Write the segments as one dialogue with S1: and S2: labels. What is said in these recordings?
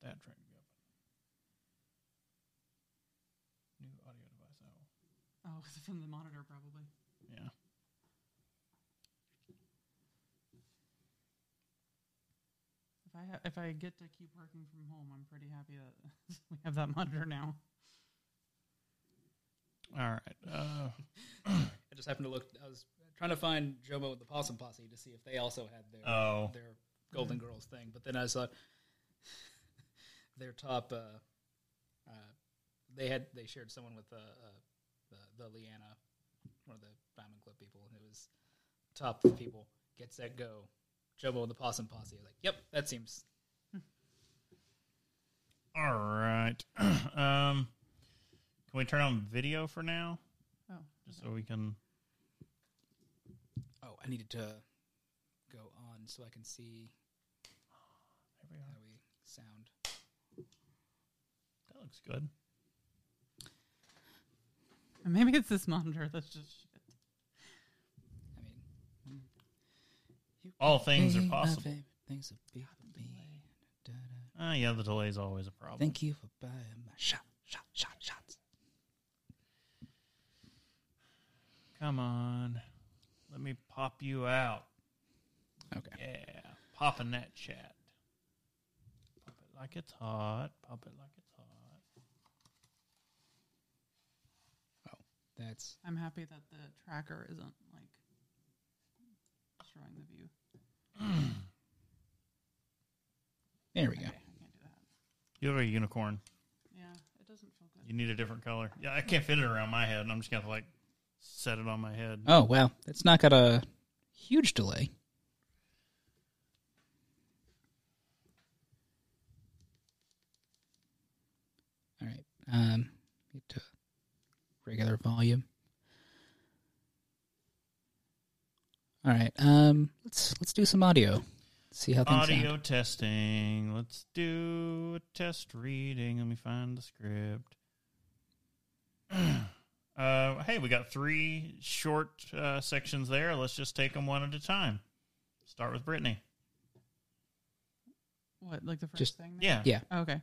S1: track to be open. New audio device. Oh,
S2: Oh, it's from the monitor, probably.
S1: yeah.
S2: If I ha- if I get to keep working from home, I'm pretty happy that we have that monitor now.
S1: All right. Uh,
S3: I just happened to look. I was trying to find Jomo with the Possum Posse to see if they also had their
S1: Oh.
S3: their Golden Girls thing, but then I saw their top. Uh, uh, they had they shared someone with uh, uh, the the Leanna, one of the Diamond Club people, and it was top people gets that go. Jomo with the Possum Posse. I was like, yep, that seems.
S1: all right. um, can we turn on video for now,
S2: Oh,
S1: just so we can?
S3: Oh, I needed to go on so I can see
S1: There we
S3: how
S1: are.
S3: we sound.
S1: That looks good.
S2: and maybe it's this monitor that's just shit.
S3: I mean,
S1: All things are possible.
S3: Things are me.
S1: Ah, yeah, the delay is always a problem.
S3: Thank you for buying my shot, shot, shot, shots.
S1: Come on, let me pop you out.
S3: Okay.
S1: Yeah, popping that chat. Pop it like it's hot. Pop it like it's hot.
S3: Oh, that's
S2: I'm happy that the tracker isn't like destroying the view.
S3: there we go.
S2: Okay, I can't do that.
S1: You look like a unicorn.
S2: Yeah, it doesn't feel good.
S1: You need a different color. Yeah, I can't fit it around my head. I'm just gonna have to, like set it on my head.
S3: Oh wow, that's not got a huge delay. All right, um, get to regular volume. All right, um, let's let's do some audio. See how things
S1: Audio
S3: sound.
S1: testing. Let's do a test reading. Let me find the script. uh, hey, we got three short uh, sections there. Let's just take them one at a time. Start with Brittany.
S2: What, like the first
S3: Just-
S2: thing? there?
S1: Yeah.
S3: Yeah,
S2: Okay.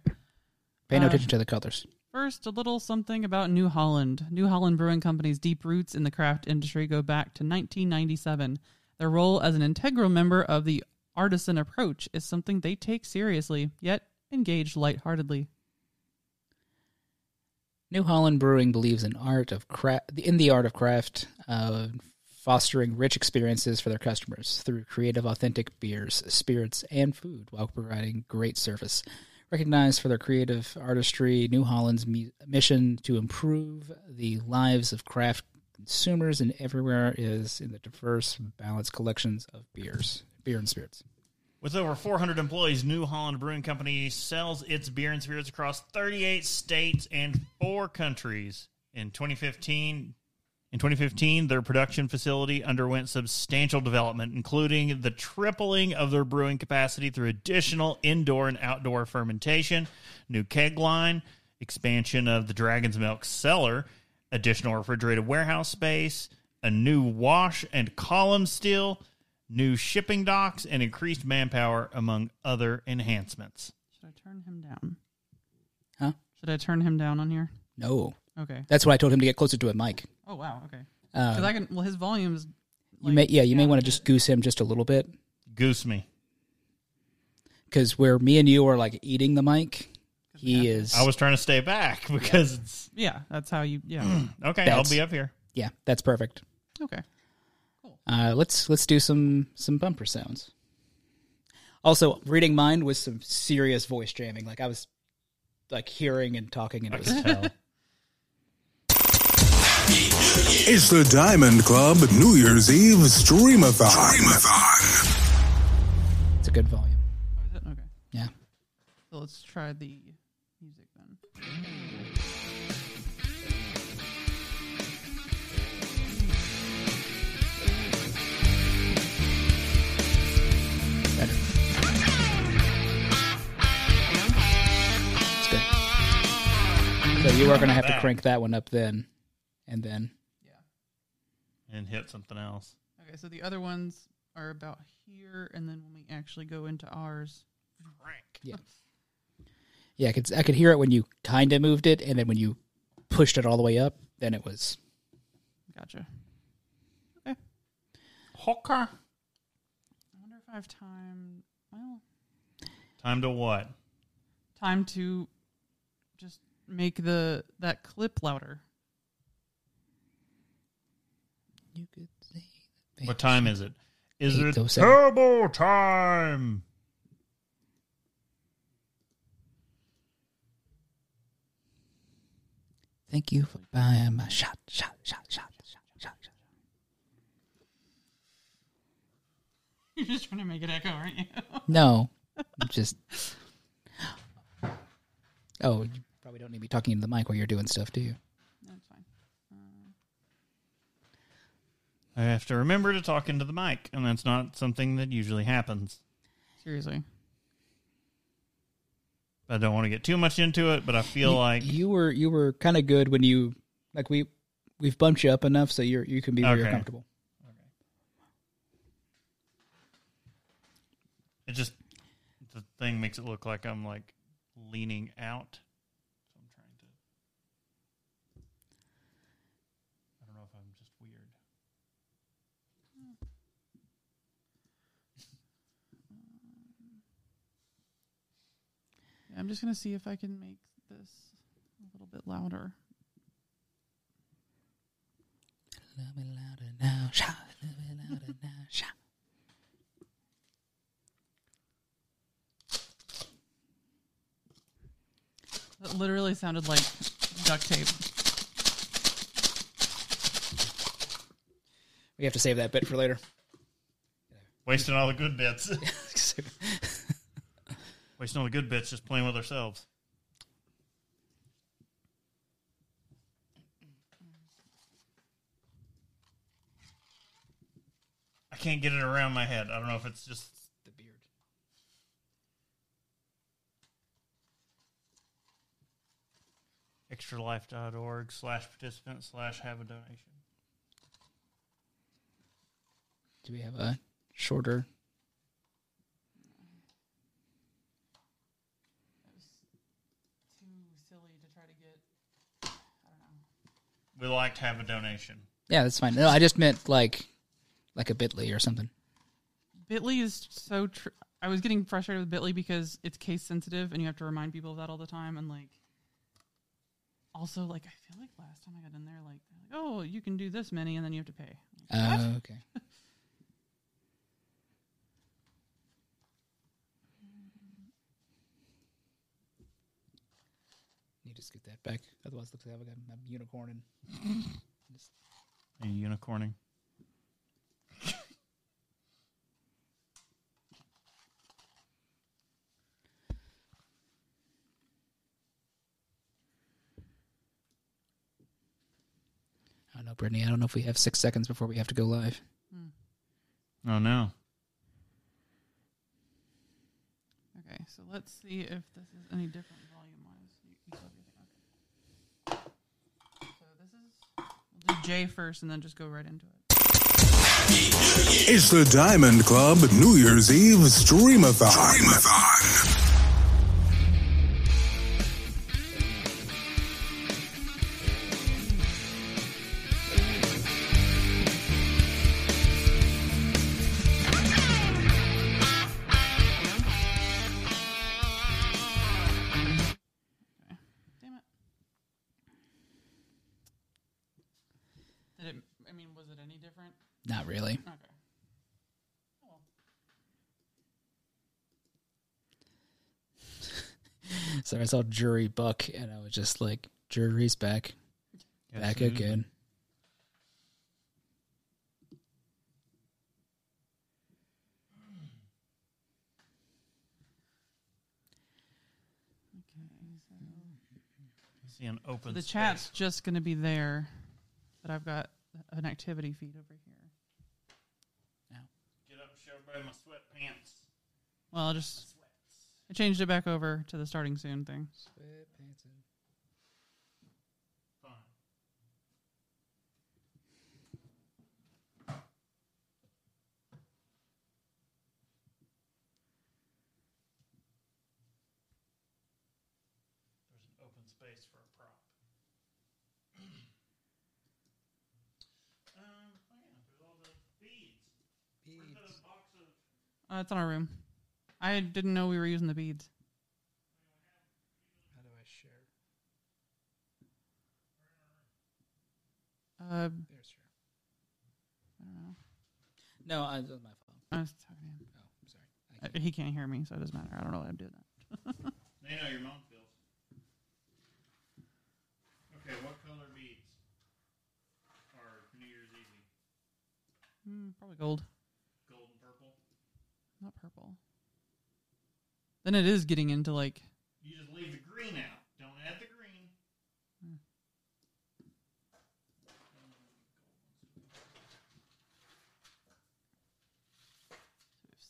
S3: pay no
S2: Uh,
S3: attention to the colors.
S2: First, a little something about New Holland. New Holland Brewing Company's deep roots in the craft industry go back to 1997. Their role as an integral member of the artisan approach is something they take seriously, yet engage lightheartedly.
S3: New Holland Brewing believes in art of craft, in the art of craft, uh, fostering rich experiences for their customers through creative, authentic beers, spirits, and food, while providing great service. Recognized for their creative artistry, New Holland's mi- mission to improve the lives of craft consumers and everywhere is in the diverse, balanced collections of beers, beer and spirits.
S1: With over 400 employees, New Holland Brewing Company sells its beer and spirits across 38 states and four countries. In 2015, in 2015, their production facility underwent substantial development, including the tripling of their brewing capacity through additional indoor and outdoor fermentation, new keg line, expansion of the Dragon's Milk cellar, additional refrigerated warehouse space, a new wash and column still, new shipping docks, and increased manpower, among other enhancements.
S2: Should I turn him down?
S3: Huh?
S2: Should I turn him down on here?
S3: No,
S2: Okay.
S3: that's what I told him to get closer to a mic.
S2: Oh wow. Okay.
S3: Uh,
S2: Because I can. Well, his volume is.
S3: you may, yeah, you may
S2: down
S3: want
S2: a
S3: to just goose him just a little bit.
S1: Goose me.
S3: because where me and you are like eating the mic, he
S2: Yeah.
S3: is.
S1: I was trying to stay back because it's
S2: bit. Yeah, that's how you. Yeah.
S1: okay. I'll
S3: That's-
S1: be up here.
S3: yeah, that's perfect.
S2: okay.
S3: Uh, let's let's do some some bumper sounds. Also, reading mine was some serious voice jamming. Like I was like hearing and talking, and it was
S4: It's the Diamond Club New Year's Eve Streamathon.
S3: it's a good volume.
S2: Oh, is it okay?
S3: Yeah,
S2: So let's try the music then.
S3: better. It's good. So you are going to have to crank that one up then, and then
S2: Yeah.
S1: And hit something else.
S2: Okay, so the other ones are about here, and then when we actually go into ours,
S1: Frank.
S3: yeah. Yeah, I could I could hear it when you kind of moved it, and then when you pushed it all the way up, then it was
S2: Gotcha.
S1: Hawker.
S2: I wonder if I have time. Well,
S1: Time to what?
S2: time to just make the that clip louder.
S3: you could see.
S1: What time is it? Is
S3: Eight
S1: it
S3: oh seven.
S1: terrible time?
S3: Thank you for buying my shot, shot, shot, shot, shot, shot. shot.
S2: You're just trying to make it echo, aren't you?
S3: No, I'm just. Oh, you probably don't need me talking into the mic while you're doing stuff, do you?
S2: That's fine.
S1: I have to remember to talk into the mic, and that's not something that usually happens.
S2: Seriously.
S1: I don't want to get too much into it, but I feel like
S3: you were you were kind of good when you like we we've bumped you up enough so you're you can be where you're
S1: Okay.
S3: comfortable.
S1: it just the thing makes it look like I'm like leaning out. So I'm trying to. I don't know if I'm just weird.
S2: I'm just gonna see if I can make this a little bit louder.
S3: Love me louder now, sha. Love me louder now, sha.
S2: That literally sounded like duct tape.
S3: We have to save that bit for later.
S1: Wasting all the good bits. Wasting all the good bits just playing with ourselves. I can't get it around my head. I don't know if it's just
S3: the beard.
S1: extralife.org slash participant slash have a donation.
S3: Do we have a shorter?
S2: Too silly to try to get. I don't know.
S1: We like to have a donation.
S3: Yeah, that's fine. No, I just meant like like a bitly or something.
S2: Bitly is so. Tr- I was getting frustrated with Bitly because it's case sensitive, and you have to remind people of that all the time. And like, also, like I feel like last time I got in there, like, they're like, oh, you can do this many, and then you have to pay.
S3: Uh, okay. Need to scoot that back. Otherwise, it looks like I'm, I'm unicorn and
S1: Are you unicorning?
S3: I don't know, Brittany. I don't know if we have six seconds before we have to go live.
S1: Oh no.
S2: Okay, so let's see if this is any different volume wise. You, you still have your thing, okay. So this is. We'll do J first, and then just go right into it.
S4: It's the Diamond Club New Year's Eve Streamathon.
S2: Damn it. Did it? I mean, was it any different?
S3: Not really.
S2: Okay.
S3: So I saw Jury Buck, and I was just like, Jury's back, back again.
S1: I see an open
S2: the
S1: space.
S2: chat's just going to be there, but I've got an activity feed over here.
S1: Get up, show everybody my sweatpants.
S2: Well, I'll just I changed it back over to the starting soon thing.
S1: Fine. space for a prop. um, oh yeah, there's all the beads. Where's that
S3: Beads.
S1: box of-
S2: Uh, it's in our room. I didn't know we were using the beads.
S3: How do I share?
S2: Uh,
S3: There's share. I don't know. No, I, that's my phone.
S2: I was talking to him.
S3: Oh, sorry. I
S2: Uh,
S3: can't.
S2: He can't hear me, so it doesn't matter. I don't know why I'm doing that.
S1: They know your mouth feels. Okay, what color beads are New Year's Eve?
S2: Hmm, probably gold,
S1: Gold and purple?
S2: not purple. Then it is getting into like
S1: You just leave the green out. Don't add the green.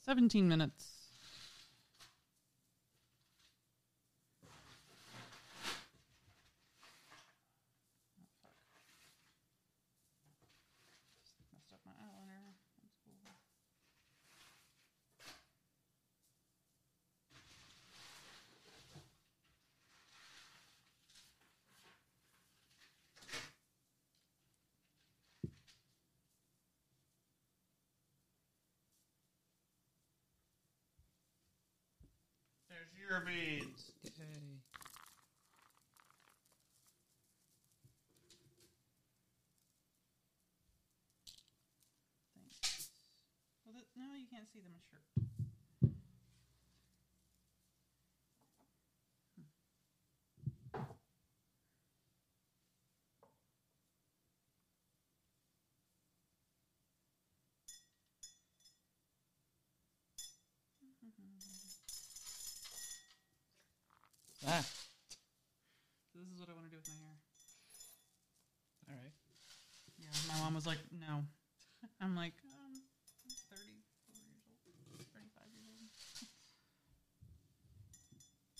S2: seventeen minutes. Messed up my eyeliner. That's cool.
S1: There's your beads.
S3: Yay.
S2: Thanks. Well, th- no, you can't see them. I'm sure.
S3: Ah,
S2: So this is what I want to do with my hair.
S3: all right.
S2: Yeah, my mom was like, "No." I'm like, um, I'm 34 years old, 35 years old.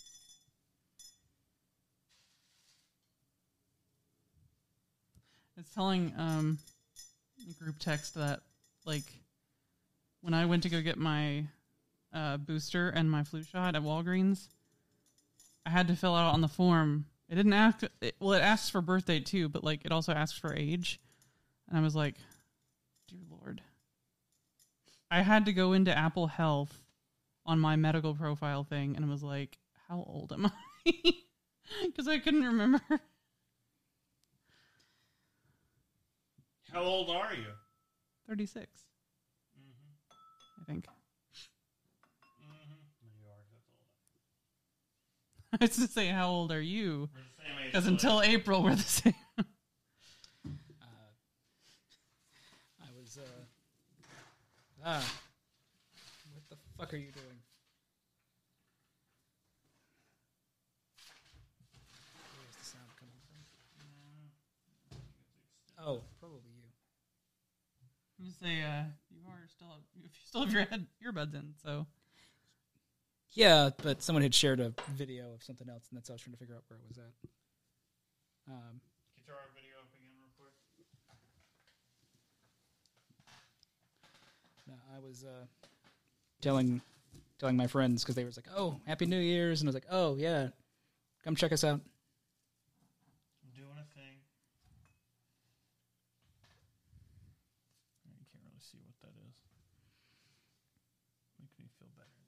S2: It's telling um, the group text that like when I went to go get my uh, booster and my flu shot at Walgreens, I had to fill out on the form. It didn't ask. It, well, it asks for birth date too, but like it also asks for age, and I was like, "Dear Lord," I had to go into Apple Health on my medical profile thing, and was like, "How old am I?" Because I couldn't remember.
S1: How old are you?
S2: Thirty-six, Mm-hmm. I think.
S1: You are. That's old.
S2: I was to say, "How old are you?"
S1: We're the same age.
S2: Because until April, we're the same.
S3: I was, uh. Ah. What the fuck are you doing? Where's the sound coming from? Oh, probably you.
S2: You say uh, you are still if you still have your head earbuds in, so
S3: Yeah, but someone had shared a video of something else, and that's how I was trying to figure out where it was at. Um,
S1: Get our video up again real quick.
S3: no, I was uh, telling telling my friends because they was like, "Oh, Happy New Year's," and I was like, "Oh yeah, come check us out."
S1: I'm doing a thing. I can't really see what that is. Makes me feel better.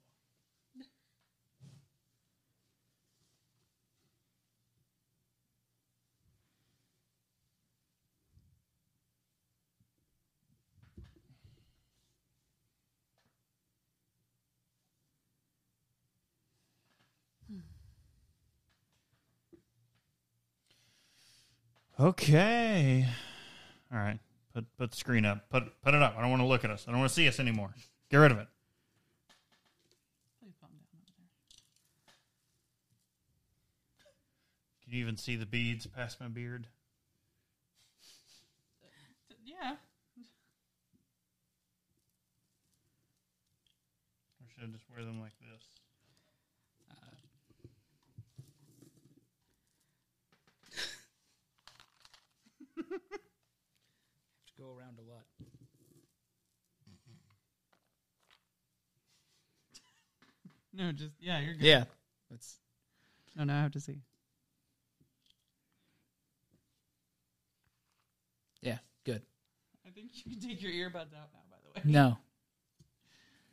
S1: Okay. All right. Put put the screen up. Put put it up. I don't want to look at us. I don't want to see us anymore. Get rid of it.
S2: please calm down over there.
S1: Can you even see the beads past my beard?
S2: So, yeah,
S1: Or should I just wear them like this?
S3: Have to go around a lot.
S2: no, just yeah, you're good.
S3: Yeah, that's
S2: No, now I have to see.
S3: Good.
S2: I think you can take your earbuds out now, by the way.
S3: No.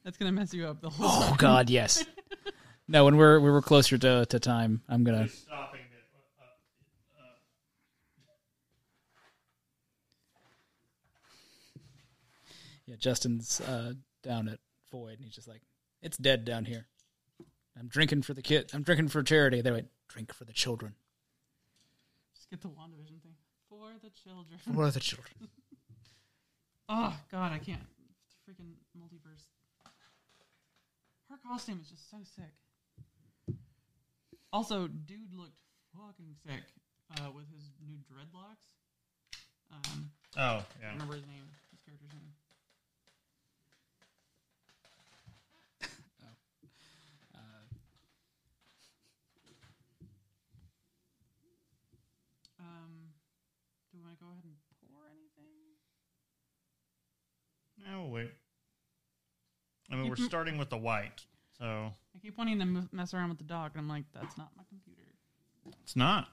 S2: That's going to mess you up the whole
S3: Oh God, yes. No, when we're we were closer to, to time, I'm gonna.
S1: Stopping it.
S3: Yeah, Justin's uh, down at Void, and he's just like, "It's dead down here." I'm drinking for the kid. I'm drinking for charity. They went drink for the children.
S2: Just get the WandaVision thing. For the children.
S3: For the children.
S2: Oh, God, I can't. Freaking multiverse. Her costume is just so sick. Also, dude looked fucking sick uh, with his new dreadlocks. Um,
S1: Oh,
S2: I
S1: yeah.
S2: remember his name, his character's name.
S3: Uh,
S2: Um, do we want to go ahead and pour anything?
S1: No, wait. I mean, we're starting with the white, so
S2: I keep wanting to m- mess around with the dog, and I'm like, that's not my computer.
S1: it's not.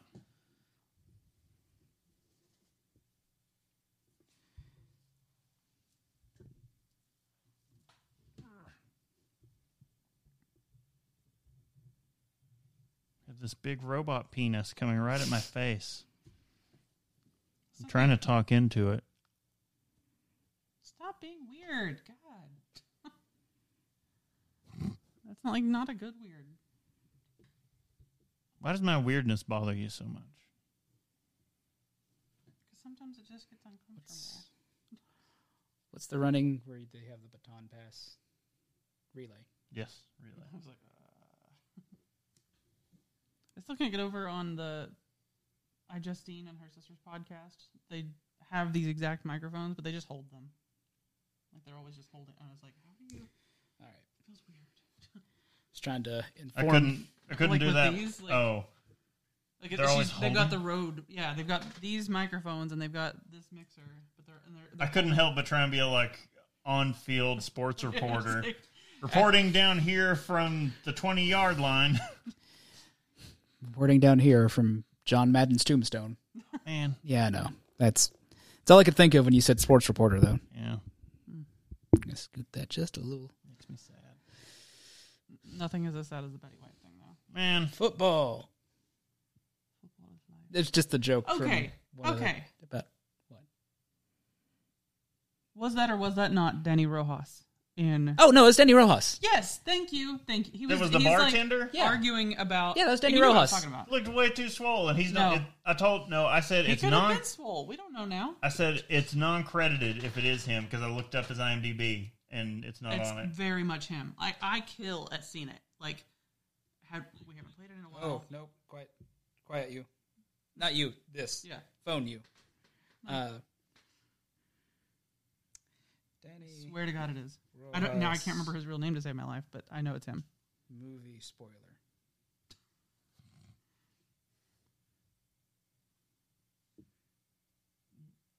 S1: I have This big robot penis coming right at my face. I'm trying to talk into it.
S2: Stop being weird, God. that's not like not a good weird.
S1: Why does my weirdness bother you so much?
S2: Because sometimes it just gets uncomfortable.
S3: What's- What's the running where they have the baton pass relay?
S1: Yes, really.
S2: I was like, uh. I still can't get over on the I Justine and her sister's podcast. They have these exact microphones, but they just hold them. Like they're always just holding. I was like, how do you? It
S3: All right,
S2: feels weird.
S3: just trying to
S1: I
S3: inform.
S1: couldn't. I couldn't
S2: Like
S1: do
S2: with
S1: that.
S2: these, like-
S1: oh,
S2: Like it-
S1: They're always
S2: she's, they've got the Rode, yeah. They've got these microphones and they've got this mixer, but they're and they're.
S1: I
S2: they're
S1: couldn't help but try and be a like on-field sports reporter,
S2: It's like-
S1: reporting down here from the twenty-yard line.
S3: Reporting down here from John Madden's tombstone.
S1: Man,
S3: Yeah, no, that's that's all I could think of when you said sports reporter, though.
S1: yeah,
S3: Let's scoot that just a little.
S1: makes me sad.
S2: nothing is as sad as the Betty White thing, though.
S1: Man,
S3: Football.
S2: Football is life.
S3: It's just a joke. from
S2: Okay,
S3: one of the-
S2: okay.
S3: about what?
S2: Was that or was that not Danny Rojas in?
S3: Oh no, it's Danny Rojas.
S2: Yes, thank you, thank you. He
S1: That was the
S2: he's, like,
S1: bartender?
S3: Yeah.
S2: arguing about.
S3: Yeah, that was Danny
S2: You know what I'm
S3: Rojas.
S2: Talking about.
S1: looked way too swollen. He's not. It,
S2: No.
S1: I told no. I said
S2: He
S1: it's
S2: could have
S1: non.
S2: been swole. We don't know now.
S1: I said it's non-credited if it is him because I looked up his IMDb and it's not
S2: It's
S1: on it.
S2: very much him. I I kill at seeing it. Like, had, we haven't played it in a while.
S3: Oh, no, quiet, quiet you. Not you. This.
S2: Yeah.
S3: Phone you. Uh, Danny
S2: Swear to God, it is. I don't now. I can't remember his real name to save my life, but I know it's him.
S3: movie spoiler.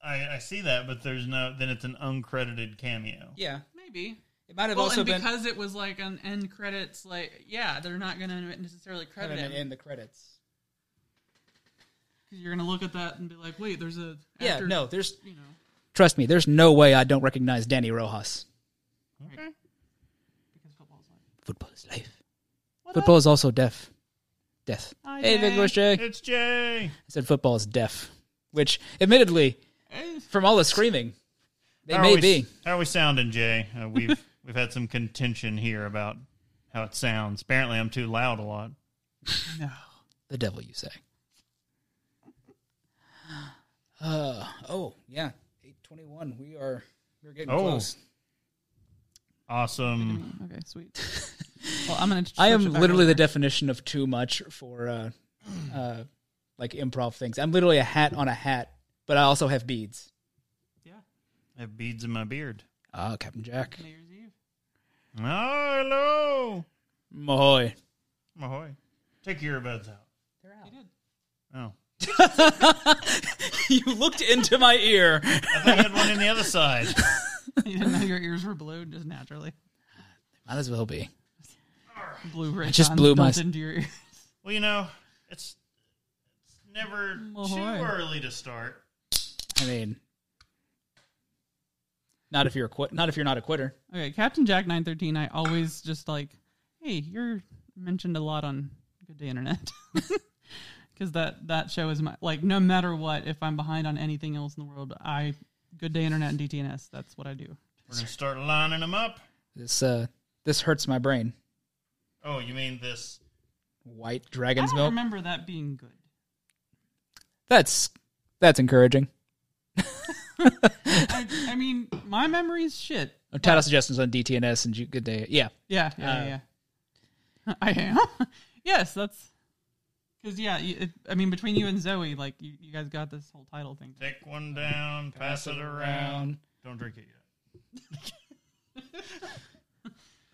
S1: I, I see that, but there's no. Then it's an uncredited cameo.
S3: Yeah,
S2: Maybe.
S3: it might have
S2: Well,
S3: also
S2: and
S3: been
S2: because it was like an end credits, like yeah, they're not going to necessarily
S3: kind
S2: credit
S3: of
S2: him
S3: in the credits.
S2: because you're going to look at that and be like, wait, there's a
S3: Yeah,
S2: after-
S3: no, there's.
S2: you know,
S3: Trust me, there's no way I don't recognize Danny Rojas.
S2: right. because football's like
S3: Football is life.
S2: What
S3: Football is also deaf. Death.
S2: Hi,
S3: hey,
S2: Jay.
S3: Big Bush Jay. I
S1: It's Jay.
S3: said football is deaf, which, admittedly,
S2: Eh,
S3: from all the screaming, they
S1: How are
S3: may
S1: we-
S3: be.
S1: How are we sounding, Jay? Uh, we've we've had some contention here about how it sounds. Apparently, I'm too loud a lot.
S2: no.
S3: The devil, you say. Uh, oh, yeah. 821. We are we're getting
S1: Oh.
S3: close.
S1: Awesome.
S2: Okay, sweet. well, I'm gonna.
S3: I am
S2: switch it back
S3: literally the
S2: over.
S3: definition of too much for uh, uh, like improv things. I'm literally a hat on a hat, but I also have beads.
S2: yeah.
S1: I have beads in my beard.
S3: Ah, Captain Jack.
S2: New Year's Eve.
S1: Oh, hello.
S3: Mahoy.
S1: Ahoy. Take your earbuds out.
S2: He did.
S1: Oh.
S3: you looked into my ear.
S1: I thought you had one in the other side.
S2: You didn't know your ears were blue just naturally.
S3: Might as well be.
S2: Blue ray.
S3: just blew my-
S2: into your ears.
S1: Well, you know, it's it's never
S2: Ahoy.
S1: too early to start.
S3: I mean, Not if you're a quit. Not if you're not a quitter.
S2: Okay, Captain Jack 913, I always just like, hey, you're mentioned a lot on Good Day Internet. Because that, that show is my, like, no matter what, if I'm behind on anything else in the world, I, Good Day Internet and DTNS, that's what I do.
S1: We're gonna start lining them up.
S3: This uh, this hurts my brain.
S1: Oh, you mean this?
S3: White
S2: I
S3: dragon's
S2: don't
S3: milk.
S2: remember that being good.
S3: That's that's encouraging.
S2: I, I mean, my memory's shit.
S3: Oh, title suggestions on DTNS and Ju- Good Day. Yeah,
S2: Yeah, yeah, yeah, yeah. I am. yes, that's because yeah. You, it, I mean, between you and Zoe, like you, you guys got this whole title thing.
S1: Take one down, pass, it around. Don't drink it yet.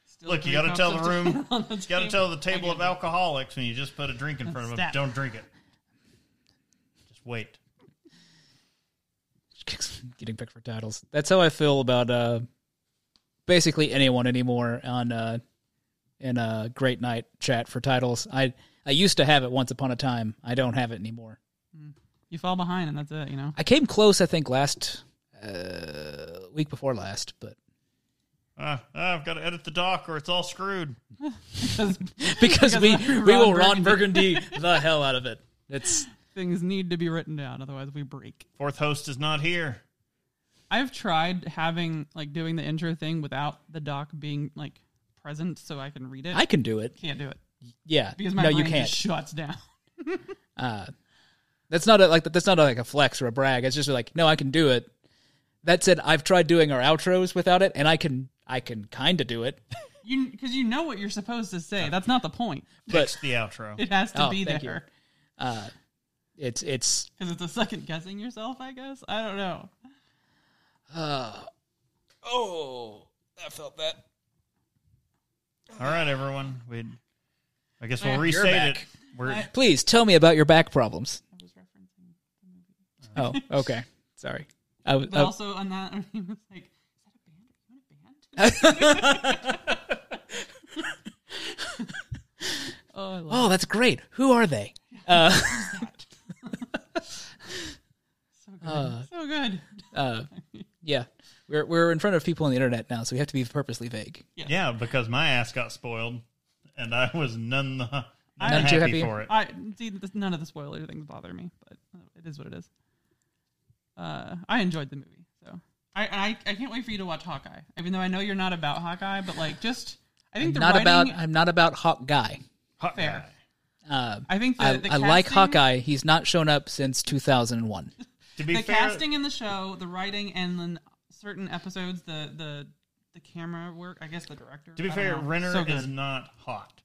S2: Still
S1: Look, you
S2: three
S1: gotta
S2: cups
S1: tell
S2: of
S1: the
S2: tea
S1: room-
S2: on the
S1: You got to
S2: table.
S1: tell the table of alcoholics when you just put a drink in front of them.
S2: Stop.
S1: Don't drink it. Just wait.
S3: getting picked for titles. That's how I feel about uh, basically anyone anymore on uh, in a great night chat for titles. I I used to have it once upon a time. I don't have it anymore.
S2: You fall behind, and that's it. You know.
S3: I came close, I think, last uh, week before last, but
S1: Uh, I've got to edit the doc or it's all screwed.
S3: because we
S2: Because Ron
S3: we will Ron Burgundy the hell out of it. It's
S2: Things need to be written down, otherwise we break.
S1: Fourth host is not here.
S2: I've tried having like doing the intro thing without the doc being like present, so I can read it.
S3: I can do it.
S2: can't do it
S3: Yeah,
S2: because my
S3: no,
S2: brain
S3: you can't.
S2: just shuts down.
S3: That's not a, like that's not a, like a flex or a brag. It's just like no, I can do it. That said, I've tried doing our outros without it, and I can I can kind of do it.
S2: You because you know what you're supposed to say. That's not the point.
S1: Fix the outro.
S2: It has to
S3: Oh,
S2: be
S3: thank you.
S2: there.
S3: It's it's
S2: Because it's a second guessing yourself, I guess. I don't know.
S3: oh I felt that.
S1: All right, everyone. We, I guess we'll
S2: You're
S1: restate it.
S3: back.
S1: We're,
S3: Please tell me about your back problems.
S2: I was referencing.
S3: Oh, okay, sorry. I, was
S2: But also on that, I mean, it's like, is that a band? Are you in a band? oh, I love
S3: oh, that's great. Who are they?
S2: that. so good. so good.
S3: Uh, Yeah, we're we're in front of people on the internet now, so we have to be purposely vague.
S1: yeah, because my ass got spoiled and I was none the none
S2: None
S1: happy,
S3: too happy.
S1: for it.
S2: I see this, none of the spoiler things bother me, but uh, it is what it is. Uh, I enjoyed the movie, so I, and I I can't wait for you to watch Hawkeye. Even though I know you're not about Hawkeye, but like just I think the
S3: not about
S2: writing
S3: I'm not about Hawk guy.
S1: Hot
S2: fair.
S1: guy.
S2: I think the,
S3: I,
S2: the
S3: I like
S2: casting-
S3: Hawkeye. He's not shown up since 2001.
S1: To be
S2: the
S1: fair,
S2: casting in the show, the writing, and then certain episodes, the the the camera work. I guess the director.
S1: To be
S2: I don't
S1: fair,
S2: know.
S1: Renner
S2: so good.
S1: is not hot.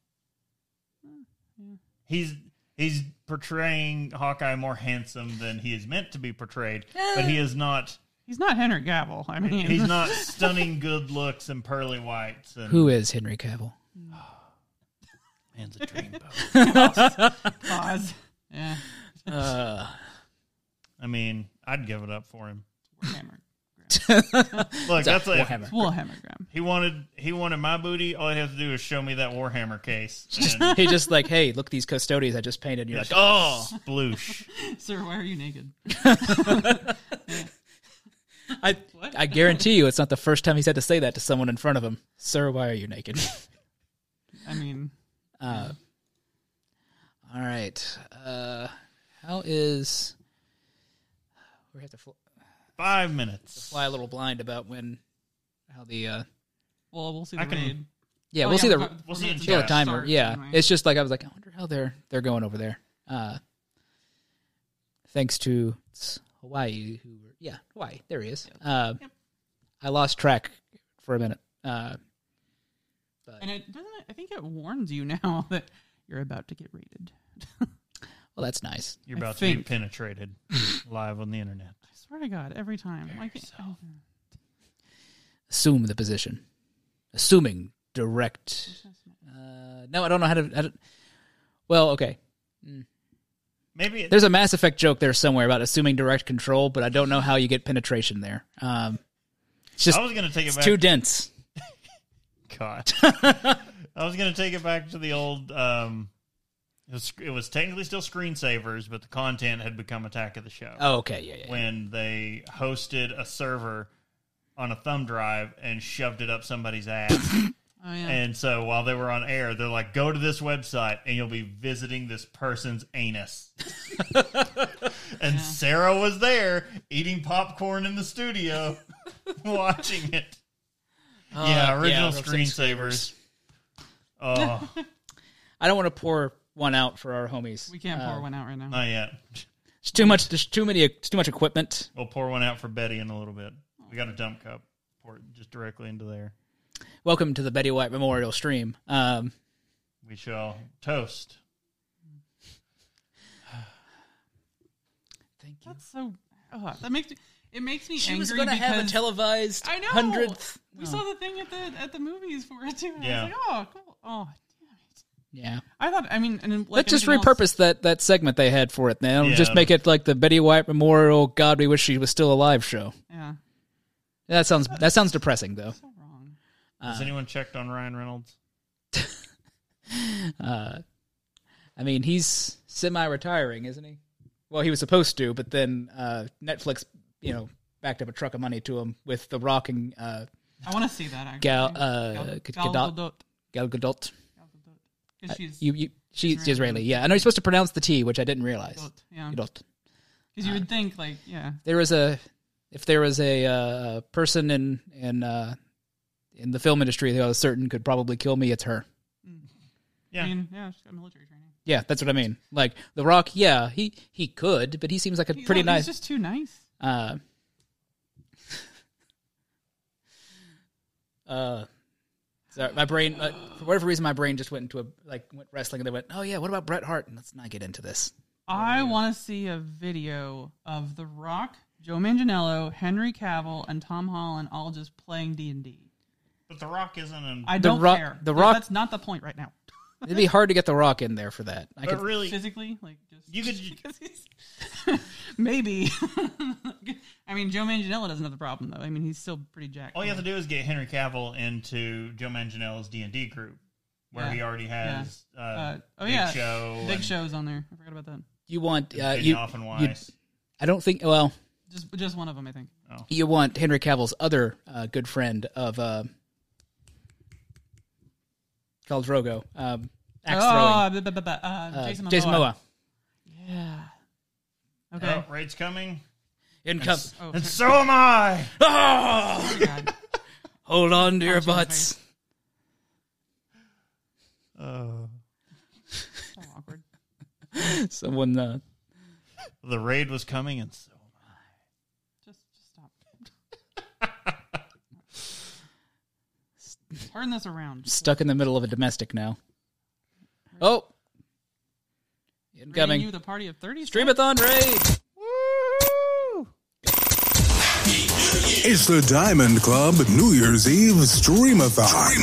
S1: He's he's portraying Hawkeye more handsome than he is meant to be portrayed, but he is not.
S2: he's not Henry Gavel. I mean,
S1: He's not stunning good looks and pearly whites. And
S3: Who is Henry Cavill?
S1: man's a dreamboat.
S2: Oz. Yeah, Uh,
S1: I mean, I'd give it up for him.
S2: Warhammer.
S1: Look, that's like
S3: Warhammer.
S2: Warhammer Graham.
S1: he wanted. He wanted my booty. All he has to do is show me that Warhammer case. And
S3: He's just like, hey, look these custodians I just painted. You're like, oh,
S1: sploosh.
S2: Sir, why are you naked?
S3: "Oh, I, I guarantee you, it's not the first time he's had to say that to someone in front of him. Sir, why are you naked?
S2: I mean,
S3: All right. Uh, how is we have to fl-
S1: Five minutes.
S3: fly a little blind about when how the uh,
S2: well, we'll see the
S1: I can-
S2: raid.
S3: yeah
S2: Oh,
S3: we'll see
S2: yeah,
S3: the
S2: we'll-
S1: We'll see it in
S3: yeah,
S1: Yeah,
S3: the timer.
S2: start
S3: Yeah,
S2: anyway.
S3: it's just like I was like, I wonder how they're they're going over there. Uh, thanks to it's Hawaii, who were yeah Hawaii. There he is. Uh, I lost track for a minute. Uh,
S2: and it doesn't. I think it warns you now that you're about to get raided. I
S3: well, that's nice.
S1: You're
S2: I
S1: about to be
S2: think-
S1: penetrated live on the internet.
S2: swear to God, every time. Like,
S3: Assume the position. Assuming direct. Uh, no, I don't know how to. I don't, well, okay.
S1: Maybe it,
S3: There's a Mass Effect joke there somewhere about assuming direct control, but I don't know how you get penetration there. Um, it's just
S1: I was going to take it
S3: it's
S1: back.
S3: too dense.
S1: God. I was going to take it back to the old. Um, it, was, it was technically still screensavers, but the content had become Attack of the Show.
S3: Oh, okay, yeah, yeah. yeah.
S1: When they hosted a server on a thumb drive and shoved it up somebody's ass.
S2: Oh yeah.
S1: and so while they were on air, they're like, "Go to this website and you'll be visiting this person's anus." and Sarah was there eating popcorn in the studio, watching it.
S3: Uh,
S1: yeah, original
S3: real
S1: screensavers. Oh,
S3: I don't want to pour one out for our homies.
S2: we can't
S3: uh,
S2: pour one out right now.
S1: not yet.
S3: It's too much. There's too many. It's too much equipment.
S1: We'll pour one out for Betty in a little bit. We got a dump cup. Pour it just directly into there.
S3: Welcome to the Betty White Memorial Stream. Um,
S1: We shall toast.
S3: thank you.
S2: That's so. Oh, that makes me, it makes me
S3: She
S2: angry
S3: was going to
S2: because
S3: have a televised
S2: I know
S3: hundredth.
S2: We saw the thing at the at the movies for it too. and
S1: Yeah.
S2: I was like, oh, cool. Oh, damn it.
S3: Yeah.
S2: I thought. I mean, and like
S3: Let's just
S2: anything
S3: repurpose
S2: else-
S3: that that segment they had for it. Now
S1: Yeah.
S3: just make it like the Betty White Memorial. God, we wish she was still alive. Show.
S2: Yeah.
S3: That sounds that sounds depressing though.
S2: So wrong.
S1: Has anyone checked on Ryan Reynolds?
S3: I mean, he's semi-retiring, isn't he? Well, he was supposed to, but then uh, Netflix, you know, backed up a truck of money to him with the rocking uh,
S2: I want to see that. Actually.
S3: Gal, uh,
S2: Gal
S3: Gal, Gadot,
S2: Gadot.
S3: Gal Gadot.
S2: 'Cause she's
S3: Uh, You, you, she's Israeli. Yeah, I know you're supposed to pronounce the T, which I didn't realize.
S2: Gadot, Yeah.
S3: Gadot.
S2: Because you would think like yeah.
S3: There was a, if there was a uh, person in in uh, in the film industry that I was certain could probably kill me, it's her.
S1: Yeah.
S2: I mean yeah, she's got military training.
S3: Yeah, that's what I mean. Like The Rock, yeah, he he could, but he seems like a
S2: He's
S3: pretty
S2: not-
S3: nice.
S2: He's just too nice.
S3: uh, uh, sorry, my brain, uh, for whatever reason, my brain just went into a like went wrestling, and they went, "Oh yeah, what about Bret Hart?" And let's not get into this.
S1: Oh,
S2: I want to see a video of The Rock, Joe Manganiello, Henry Cavill, and Tom Holland all just playing D and D.
S1: But The Rock isn't in.
S2: I don't
S3: Rock-
S2: care.
S3: The
S2: Like,
S3: Rock-
S2: That's not the point right now.
S3: It'd be hard to get The Rock in there for that. I
S1: but
S3: could,
S1: really,
S2: Physically, like just
S1: You could-
S2: because he's- maybe. I mean, Joe Manganiello doesn't have the problem though. I mean, he's still pretty jacked.
S1: all you have to do is get Henry Cavill into Joe Manganiello's D and D group, where
S2: Yeah.
S1: he already has uh,
S2: Uh, oh
S1: Big
S2: yeah,
S1: Show,
S2: Big
S1: and
S2: Show's on there. I forgot about that.
S3: you want uh,
S1: Benioff
S3: you,
S1: and
S3: you-
S1: Weiss.
S3: I don't think. Well,
S2: Just just one of them, I think.
S3: you want Henry Cavill's other uh, good friend of uh, called Drogo, um, axe
S2: oh, bu- bu- bu- bu- uh,
S3: throwing, uh,
S2: Jason Momoa.
S3: Jason Momoa.
S2: Yeah. Okay.
S1: Oh, Raid's coming,
S3: In comes.
S2: Oh,
S1: and so am I.
S3: Ah!
S2: sorry, God.
S3: Hold on to your
S2: Punch in the
S3: butts.
S2: So awkward.
S3: Someone, uh,
S1: The raid was coming, and so
S2: Just, just stop. Turn this around. Just
S3: stuck in the middle of a domestic now. Oh,
S2: rating
S3: incoming
S2: You the party of thirty.
S3: streamathon raid.
S4: It's the Diamond Club New Year's Eve Streamathon.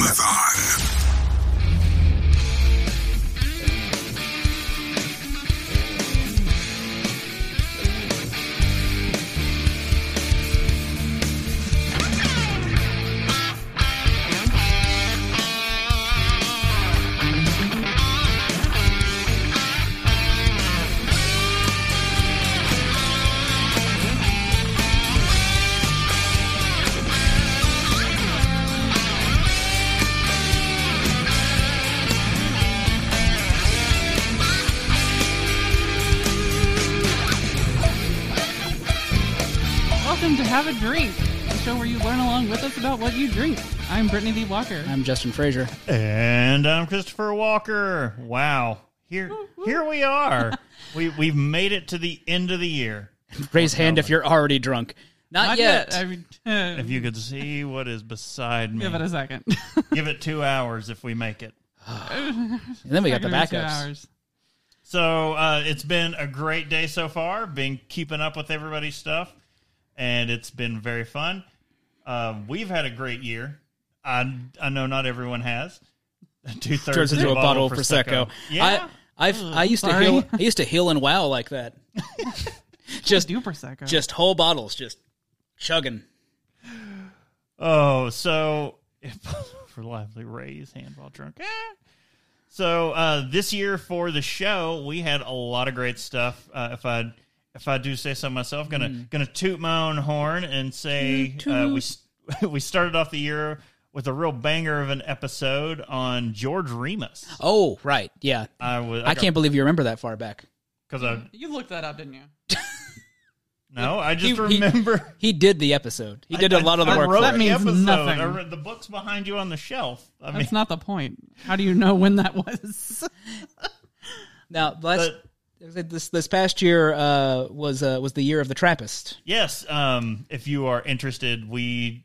S2: Welcome to Have a Drink, the show where you learn along with us about what you drink. I'm Brittany D. Walker.
S3: I'm Justin Frazier.
S1: And I'm Christopher Walker. Wow. Here here we are. we we've made it to the end of the year.
S3: Raise hand if you're already drunk. Not,
S2: Not
S3: yet.
S2: I mean, uh,
S1: If you could see what is beside me.
S2: give it a second.
S1: Give it 2 hours if we make it.
S3: and then we got the
S2: Give it two
S3: backups.
S2: hours.
S1: So, uh, it's been a great day so far. Been keeping up with everybody's stuff and it's been very fun. Uh, we've had a great year. I I know not everyone has. Two thirds
S3: Turns into a bottle of
S1: Prosecco.
S3: prosecco.
S1: Yeah. Oh,
S3: I, I've I used
S2: sorry.
S3: to heal. I used to heal and wow like that. just
S2: Do prosecco.
S3: just whole bottles, just chugging.
S1: Oh, so if reliably raise hand while drunk. Ah. So uh, this year for the show, we had a lot of great stuff. Uh, if I
S3: Mm.
S1: if I do say so myself, gonna gonna toot my own horn and say uh, we s- we started off the year with a real banger of an episode on George Remus.
S3: Oh, right. Yeah.
S1: I was
S3: I can't believe you remember that far back.
S1: because I
S2: You looked that up, didn't you?
S1: no, I just
S3: He- he-
S1: remember.
S3: He did the episode. He did a lot of the
S1: I
S3: work.
S1: wrote
S3: for
S2: That
S1: the
S3: it.
S2: means
S1: episode.
S2: nothing.
S1: I read the books behind you on the shelf. I mean,
S2: That's not the point. How do you know when that was?
S3: Now, last,
S1: but-
S3: this this past year uh, was uh, was the year of the Trappist.
S1: Yes, um, if you are interested, we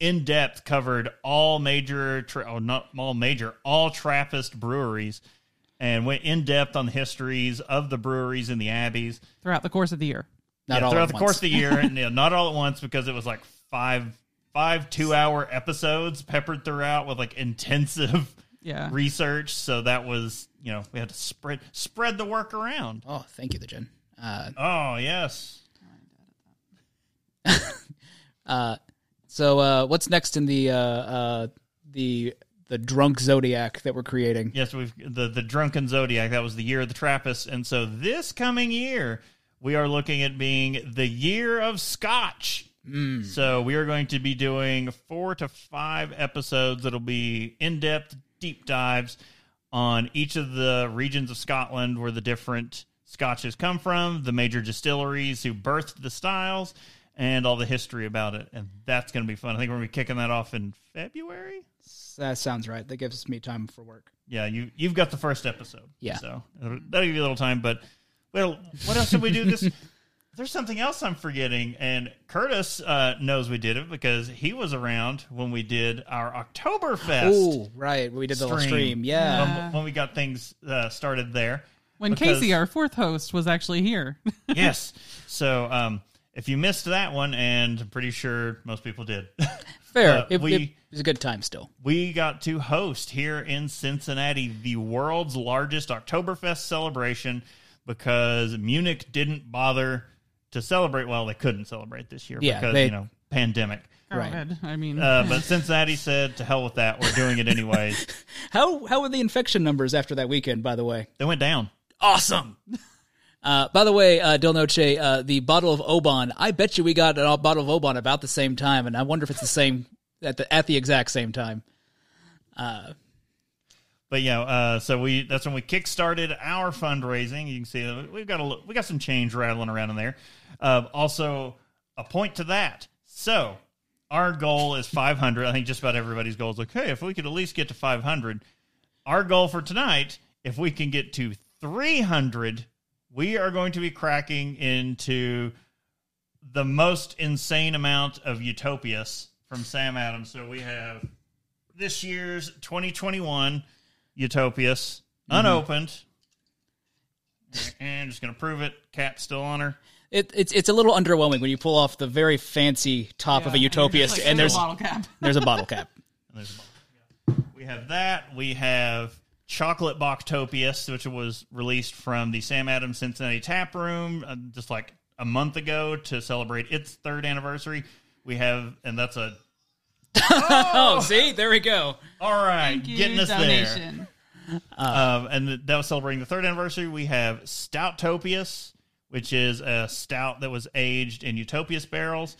S1: in depth covered all major, tra- oh, not all major, all Trappist breweries, and went in depth on the histories of the breweries and the abbeys
S2: Throughout the course of the year.
S3: Not
S1: yeah,
S3: all
S1: throughout
S3: at
S1: the
S3: once.
S1: course of the year, and you know, not all at once because it was like five five two hour episodes peppered throughout with like intensive
S2: Yeah.
S1: research. So that was you know we had to spread spread the work around.
S3: Oh, thank you, the Jen. Uh,
S1: Oh yes,
S3: so, uh, what's next in the uh, uh, the the drunk zodiac that we're creating?
S1: Yes, we've the the drunken zodiac. That was the year of the Trappist, and so this coming year we are looking at being the year of Scotch. So we are going to be doing four to five episodes that'll be in depth deep dives on each of the regions of Scotland where the different scotches come from, the major distilleries who birthed the styles, and all the history about it. And that's going to be fun. I think we're going to be kicking that off in February.
S3: That sounds right. That gives me time for work.
S1: Yeah, you you've got the first episode.
S3: Yeah.
S1: so that'll that'll give you a little time. But well, what else did we do this? There's something else I'm forgetting, and Curtis uh, knows we did it because he was around when we did our Oktoberfest
S3: Oh, right. We did the
S1: Stream.
S3: little stream. Um, Yeah.
S1: when, when we got things uh, started there.
S2: When
S1: Because-
S2: Casey, our fourth host, was actually here.
S1: yes, so um, if you missed that one, and I'm pretty sure most people did,
S3: Fair.
S1: uh,
S3: it,
S1: we-
S3: it was a good time still.
S1: we got to host here in Cincinnati the world's largest Oktoberfest celebration because Munich didn't bother to celebrate. Well, they couldn't celebrate this year
S3: Yeah,
S1: because,
S3: they-
S1: you know, pandemic.
S3: Right.
S2: Crowded. I mean,
S1: Uh, but Cincinnati said, to hell with that. We're doing it anyways.
S3: How how were the infection numbers after that weekend? By the way,
S1: they went down.
S3: awesome. Uh, by the way, uh, Del Noche, uh, the bottle of Oban. I bet you we got a bottle of Oban about the same time, and I wonder if it's the same at the at the exact same time.
S1: But yeah, uh, so we that's when we kickstarted our fundraising. You can see that we've got a li- we got some change rattling around in there. Uh, also, a point to that. So our goal is 500. I think just about everybody's goal is like, hey, if we could at least get to 500. Our goal for tonight, if we can get to 300, we are going to be cracking into the most insane amount of Utopias from Sam Adams. So we have this year's 2021 Utopias unopened. And I'm just going to prove it. Cap's still on her.
S3: It, it's it's a little underwhelming when you pull off the very fancy top of a Utopia, and, there's
S2: a bottle cap.
S3: there's a bottle cap.
S1: And there's a bottle. We have that. We have Chocolate Boctopius, which was released from the Sam Adams Cincinnati Tap Room uh, just like a month ago to celebrate its third anniversary. We have, and that's a
S3: Oh, see, there we go.
S1: all right,
S2: Thank you,
S1: getting us there.
S2: donation.
S1: Um, and th- that was celebrating the third anniversary. We have Stoutopius, which is a stout that was aged in Utopius barrels.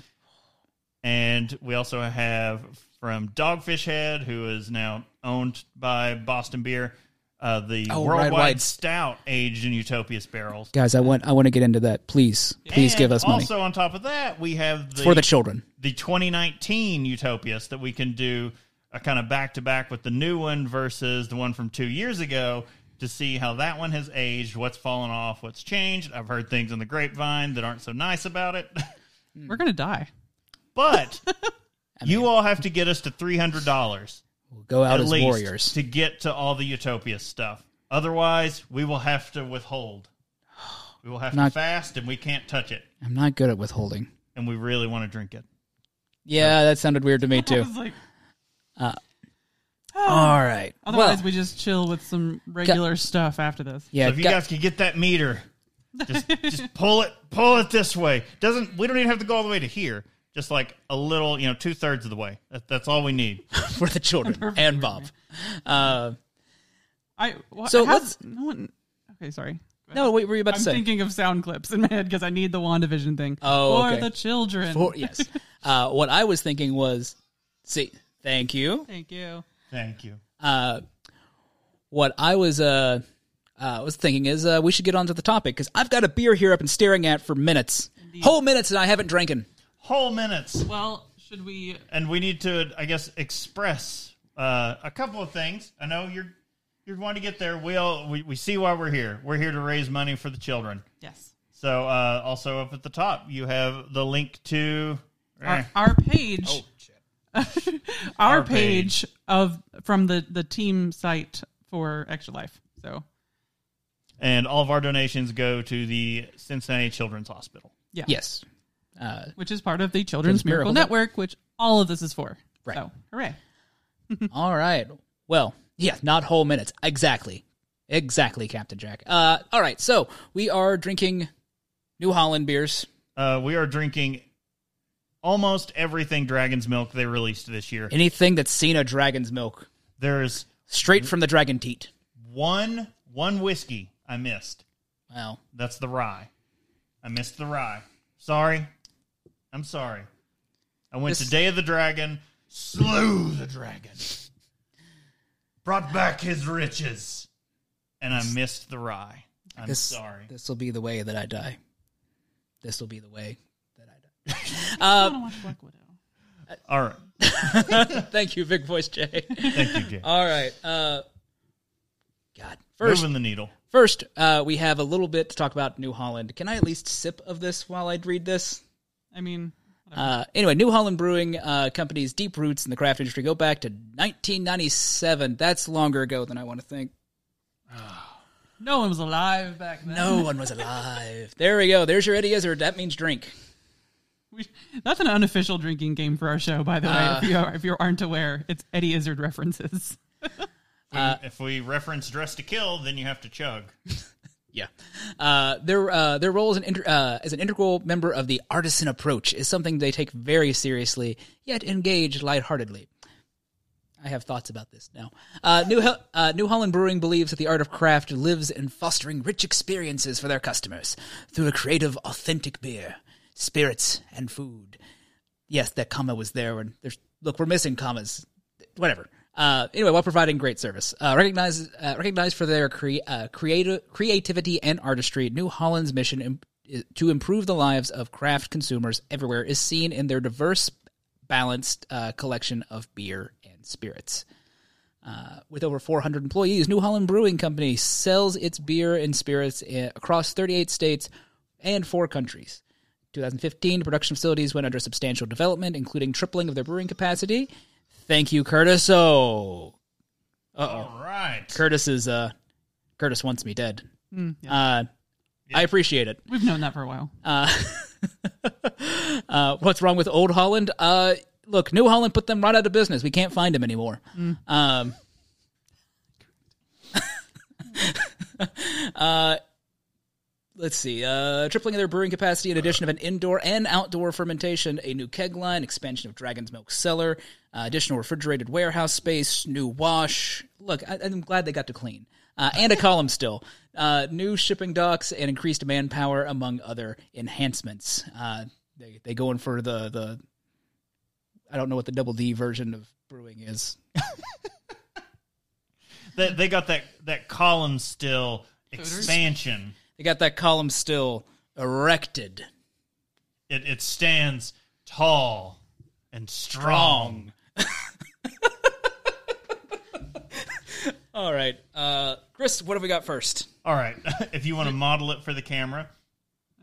S1: And we also have from Dogfish Head, who is now owned by Boston Beer, uh, the
S3: Oh, right,
S1: worldwide
S3: right.
S1: stout aged in Utopius barrels.
S3: Guys, I want I want to get into that. Please, please
S1: And
S3: give us money
S1: Also, on top of that, we have the
S3: for the children.
S1: the 2019 Utopias that we can do a kind of back to back with the new one versus the one from two years ago to see how that one has aged, what's fallen off, what's changed. I've heard things in the grapevine that aren't so nice about it,
S3: Hmm.
S2: We're going to die.
S1: but you all have to get us to three hundred dollars
S3: We'll go out
S1: at
S3: as
S1: least
S3: warriors.
S1: to get to all the Utopia stuff. Otherwise, we will have to withhold. We will have
S3: Not-
S1: to fast, and we can't touch it,
S3: I'm not good at withholding.
S1: and we really want to drink it.
S3: Yeah, that sounded weird to me too.
S2: It's like,
S3: All right.
S2: otherwise,
S3: well,
S2: we just chill with some regular stuff after this.
S3: yeah,
S1: so if you
S3: gu-
S1: guys could get that meter, just just pull it, pull it this way. Doesn't we don't even have to go all the way to here. Just like a little, you know, two thirds of the way. That, that's all we need.
S3: for the children and Bob. Uh,
S2: I wha-
S3: So
S2: how-
S3: let's-
S2: no one. Okay, sorry.
S3: no, what were you about
S2: I'm
S3: to say?
S2: thinking of sound clips in my head because I need the Wandavision thing.
S3: Oh,
S2: for
S3: okay.
S2: the children.
S3: For- yes. Uh, what I was thinking was See, thank you.
S2: Thank you.
S1: Thank you.
S3: Uh, what I was uh, uh was thinking is uh, we should get onto the topic because I've got a beer here I've been staring at for minutes, whole minutes, and I haven't drinking.
S1: Whole minutes.
S2: Well, should we?
S1: And we need to, I guess, express uh, a couple of things. I know you're you're wanting to get there. We all we, we see why we're here. We're here to raise money for the children.
S2: Yes.
S1: So uh, also up at the top, you have the link to eh, Oh,
S2: Our, our page. our,
S1: Our
S2: page,
S1: page.
S2: of from the the team site for Extra Life. So
S1: and all of our donations go to the Cincinnati Children's Hospital.
S2: yeah,
S3: Yes. Uh,
S2: which is part of the Children's
S3: Children's
S2: Miracle,
S3: Miracle
S2: Network, which all of this is for.
S3: Right.
S2: So hooray!
S3: all right. Well, yeah, not whole minutes. Exactly. Exactly, Captain Jack. Uh, all right. So we are drinking New Holland beers.
S1: Uh, we are drinking almost everything Dragon's Milk they released this year.
S3: Anything that's seen a dragon's milk,
S1: There's
S3: straight from the dragon teat.
S1: one one whiskey I missed.
S3: Wow.
S1: That's the rye. I missed the rye. Sorry. I'm sorry. I went
S3: This-
S1: to Day of the Dragon, slew the dragon, brought back his riches, and I missed the rye. I'm
S3: This,
S1: sorry.
S3: This will be the way that I die. This will be the way.
S2: I want to watch Black Widow.
S1: All right.
S3: Thank you, big voice Jay.
S1: Thank you, Jay.
S3: All right. Uh, God. First,
S1: Moving the needle.
S3: first, uh, we have a little bit to talk about New Holland. Can I at least sip of this while I read this?
S2: I mean,
S3: Uh, anyway, New Holland Brewing uh, Company's deep roots in the craft industry go back to 1997. That's longer ago than I want to think.
S2: no one was alive back then.
S3: No one was alive. There we go. There's your Eddie Izzard. That means drink.
S2: We, that's an unofficial drinking game for our show, by the way. if, you are, if you aren't aware, it's Eddie Izzard references.
S3: uh,
S1: if we reference Dress to Kill, then you have to chug.
S3: Yeah. Uh, their uh, their role as an inter- uh, as an integral member of the artisan approach is something they take very seriously, yet engage lightheartedly. I have thoughts about this now. Uh, New Hel- uh, New Holland Brewing believes that the art of craft lives in fostering rich experiences for their customers through a creative, authentic beer, spirits, and food. Yes, that comma was there. And there's look, we're missing commas. Whatever. Uh, anyway, while providing great service, uh, recognized uh, recognized for their cre- uh, creative creativity and artistry, New Holland's mission im- i- to improve the lives of craft consumers everywhere is seen in their diverse, balanced uh, collection of beer and spirits. Uh, with over 400 employees, New Holland Brewing Company sells its beer and spirits i- across 38 states and four countries. 2015, production facilities went under substantial development, including tripling of their brewing capacity. Thank you, Curtis. Oh,
S1: All right.
S3: Curtis is uh, Curtis wants me dead. uh, I appreciate it.
S2: We've known that for a while.
S3: Uh, what's wrong with Old Holland? Uh, look, New Holland put them right out of business. We can't find them anymore. Um, uh, let's see. Uh, tripling of their brewing capacity, in addition of an indoor and outdoor fermentation, a new keg line, expansion of Dragon's Milk cellar, uh, additional refrigerated warehouse space, new wash. Look, I, I'm glad they got to clean. Uh, and a column still. Uh, new shipping docks and increased manpower, among other enhancements. Uh, they they go in for the the. I don't know what the double D version of brewing is.
S1: They, they got that, that column still expansion.
S3: They got that column still erected.
S1: It, it stands tall and strong.
S3: All right, uh, Chris, what have we got first?
S1: All right. if you want to model it for the camera.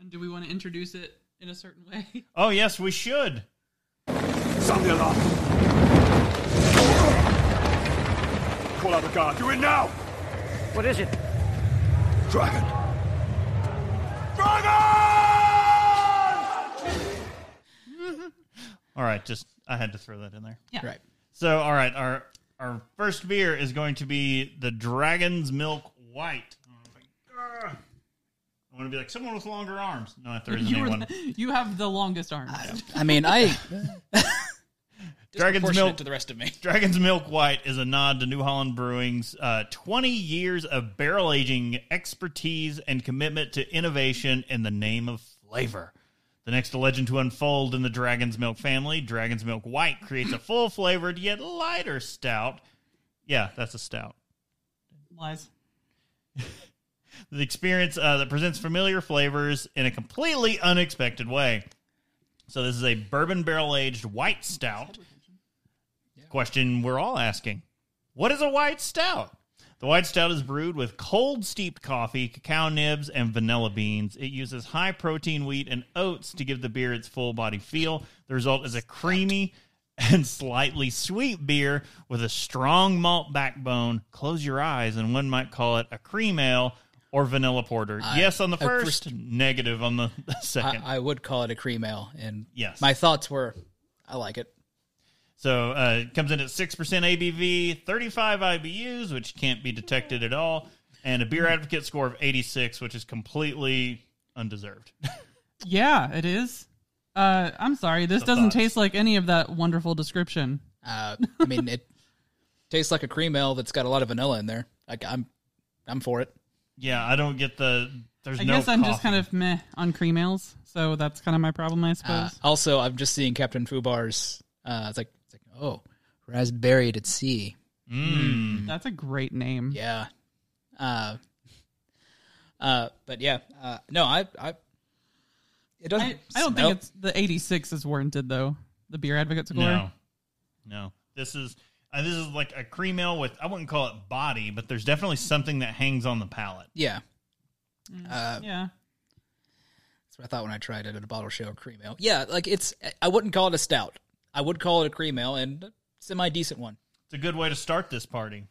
S2: And do we want to introduce it in a certain way?
S1: Oh, yes, we should.
S5: Sound the alarm. Call out the guard. Do it now.
S6: What is it?
S5: Dragon. Dragon!
S1: All right, just I had to throw that in there.
S2: Yeah.
S3: Right.
S1: So, all right, our our first beer is going to be the Dragon's Milk White. Oh my God. I want to be like someone with longer arms. No, if there isn't
S2: You, were
S1: anyone.
S2: the, you have the longest arms.
S3: I mean, I
S1: Dragon's
S3: proportionate
S1: Milk
S3: to the rest of me.
S1: Dragon's Milk White is a nod to New Holland Brewing's uh, 20 years of barrel aging expertise and commitment to innovation in the name of flavor. The The next legend to unfold in the Dragon's Milk family, Dragon's Milk White creates a full flavored yet lighter stout. Yeah, that's a stout.
S2: Lies.
S1: The experience uh, that presents familiar flavors in a completely unexpected way. So, this is a bourbon barrel aged white stout. Question we're all asking What is a white stout? The white stout is brewed with cold steeped coffee, cacao nibs, and vanilla beans. It uses high protein wheat and oats to give the beer its full body feel. The result is a creamy and slightly sweet beer with a strong malt backbone. Close your eyes, and one might call it a cream ale or vanilla porter. yes on the
S3: I
S1: first, negative on the second.
S3: I, I would call it a cream ale, and
S1: Yes.
S3: my thoughts were, I like it.
S1: So uh, it comes in at six percent ABV, thirty-five IBUs, which can't be detected at all, and a beer advocate score of eighty-six, which is completely undeserved.
S2: Yeah, it is. Uh, I'm sorry, this doesn't
S1: thoughts.
S2: taste like any of that wonderful description.
S3: Uh, I mean, it tastes like a cream ale that's got a lot of vanilla in there. Like I'm, I'm for it.
S1: yeah, I don't get the. There's
S2: I
S1: no.
S2: guess I'm just
S1: coffee.
S2: kind of meh on cream ales, so that's kind of my problem, I suppose.
S3: Uh, also, I'm just seeing Captain Fubar's. Uh, it's like, it's like, oh, Raz buried at sea.
S1: Mm.
S2: that's a great name.
S3: Yeah. Uh, uh, but yeah, uh, no, I, I, it doesn't.
S2: I, I don't
S3: smell-
S2: think it's the 86 is warranted though. The beer advocate score.
S1: No, no. This is uh, this is like a cream ale with. I wouldn't call it body, but there's definitely something that hangs on the palate.
S3: Yeah, uh,
S2: Yeah.
S3: That's what I thought when I tried it at a bottle show or cream ale. Yeah, like it's. I wouldn't call it a stout. I would call it a cream ale and a semi decent one.
S1: It's a good way to start this party.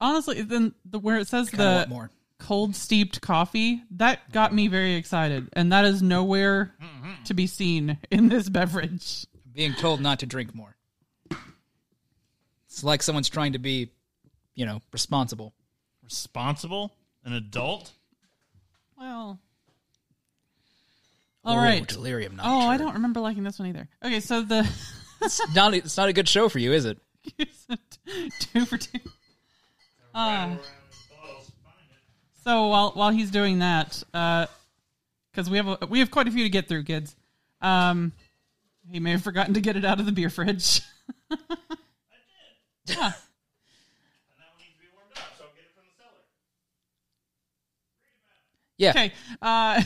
S2: Honestly, then the where it says
S3: Kinda want
S2: the
S3: more.
S2: cold steeped coffee that got me very excited, and that is nowhere
S3: Mm-hmm.
S2: to be seen in this beverage.
S3: Being told not to drink more. It's like someone's trying to be, you know, responsible.
S1: Responsible, an adult.
S2: Well, all
S3: Ooh,
S2: right.
S3: delirium. Not
S2: Oh, I don't remember liking this one either. Okay, so the
S3: It's not. It's not a good show for you, is it?
S2: two for two. Uh, so while while he's doing that, because we have a, we have quite a few to get through, kids. Um, he may have forgotten to get it out of the beer fridge. yeah.
S3: Yeah.
S2: Okay. Uh,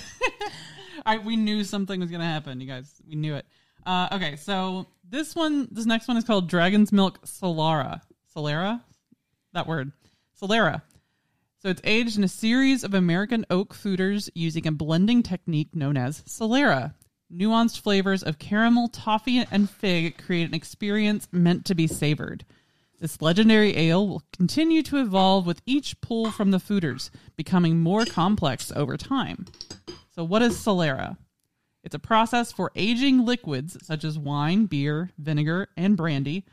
S2: I, we knew something was going to happen, you guys. We knew it. Uh, okay, so this one, this next one is called Dragon's Milk Solara. Solera? That word. Solera. So it's aged in a series of American oak fooders using a blending technique known as Solera. Nuanced flavors of caramel, toffee, and fig create an experience meant to be savored. This legendary ale will continue to evolve with each pull from the fooders, becoming more complex over time. So, what is Solera? It's a process for aging liquids such as wine, beer, vinegar, and brandy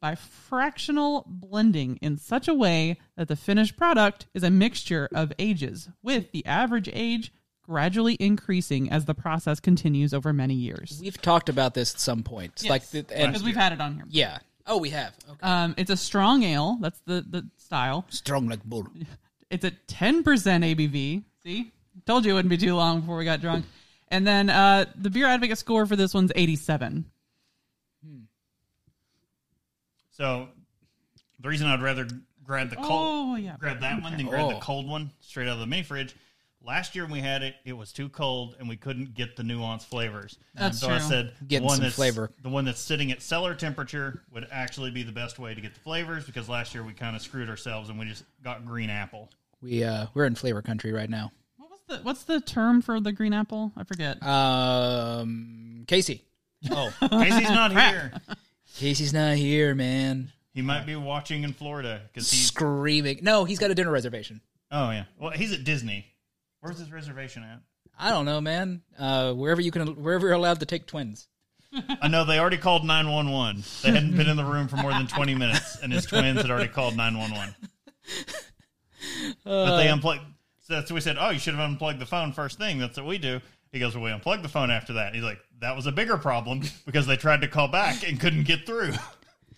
S2: by fractional blending in such a way that the finished product is a mixture of ages, with the average age gradually increasing as the process continues over many years.
S3: We've talked about this at some point. It's Like, the, and
S2: Because we've had it on here.
S3: yeah. Oh, we have. Okay.
S2: Um, it's a strong ale. That's the, the style.
S3: Strong like bull.
S2: It's at 10% ABV. See? Told you it wouldn't be too long before we got drunk. And then uh, the beer advocate score for this one's 87.
S1: So the reason I'd rather grab the cold,
S2: Oh, yeah.
S1: grab that one than grab the
S3: Oh.
S1: cold one straight out of the mini fridge. Last year when we had it, it was too cold and we couldn't get the nuanced flavors.
S2: That's
S1: so I
S2: true.
S1: said the
S3: Getting
S1: one
S3: some
S1: that's,
S3: flavor.
S1: The one that's sitting at cellar temperature would actually be the best way to get the flavors because last year we kind of screwed ourselves and we just got green apple.
S3: We uh, we're in flavor country right now.
S2: What was the what's the term for the green apple? I forget.
S3: Uh, Um, Casey. Oh,
S1: Casey's not here.
S3: Casey's not here, man.
S1: He might be watching in Florida because he's
S3: Screaming. No, he's got a dinner reservation.
S1: oh yeah. Well, he's at Disney. Where's his reservation at?
S3: I don't know, man. Uh, wherever you can, wherever you're allowed to take twins.
S1: I know they already called 911. They hadn't been in the room for more than 20 minutes, and his twins had already called 911. But they unplugged. So that's what we said. Oh, you should have unplugged the phone first thing. That's what we do. He goes, Well, we unplugged the phone after that. He's like, That was a bigger problem because they tried to call back and couldn't get through.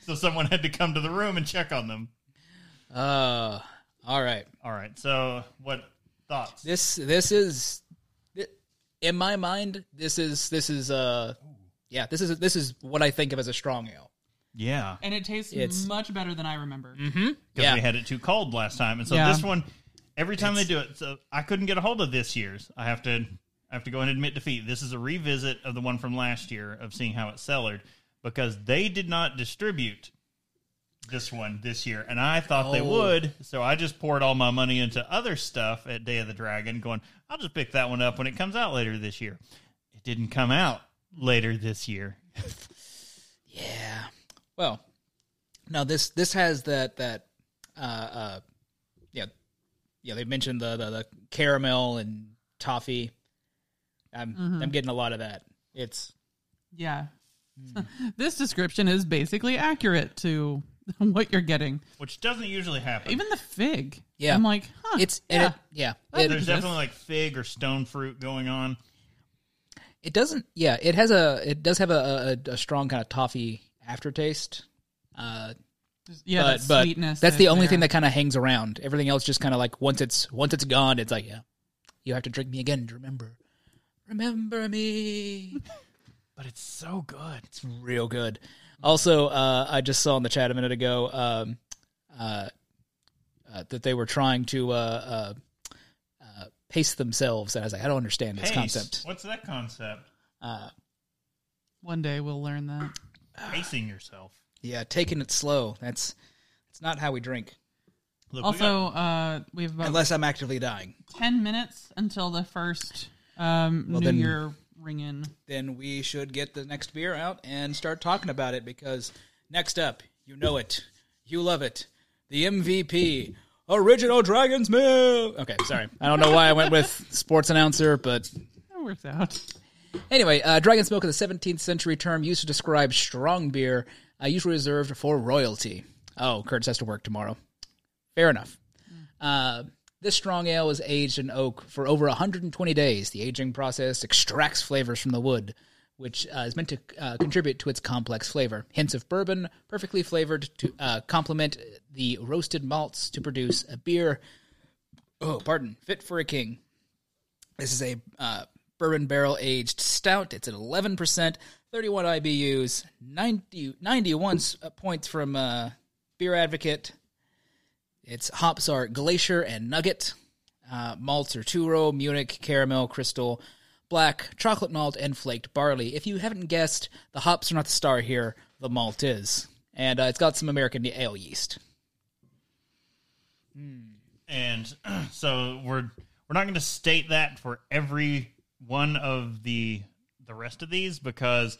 S1: So someone had to come to the room and check on them.
S3: Uh, all right.
S1: All right. So, what thoughts?
S3: This this is. It, in my mind, this is this is uh yeah, this is this is what I think of as a strong ale.
S1: Yeah.
S2: and it tastes
S3: It's- Mm-hmm.
S2: much better than I remember.
S1: because
S3: Yeah.
S1: we had it too cold last time, and so
S2: Yeah.
S1: this one, every time they do it, so I couldn't get a hold of this year's. I have to, I have to go and admit defeat. This is a revisit of the one from last year of seeing how it cellared because they did not distribute this one this year, and I thought they
S3: Oh.
S1: would, so I just poured all my money into other stuff at Day of the Dragon, going, I'll just pick that one up when it comes out later this year. It didn't come out later this year.
S3: Yeah. Well, no this this has that that uh uh yeah yeah they mentioned the the, the caramel and toffee. I'm I'm getting a lot of that. It's
S2: Yeah.
S3: Mm-hmm.
S2: this description is basically accurate to what you're getting.
S1: Which doesn't usually happen.
S2: Even the fig.
S3: Yeah.
S2: I'm like, huh.
S3: it's and
S2: yeah.
S3: it, yeah.
S2: That'd
S3: it-
S2: be
S1: There's
S2: Yes.
S1: definitely like fig or stone fruit going on.
S3: It doesn't. Yeah, it has a. It does have a a, a strong kind of toffee aftertaste. Uh,
S2: yeah,
S3: but
S2: that
S3: but
S2: sweetness.
S3: that's the
S2: that's
S3: only
S2: there.
S3: thing that kind of hangs around. Everything else just kind of like once it's once it's gone, it's like yeah, you have to drink me again to remember, remember me.
S1: but it's so good.
S3: it's real good. Also, uh, I just saw in the chat a minute ago um, uh, uh, that they were trying to uh, uh, uh, pace themselves, and I was like, I don't understand this
S1: Pace.
S3: concept.
S1: What's that concept?
S2: One day we'll learn that.
S1: Pacing yourself.
S3: Yeah, taking it slow. That's that's not how we drink.
S1: Look, we got-
S2: Also, uh, we have about
S3: unless I'm actively dying.
S2: 10 minutes until the first um, New
S3: then-
S2: Year ring in.
S3: Then we should get the next beer out and start talking about it because next up, you know it, you love it, the MVP, original Dragon's Milk. Okay, sorry, I don't know why I went with sports announcer, but
S2: That works out.
S3: Anyway, uh, dragon's milk is a 17th century term used to describe strong beer, uh, usually reserved for royalty. Oh, Kurtz has to work tomorrow. Fair enough. Uh, this strong ale is aged in oak for over 120 days. The aging process extracts flavors from the wood, which uh, is meant to uh, contribute to its complex flavor. Hints of bourbon, perfectly flavored to uh, complement the roasted malts to produce a beer. Oh, pardon, fit for a king. This is a uh, bourbon barrel aged stout. It's at 11%, 31 IBUs, 90, 91 s- uh, points from uh, Beer Advocate. Its hops are Glacier and Nugget. Uh, malts are Turo, Munich, Caramel, Crystal, Black, Chocolate Malt, and Flaked Barley. If you haven't guessed, the hops are not the star here, the malt is. And uh, it's got some American ale yeast.
S1: and so we're we're not going to state that for every one of the the rest of these because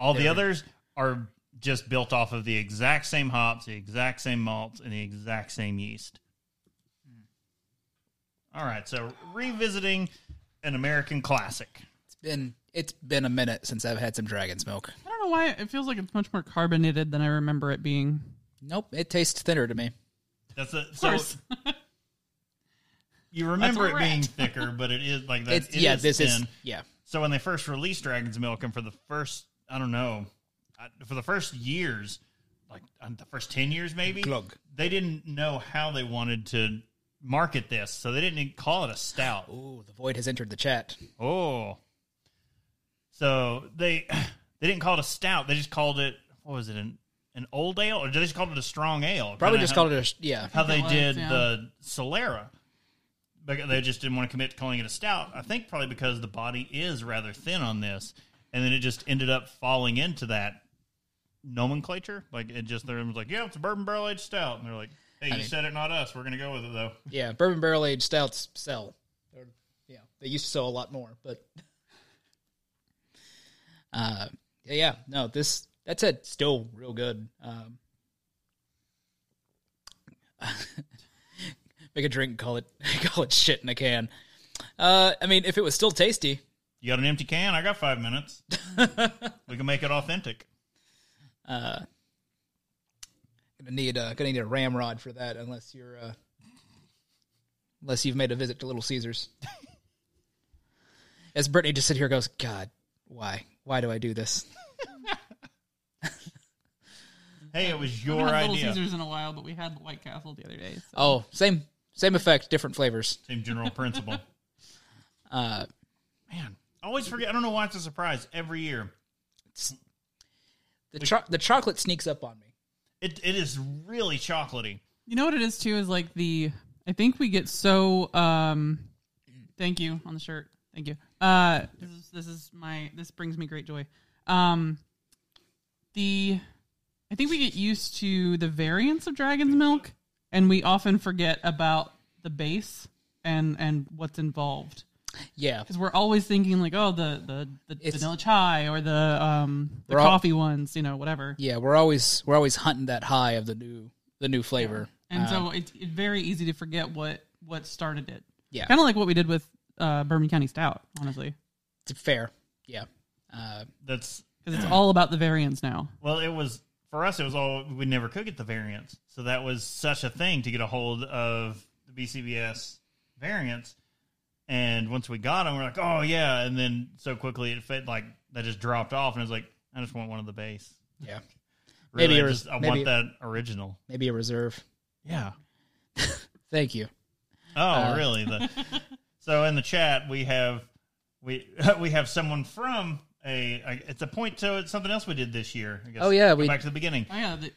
S1: all the others are just built off of the exact same hops, the exact same malts, and the exact same yeast. Hmm. All right, so revisiting an American classic.
S3: It's been it's been a minute since I've had some dragon's milk.
S2: I don't know why it feels like it's much more carbonated than I remember it being.
S3: Nope, it tastes thinner to me.
S1: That's a,
S2: Of
S1: so
S2: course.
S1: you remember it
S2: That's a
S1: being
S2: rat.
S1: thicker, but it is like that.
S3: It's
S1: it
S3: yeah, this
S1: thin.
S3: is yeah.
S1: So when they first released Dragon's Milk, and for the first, I don't know, I- for the first years, like uh, the first ten years maybe,
S3: Glug.
S1: they didn't know how they wanted to market this, so they didn't even call it a stout.
S3: Ooh, the void has entered the chat.
S1: Oh, so they they didn't call it a stout. They just called it what was it an an old ale, or they just called it a strong ale?
S3: Probably
S1: Kinda
S3: just
S1: how-
S3: called it a sh- yeah.
S1: how they
S2: it was,
S1: did
S2: yeah.
S1: the Solera. Because they just didn't want to commit to calling it a stout. I think probably because the body is rather thin on this, and then it just ended up falling into that nomenclature. Like it just they're like, yeah, it's a bourbon barrel aged stout, and they're like, hey, you
S3: mean-
S1: said it, not us. We're gonna go with it though.
S3: Yeah, bourbon barrel aged stouts sell. Or, yeah, they used to sell a lot more, but uh, yeah, no, this that's it. Still real good. Um, make a drink, call it call it shit in a can. Uh, I mean, if it was still tasty,
S1: You got an empty can? I got five minutes. we can make it authentic.
S3: gonna need uh, gonna need a ramrod for that unless you're uh, unless you've made a visit to Little Caesars. As Brittany just sit here goes, God, why, why do I do this?
S1: Hey, it was
S2: We
S1: your
S2: haven't had Little
S1: idea.
S2: Caesars in a while, but we had the White Castle the other day. So.
S3: Oh, same same effect, different flavors.
S1: Same general principle.
S3: Uh,
S1: Man, I always forget. I don't know why it's a surprise every year.
S3: The cho- the chocolate sneaks up on me.
S1: It it is really chocolatey.
S2: You know what it is too is like the I think we get so um thank you on the shirt. Thank you. Uh this is this is my this brings me great joy. Um the I think we get used to the variants of dragon's milk and we often forget about the base and and what's involved.
S3: Yeah,
S2: Because we're always thinking like, oh, the the, the
S3: It's-
S2: vanilla chai or the um the
S3: We're all-
S2: coffee ones, you know, whatever.
S3: yeah. We're always we're always hunting that high of the new the new flavor.
S2: and so
S1: Um,
S2: it's it's very easy to forget what what started it.
S3: Yeah.
S2: kind of like what we did with uh, Bourbon County Stout, honestly,
S3: It's fair. Yeah. Uh,
S1: That's
S2: because it's all about the variants now.
S1: well, it was for us. It was all we never could get the variants, so that was such a thing to get a hold of the BCBS variants. And once we got them, we're like, oh yeah, and then so quickly it fit like that just dropped off, and it's like I just want one of the base.
S3: yeah.
S1: Really,
S3: Maybe
S1: I,
S3: it
S1: just,
S3: was-
S1: I
S3: maybe-
S1: want that original.
S3: Maybe a reserve.
S1: Yeah.
S3: Thank you.
S1: Oh,
S3: Uh,
S1: really? The, so in the chat we have we we have someone from a, a it's a point to it's something else we did this year. I guess.
S3: Oh, yeah,
S1: Go
S3: we-
S1: back to the beginning.
S2: Oh yeah, the,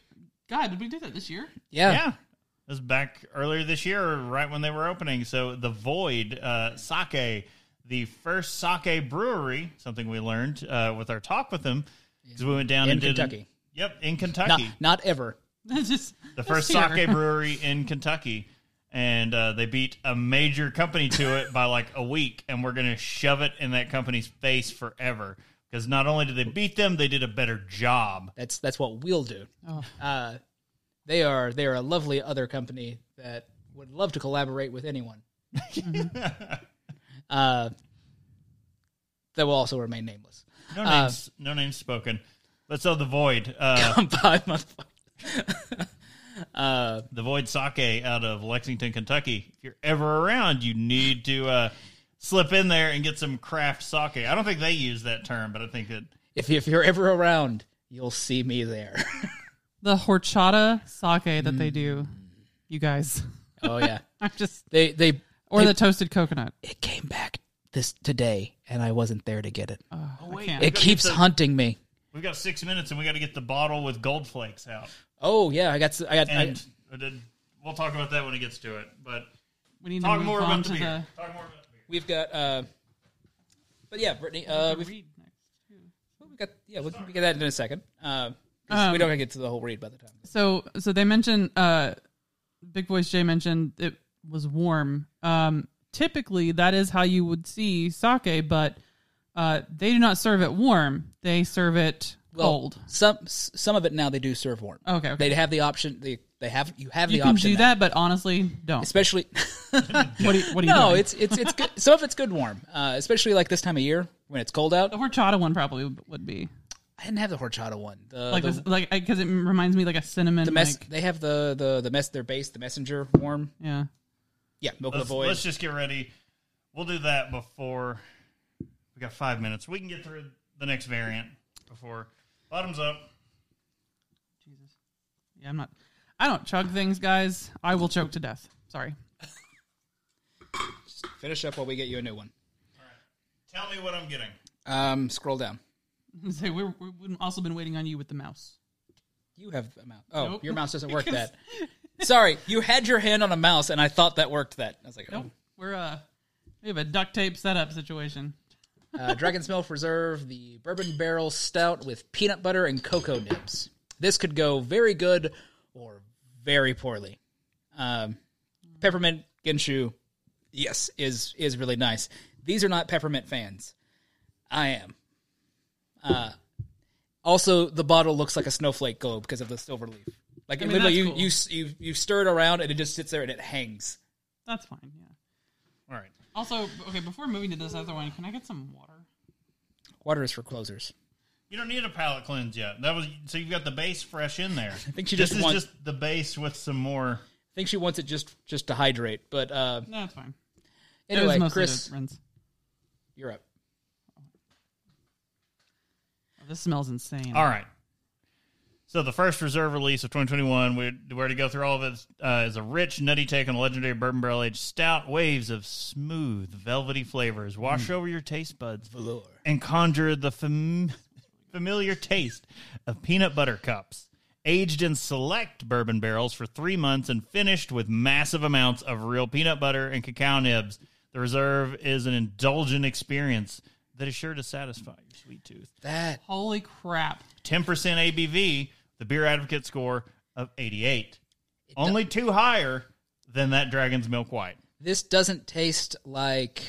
S2: God, did we do that this year?
S3: Yeah.
S1: Yeah. It was back earlier this year, or right when they were opening. So the Void uh, Sake, the first sake brewery, something we learned uh, with our talk with them, because we went down
S3: In
S1: and did
S3: Kentucky.
S1: Yep, in
S3: Not,
S1: Kentucky,
S3: not ever.
S2: That's just
S1: the
S2: that's
S1: first
S2: here.
S1: sake brewery in Kentucky, and uh, they beat a major company to it by like a week, and we're gonna shove it in that company's face forever. Because not only did they beat them, they did a better job.
S3: That's that's what we'll do. Uh, they are they are a lovely other company that would love to collaborate with anyone. uh, that will also remain nameless.
S1: No
S3: Uh,
S1: names, no names spoken. But so the void, uh,
S3: Bye, motherfucker.
S1: the void sake out of Lexington, Kentucky. If you're ever around, you need to uh, slip in there and get some craft sake. I don't think they use that term, but I think that
S3: if if you're ever around, you'll see me there.
S2: the horchata sake that they
S1: Mm.
S2: do, you guys.
S3: oh yeah,
S2: I'm just
S3: they they
S2: or
S3: they-
S2: the toasted coconut.
S3: it came back this today, and I wasn't there to get it.
S2: Oh, I can't.
S3: it keeps
S1: the-
S3: hunting me.
S1: we've got six minutes and we got to get the bottle with gold flakes out.
S3: Oh yeah, I got s- I got I-
S1: and I did- we'll talk about that when it gets to it. But
S2: we need to
S1: talk
S2: move
S1: more
S2: on
S1: about
S2: to
S1: the beer.
S2: the.
S1: Talk more about the beer.
S3: we've got. Uh, but yeah, Brittany, uh, we've,
S2: read next.
S3: we got yeah we'll, we get that in a second. Uh, 'cause we don't gonna get to the whole read by the time.
S2: so so they mentioned uh big voice jay mentioned it was warm um typically that is how you would see sake but uh they do not serve it warm they serve it
S3: Well,
S2: cold
S3: Some s- some of it now they do serve warm.
S2: okay, okay.
S3: They have the option. They they have you have
S2: you
S3: the
S2: can
S3: option
S2: do
S3: now.
S2: that but honestly don't
S3: especially.
S2: what do you, what do you
S3: no,
S2: doing?
S3: it's it's it's good. Some of it's good warm, uh, especially like this time of year when it's cold out.
S2: the horchata one probably would- would be
S3: I didn't have the horchata one. The,
S2: like
S3: Oh, the,
S2: this like because it reminds me like a cinnamon
S3: the mess.
S2: like,
S3: They have the the the mess. Their base, the messenger warm.
S2: yeah
S3: Yeah, milk of the
S1: Let's,
S3: void.
S1: let's just get ready. We'll do that before we got five minutes. We can get through the next variant before bottoms up.
S2: yeah i'm not i don't chug things guys i will choke to death sorry
S3: Finish up while we get you a new one.
S1: Tell me what I'm getting.
S3: Um, scroll down.
S2: so we're, we've also been waiting on you with the mouse
S3: You have a mouse. Oh,
S2: Nope.
S3: your mouse doesn't work that. Sorry, you had your hand on a mouse, and I thought that worked. That I was like, oh.
S2: Nope. We're uh we have a duct tape setup situation.
S3: uh, Dragon's Milk Reserve, the bourbon barrel stout with peanut butter and cocoa nibs. This could go very good or very poorly. Um, peppermint Genshu, yes, is is really nice. These are not peppermint fans. I am. Uh, also, the bottle looks like a snowflake globe because of the silver leaf. Like
S2: mean,
S3: literally, you,
S2: that's cool.
S3: you s- you you stir it around and it just sits there and it hangs.
S2: That's fine, yeah.
S1: All right.
S2: Also, okay, before moving to this other one, can I get some water?
S3: Water is for closers.
S1: You don't need a palate cleanse yet. That was so you've got the base fresh in there. I
S3: think she
S1: this
S3: just
S1: is
S3: wants-
S1: just the base with some more.
S3: I think she wants it just just to hydrate. But uh,
S2: No, it's fine. it was
S3: anyway,
S2: mostly
S3: Chris,
S2: the rinse.
S3: you're up.
S2: Oh, this smells insane.
S1: All right. So the first reserve release of 2021, we were to go through all of it, uh, is a rich, nutty take on a legendary bourbon barrel aged stout. Waves of smooth, velvety flavors wash over your taste buds and conjure the fam- familiar taste of peanut butter cups. Aged in select bourbon barrels for three months and finished with massive amounts of real peanut butter and cacao nibs, the reserve is an indulgent experience that is sure to satisfy your sweet tooth.
S3: That
S2: Holy crap.
S1: 10% ABV, the beer advocate score of 88. Only two higher than that Dragon's Milk White.
S3: this doesn't taste like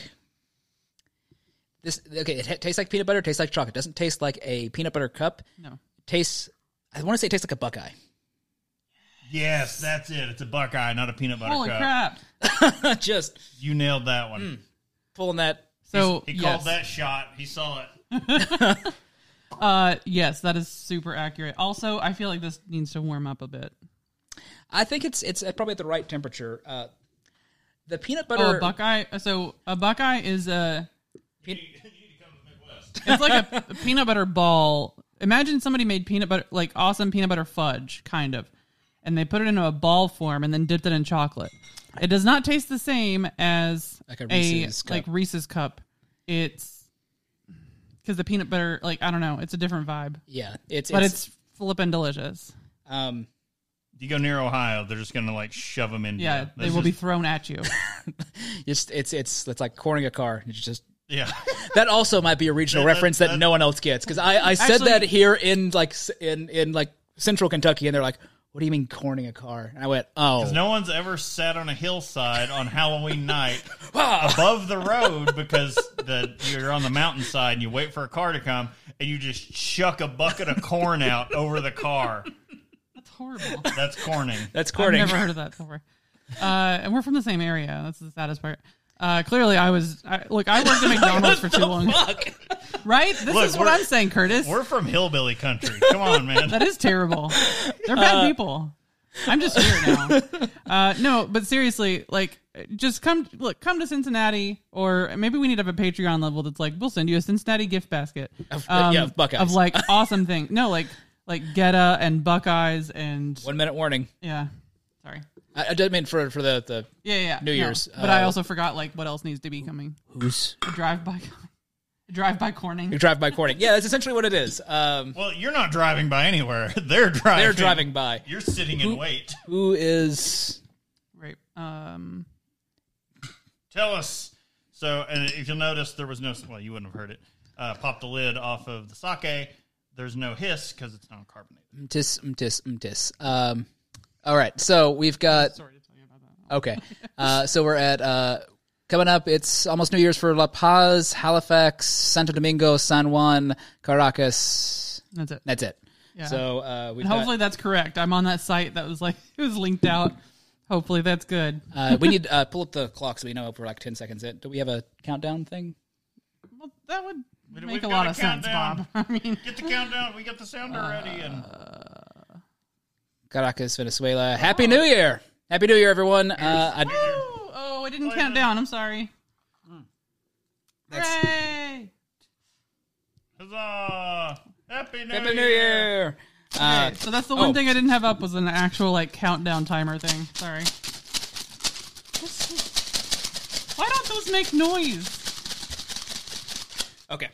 S3: this. Okay, it t- tastes like peanut butter. Tastes like chocolate. Doesn't taste like a peanut butter cup.
S2: No.
S3: Tastes. I want to say it tastes like a Buckeye.
S1: Yes, that's it. It's a Buckeye, not a peanut butter
S2: Holy
S1: cup.
S2: crap. Hmm.
S3: Just
S1: You nailed that one.
S3: pulling that.
S2: So
S1: He
S2: yes.
S1: called that shot. He saw it.
S2: Uh, yes, that is super accurate. Also, I feel like this needs to warm up a bit.
S3: I think it's it's at probably at the right temperature. Uh, the peanut
S2: Oh,
S3: butter.
S2: a Buckeye. So a Buckeye is a.
S1: You need to come to the Midwest.
S2: It's like a, peanut butter ball. Imagine somebody made peanut butter, like awesome peanut butter fudge, kind of, and they put it into a ball form and then dipped it in chocolate. It does not taste the same as
S3: Like a Reese's cup.
S2: like Reese's cup. It's because the peanut butter, like I don't know, it's a different vibe,
S3: yeah, it's
S2: but
S3: it's,
S2: it's flippin' delicious.
S3: um
S1: You go near Ohio, they're just going to like shove them in.
S2: Yeah,
S1: here.
S2: they
S1: This
S2: will be
S1: is-
S2: thrown at you.
S3: just it's it's it's like cornering a car. It's just
S1: Yeah.
S3: that also might be a regional
S1: That-
S3: reference that,
S1: that-
S3: no one else gets because I, I said
S2: Actually-
S3: that here in like s- in in like central Kentucky and they're like, what do you mean corning a car? And I went, oh,
S1: No one's ever sat on a hillside on Halloween night
S3: Ah!
S1: above the road because the you're on the mountainside and you wait for a car to come and you just chuck a bucket of corn out over the car.
S2: That's horrible.
S1: That's corning.
S3: that's corning.
S2: I've never heard of that before. Uh, and we're from the same area. That's the saddest part. Uh, clearly, I was I, look. I worked at McDonald's for too long,
S3: Fuck.
S2: right? This
S1: Look,
S2: is what
S1: we're-
S2: I'm saying, Curtis.
S1: We're from hillbilly country. Come on, man.
S2: That is terrible. They're bad
S3: Uh,
S2: people. I'm just here now. Uh, no, but seriously, like, just come look. Come to Cincinnati, or maybe we need to have a Patreon level that's like, we'll send you a Cincinnati gift basket um,
S3: Of- yeah, of Buckeyes.
S2: of like awesome things. No, like like Geta and Buckeyes and
S3: One minute warning.
S2: yeah. Sorry.
S3: I, I did mean for for the the
S2: Yeah, yeah.
S3: New
S2: no.
S3: Year's,
S2: But I
S3: uh,
S2: also forgot like what else needs to be coming.
S3: who's
S2: A drive by, a drive by Corning.
S3: drive by corning. Yeah, that's essentially what it is. Um,
S1: Well, you're not driving by anywhere. They're driving.
S3: they're driving by.
S1: You're sitting in wait.
S3: Who is
S2: Right. Um.
S1: Tell us. So, and if you'll notice, there was no. Well, you wouldn't have heard it. Uh, pop the lid off of the sake. There's no hiss because it's non carbonated.
S3: mtis mtis mtis? Um, all right, so we've got
S2: Sorry to tell you about that.
S3: Okay. Uh, so we're at uh, coming up. It's almost New Year's for La Paz, Halifax, Santo Domingo, San Juan, Caracas.
S2: That's it.
S3: That's it.
S2: Yeah.
S3: So uh, we
S2: And hopefully that's correct. I'm on that site that was like it was linked out. Hopefully that's good.
S3: uh, we need uh, pull up the clock so we know if we're like ten seconds in. Do we have a countdown thing?
S2: Well, that would
S1: We've
S2: make a
S1: got
S2: lot
S1: a
S2: of sense, Bob.
S1: countdown.
S2: I mean,
S1: Get the countdown. We got the sound already. And
S3: Caracas, Venezuela. Happy New Year! Happy New Year, everyone. Uh, I,
S2: oh, oh, I didn't count down. I'm sorry. Hmm. Hooray!
S1: huzzah! Happy New
S3: Happy New
S1: Year.
S3: Year. Uh,
S2: Okay, so that's the one
S3: oh.
S2: thing I didn't have up was an actual like countdown timer thing. Sorry. Why don't those make noise?
S3: Okay.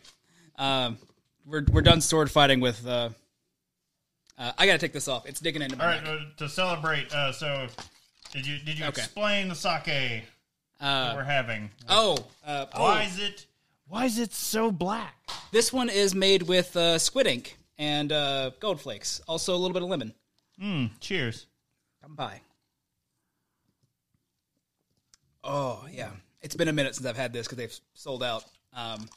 S3: Um, we're we're done sword fighting with. Uh, uh, I gotta take this off. It's digging into my.
S1: All
S3: neck.
S1: right, uh, to celebrate. Uh, so, did you did you
S3: Okay.
S1: explain the sake that
S3: Uh,
S1: we're having?
S3: oh, uh, oh,
S1: Why is it? Why is it so black?
S3: This one is made with uh, squid ink and uh, gold flakes. Also a little bit of lemon.
S1: Cheers.
S3: Come by. Oh yeah, it's been a minute since I've had this because they've sold out. Um,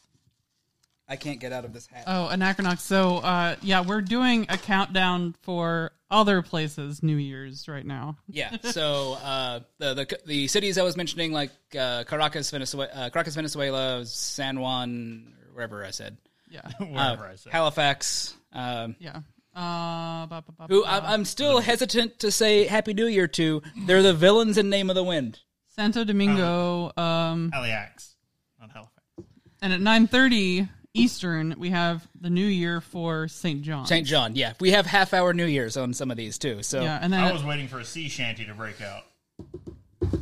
S3: I can't get out of this hat.
S2: Oh, Anachronox. So, uh, yeah, we're doing a countdown for other places New Year's right now.
S3: yeah. So uh, the, the the cities I was mentioning, like uh, Caracas, Venezuela, uh, Caracas, Venezuela, San Juan, or wherever I said,
S2: Yeah,
S3: Uh,
S1: Whatever I said.
S3: Halifax. Um,
S2: yeah. Uh, ba, ba, ba,
S3: who
S2: ba.
S3: I'm, I'm still hesitant to say Happy New Year to. They're the villains in Name of the Wind. uh,
S2: Santo Domingo. Um,
S1: Halifax, not Halifax.
S2: and at nine thirty Eastern, we have the New Year for St. John.
S3: St. John, yeah. We have half hour New Year's on some of these too. So
S2: Yeah, and
S1: I
S2: then
S1: was waiting for a sea shanty to break out.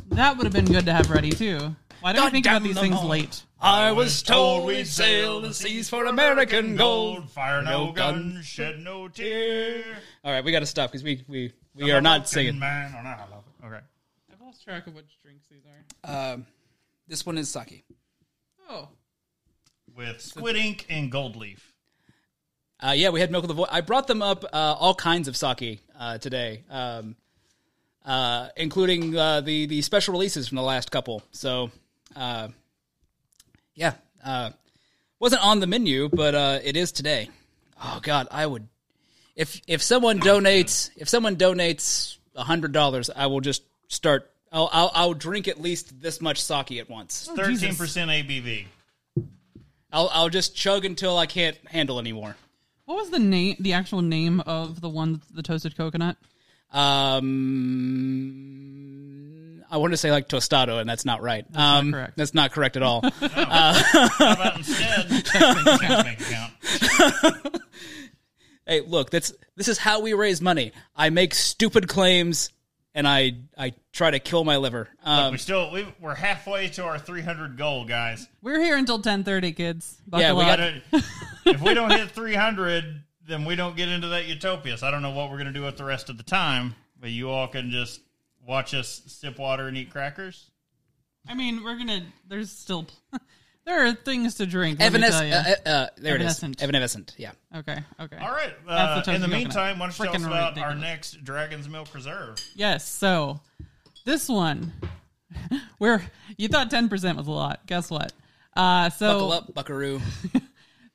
S2: that would have been good to have ready too. Why do I
S3: God
S2: think about
S3: damn
S2: these
S3: them
S2: things
S3: all.
S2: late?
S3: I was told we'd Oh, sail the seas for American gold.
S1: Fire no,
S3: No
S1: gun,
S3: gun.
S1: shed no tear.
S3: All right, we got to stop because we we we are not singing.
S1: Man on a love. Okay.
S2: I've lost track of which drinks these are.
S3: Uh, This one is sake.
S2: Oh,
S1: With squid ink and gold leaf.
S3: Uh, yeah, we had milk of the void. I brought them up uh, all kinds of sake uh, today, um, uh, including uh, the the special releases from the last couple. So, uh, yeah, uh, wasn't on the menu, but uh, it is today. Oh God, I would if if someone donates if someone donates hundred dollars, I will just start. I'll, I'll I'll drink at least this much sake at
S2: Oh,
S3: once.
S1: Thirteen percent ABV.
S3: I'll I'll just chug until I can't handle anymore.
S2: what was the name? The actual name of the one, the toasted coconut.
S3: Um, I want to say like tostado, and that's not right. um,
S2: correct.
S3: That's not correct at all.
S1: How about instead? Texas bank account.
S3: hey, look, that's this is how we raise money. I make stupid claims, and I I try to kill my liver. Um,
S1: We still we, we're halfway to our 300 goal, guys.
S2: We're here until ten thirty, kids. Buckle
S3: Yeah, we
S2: up.
S3: got
S1: But if we don't hit 300, then we don't get into that utopia. So I don't know what we're gonna do with the rest of the time. But you all can just watch us sip water and eat crackers.
S2: I mean, we're gonna. There's still. there are things to drink. Let me
S3: Evanes-
S2: tell you.
S3: uh, uh, uh, there
S2: Evanescent.
S3: it is. Evanescent. Yeah.
S2: okay. Okay.
S1: All right. Uh,
S2: That's the
S1: in the
S2: toasted coconut.
S1: meantime, why don't you tell us
S2: Frickin'
S1: about our
S2: ridiculous.
S1: next Dragon's Milk Reserve?
S2: Yes. So this one, where you thought ten percent was a lot. Guess what? Uh, so
S3: Buckle up, Buckaroo.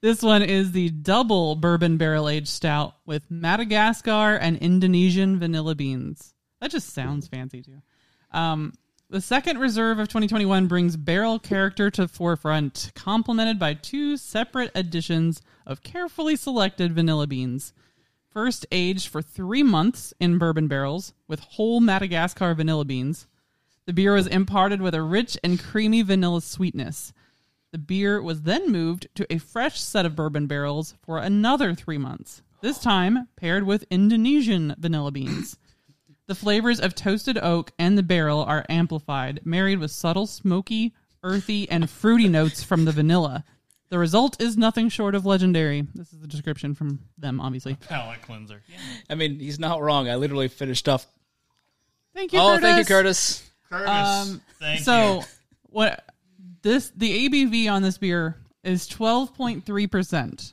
S2: This one is the double bourbon barrel aged stout with Madagascar and Indonesian vanilla beans. That just sounds fancy too. Um, the second reserve of 2021 brings barrel character to forefront, complemented by two separate additions of carefully selected vanilla beans. First aged for three months in bourbon barrels with whole Madagascar vanilla beans. The beer was imparted with a rich and creamy vanilla sweetness. The beer was then moved to a fresh set of bourbon barrels for another three months, this time paired with Indonesian vanilla beans. the flavors of toasted oak and the barrel are amplified, married with subtle smoky, earthy, and fruity notes from the vanilla. The result is nothing short of legendary. This is the description from them, obviously.
S1: Palate cleanser.
S3: I mean, he's not wrong. I literally finished off.
S2: Thank you,
S3: Oh,
S2: Curtis.
S3: thank you, Curtis.
S1: Curtis, thank
S2: Um, so
S1: you.
S2: what this the ABV on this beer is twelve point three percent.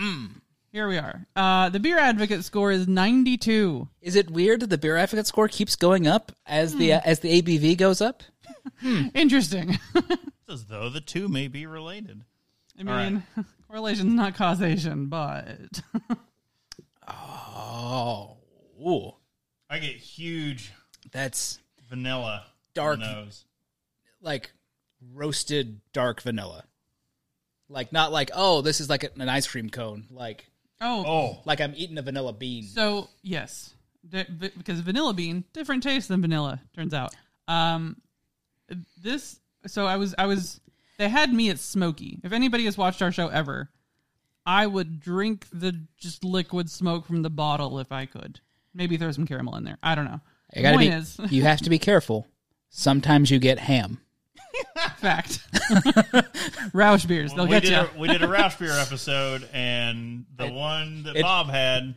S1: Mm.
S2: Here we are. Uh, the beer advocate score is ninety two.
S3: Is it weird that the beer advocate score keeps going up as
S2: Hmm.
S3: the uh, as the ABV goes up?
S2: Interesting.
S1: It's as though the two may be related.
S2: I mean, correlation's not causation, but
S3: Oh, ooh,
S1: I get huge
S3: that's
S1: vanilla
S3: Dark.
S1: nose.
S3: like roasted dark vanilla. Like not like oh this is like an ice cream cone like
S2: oh,
S1: Oh,
S3: like I'm eating a vanilla bean.
S2: so yes, The- v- because vanilla bean different taste than vanilla. Turns out, um, this. So I was I was they had me at smoky. If anybody has watched our show ever, I would drink the just liquid smoke from the bottle if I could. Maybe throw some caramel in there. I don't know.
S3: You gotta
S2: Point
S3: be-
S2: is,
S3: you have to be careful. Sometimes you get ham.
S2: fact. Roush beers, they'll
S1: we
S2: get
S1: did
S2: you.
S1: a, we did a Roush beer episode, and the one that
S3: it-
S1: Bob had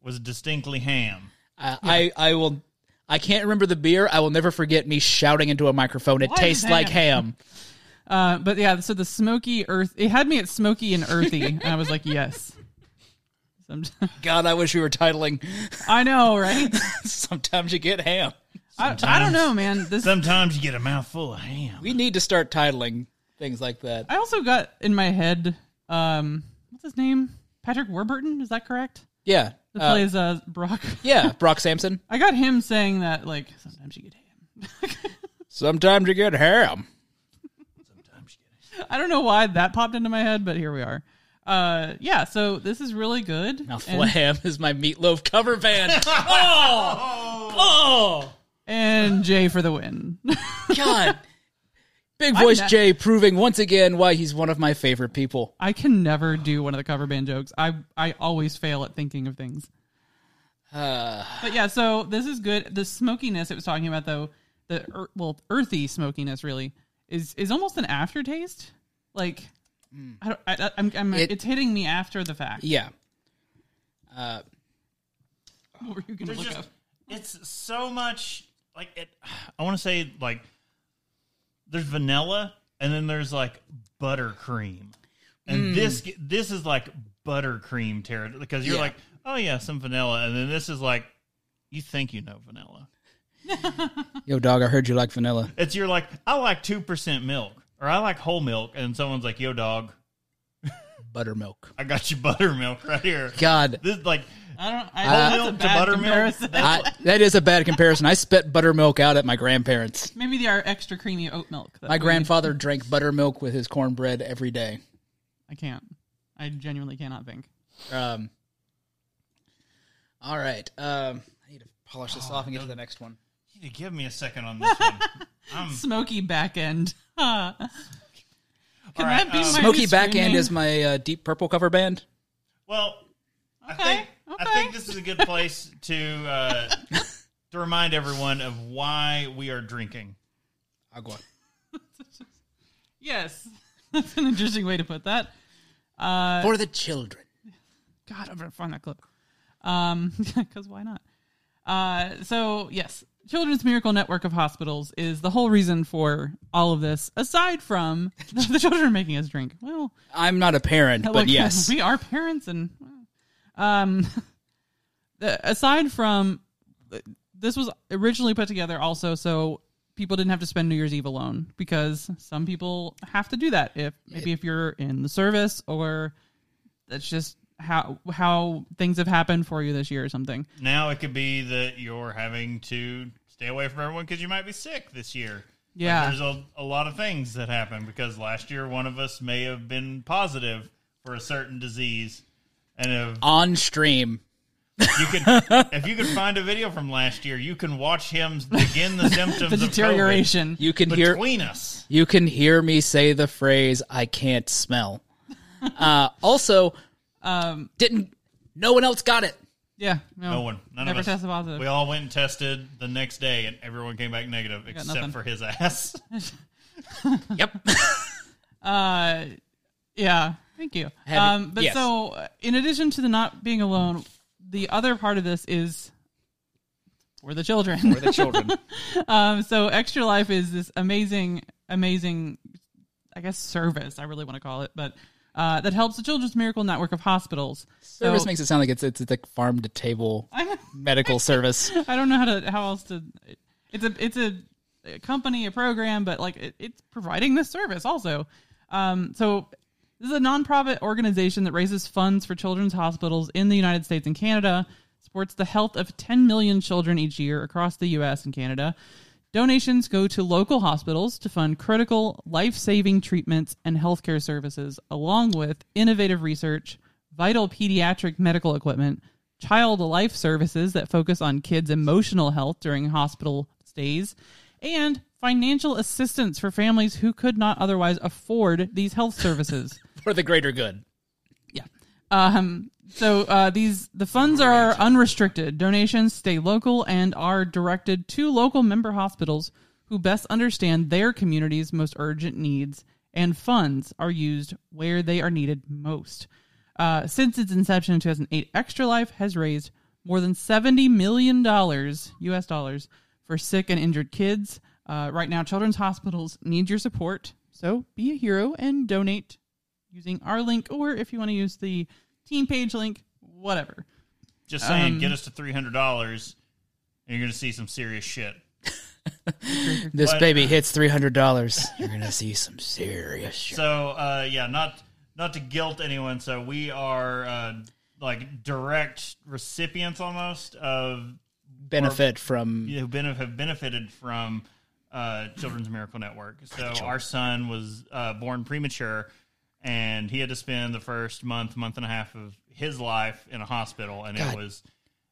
S1: was distinctly ham.
S3: I, I I will. I can't remember the beer. I will never forget me shouting into a microphone. It
S2: Why is
S3: tastes
S2: ham?"
S3: like ham.
S2: Uh, but yeah, so the smoky earth, it had me at smoky and earthy, and I was like, yes. Somet-
S3: God, I wish we were titling.
S2: I know, right?
S3: Sometimes you get ham.
S2: I, I don't know, man. This
S1: Sometimes you get a mouthful of ham.
S3: We need to start titling things like that.
S2: I also got in my head. Um, what's his name? Patrick Warburton. Is that correct?
S3: Yeah,
S2: That
S3: uh,
S2: plays uh Brock.
S3: yeah. Brock Sampson.
S2: I got him saying that like sometimes you get him.
S3: Sometimes you get ham.
S2: I don't know why that popped into my head, but here we are. Uh, yeah. So this is really good.
S3: Mouthful of
S2: And,
S3: ham is my meatloaf cover band.
S2: and Jay for the win.
S3: God. Big voice
S2: ne-
S3: Jay proving once again why he's one of my favorite people.
S2: I can never do one of the cover band jokes. I I always fail at thinking of things.
S3: Uh.
S2: but yeah, so this is good. The smokiness it was talking about though, the ear well earthy smokiness really is is almost an aftertaste. Like I don't, I, I- I'm, I'm
S3: Hmm. It-
S2: it's hitting me after the fact.
S3: Yeah.
S2: What were you gonna
S1: There's
S2: look
S1: just-
S2: up?
S1: it's so much like it i want to say like there's vanilla and then there's like buttercream
S2: Mm.
S1: and this this is like buttercream territory because you're
S3: Yeah.
S1: like oh yeah some vanilla and then this is like you think you know vanilla
S3: Yo, dog, I heard you like vanilla.
S1: it's you're like i like 2% milk or i like whole milk and someone's like yo dog
S3: Buttermilk.
S1: i got you buttermilk right here
S3: God.
S1: this like
S2: I don't. I,
S1: whole
S2: that's a
S1: milk to
S2: bad
S1: buttermilk
S2: comparison.
S3: I, Uh, that is a bad comparison. I spit buttermilk out at my grandparents.
S2: Maybe they are extra creamy oat milk. that
S3: My
S2: we-
S3: grandfather drank buttermilk with his cornbread every day.
S2: I can't. I genuinely cannot think.
S3: Um, all right. Um, I need to polish this off and get to the next one.
S1: you need to give me a second on this one i'm
S2: Smoky back end. Can
S1: right,
S2: that be
S1: um,
S2: my new
S3: Smoky Back End
S2: screaming?
S3: is my uh, Deep Purple cover band.
S1: Well, I
S2: Okay,
S1: think
S2: okay.
S1: I think this is a good place to uh, to remind everyone of why we are drinking.
S3: Agua.
S2: Yes, that's an interesting way to put that.
S3: For the children.
S2: God, I'm gonna find that clip. Um, because why not? Uh, so yes, Children's Miracle Network of Hospitals is the whole reason for all of this. Aside from the, the children are making us drink. Well,
S3: I'm not a parent, but
S2: Look,
S3: yes.
S2: we are parents, and um, the- aside from uh, this was originally put together also so people didn't have to spend New Year's Eve alone because some people have to do that if maybe if you're in the service or that's just how how things have happened for you this year or something.
S1: Now it could be that you're having to stay away from everyone because you might be sick this year. Like,
S2: Yeah.
S1: there's a, a lot of things that happen because last year one of us may have been positive for a certain disease, and if
S3: On stream.
S1: you could if you could find a video from last year, you can watch him begin the symptoms
S2: The
S1: of COVID
S2: deterioration.
S3: You can hear
S1: between us.
S3: you can hear me say the phrase I can't smell. Uh, also um, didn't no one else got it.
S2: yeah. No,
S1: No one. None
S2: never
S1: of us.
S2: tested positive.
S1: We all went and tested the next day, and everyone came back negative
S2: nothing.
S1: except for his ass.
S3: Yep.
S2: Uh, yeah. Thank you.
S3: Have-
S2: um, but
S3: yes.
S2: so, uh, in addition to the not being alone, the other part of this is for the children.
S3: the children.
S2: um, so, Extra Life is this amazing, amazing, I guess, service. I really want to call it, but uh, that helps the Children's Miracle Network of hospitals. So-
S3: Service makes it sound like it's it's like farm to table medical service.
S2: I don't know how to how else to. It's a it's a, a company a program, but like it, it's providing this service also. Um, so this is a nonprofit organization that raises funds for children's hospitals in the United States and Canada. Supports the health of 10 million children each year across the U.S. and Canada. Donations go to local hospitals to fund critical life saving treatments and healthcare services, along with innovative research, vital pediatric medical equipment, child life services that focus on kids' emotional health during hospital stays, and financial assistance for families who could not otherwise afford these health services.
S3: For the greater good.
S2: Yeah. Um, so uh, these the funds are unrestricted. Donations stay local and are directed to local member hospitals who best understand their community's most urgent needs, and funds are used where they are needed most. Uh, since its inception in 2008, Extra Life has raised more than 70 million dollars U.S. dollars for sick and injured kids. Uh, right now, children's hospitals need your support, so be a hero and donate using our link or if you want to use the team page link, whatever.
S1: Just
S2: Um,
S1: saying, get us to three hundred dollars, and you're going to see some serious shit.
S3: This
S1: But-
S3: baby hits three hundred dollars. You're gonna see some serious shit.
S1: So, uh, yeah, not not to guilt anyone. So we are uh, like direct recipients almost of
S3: benefit from
S1: who benef- have benefited from uh, Children's Miracle Network. So our son was uh, born premature, and he had to spend the first month, month and a half of his life in a hospital,
S3: Uh,
S1: and it was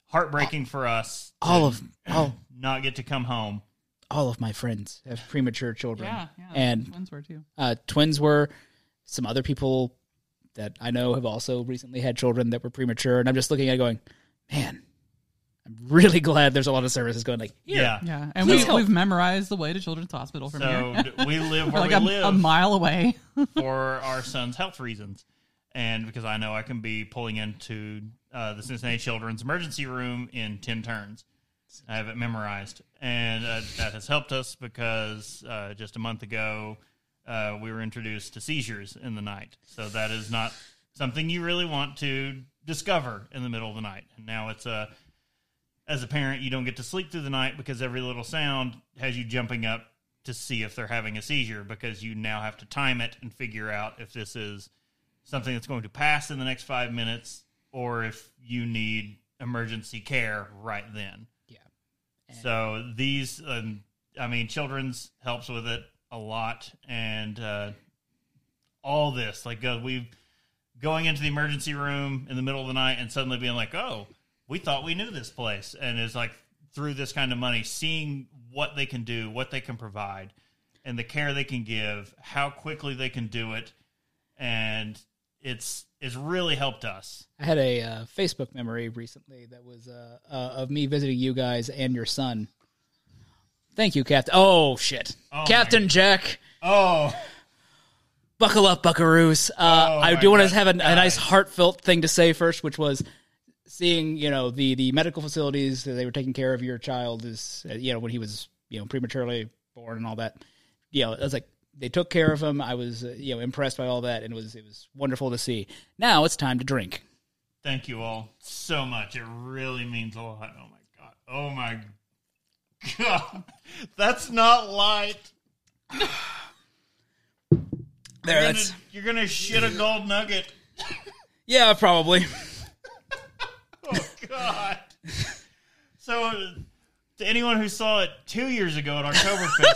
S1: heartbreaking for us to
S3: all of all
S1: not get to come home.
S3: all of my friends have premature children.
S2: Yeah, yeah.
S3: and
S2: twins were too.
S3: uh, twins were. Some other people that I know have also recently had children that were premature, and I'm just looking at it going, man, I'm really glad there's a lot of services going like, here,
S1: Yeah.
S2: Yeah, and
S3: Please
S2: we,
S3: help.
S2: we've memorized the way to Children's Hospital from
S1: So
S2: here.
S1: d- we live
S2: We're
S1: where
S2: like
S1: we
S2: a,
S1: live
S2: a mile away.
S1: for our son's health reasons. And because I know I can be pulling into uh, the Cincinnati Children's Emergency Room in 10 turns. I have it memorized. And uh, that has helped us because uh, just a month ago, uh, we were introduced to seizures in the night. So that is not something you really want to discover in the middle of the night. And now it's a. As a parent, you don't get to sleep through the night because every little sound has you jumping up to see if they're having a seizure because you now have to time it and figure out if this is something that's going to pass in the next five minutes or if you need emergency care right then.
S3: Yeah.
S1: So these, um, I mean, children's helps with it a lot, and uh, all this, like uh, we going into the emergency room in the middle of the night and suddenly being like, "Oh, we thought we knew this place," and it's like through this kind of money, seeing what they can do, what they can provide, and the care they can give, how quickly they can do it, and it's it's really helped us.
S3: I had a uh, Facebook memory recently that was uh, uh, of me visiting you guys and your son. Thank you, Captain. Oh shit,
S1: Oh,
S3: Captain Jack.
S1: Oh,
S3: Buckle up, Buckaroos. Uh, I
S1: my
S3: do want
S1: God,
S3: to have a, a nice
S1: guys.
S3: heartfelt thing to say first, which was seeing you know the the medical facilities that they were taking care of your child is uh, you know when he was you know prematurely born and all that. You know, I was like they took care of him. I was uh, you know impressed by all that, and it was it was wonderful to see. Now it's time to drink.
S1: Thank you all so much. It really means a lot. Oh my god. Oh my god. That's not light.
S3: There,
S1: You're gonna, you're gonna shit a gold nugget.
S3: yeah, probably.
S1: Oh god. So uh, to anyone who saw it two years ago at Oktoberfest,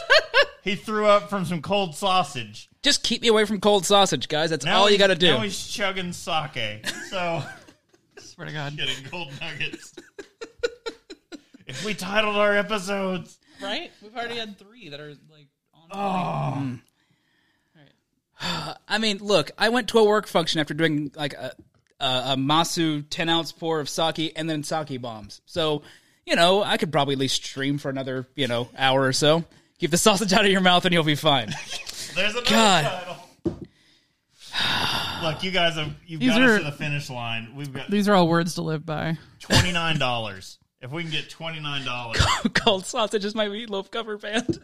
S1: he threw up from some cold sausage.
S3: Just keep me away from cold sausage, guys. That's
S1: Now
S3: all
S1: he's-
S3: you got to
S1: Now
S3: do.
S1: he's chugging sake. So
S2: Swear to God,
S1: getting gold nuggets. if we titled our episodes
S2: right? We've already had three that are like on.
S1: oh,
S3: I mean, look, I went to a work function after doing like a, a, a Masu 10 ounce pour of sake and then sake bombs. So, you know, I could probably at least stream for another, you know, hour or so. Keep the sausage out of your mouth and you'll be fine.
S1: There's another
S3: God.
S1: title. Look, you guys have you've
S2: These
S1: got
S2: are-
S1: us to the finish line. We've got
S2: These are all words to live by.
S1: twenty nine dollars. If we can get twenty nine dollars,
S3: cold sausage is my meatloaf cover band.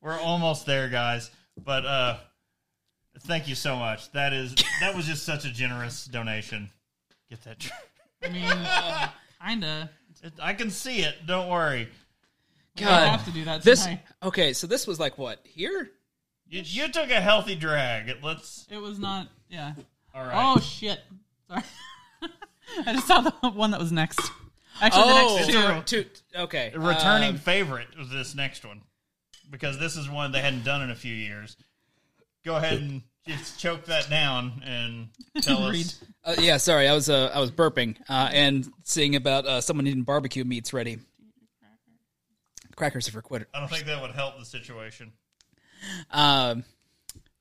S1: we're almost there, guys. But uh thank you so much. That is that was just such a generous donation. Get that. tr-
S2: I mean, kinda.
S1: It- I can see it. Don't worry.
S2: I
S3: God.
S2: have to do that.
S3: This,
S2: tonight.
S3: okay, so this was like what, here?
S1: You, you took a healthy drag. It- Let's.
S2: It was not. Yeah.
S1: All
S2: Oh
S1: right.
S2: shit. Sorry. I just saw the one that was next. Actually, the next two.
S1: Oh.
S3: two. Oh. Okay.
S1: Returning
S3: um,
S1: favorite was this next one because this is one they hadn't done in a few years. Go ahead and just choke that down and tell
S2: Read.
S1: us.
S3: Uh, yeah, sorry, I was uh, I was burping uh, and seeing about uh, someone needing barbecue meats ready. Crackers are for quitter.
S1: I don't think that would help the situation.
S3: Um,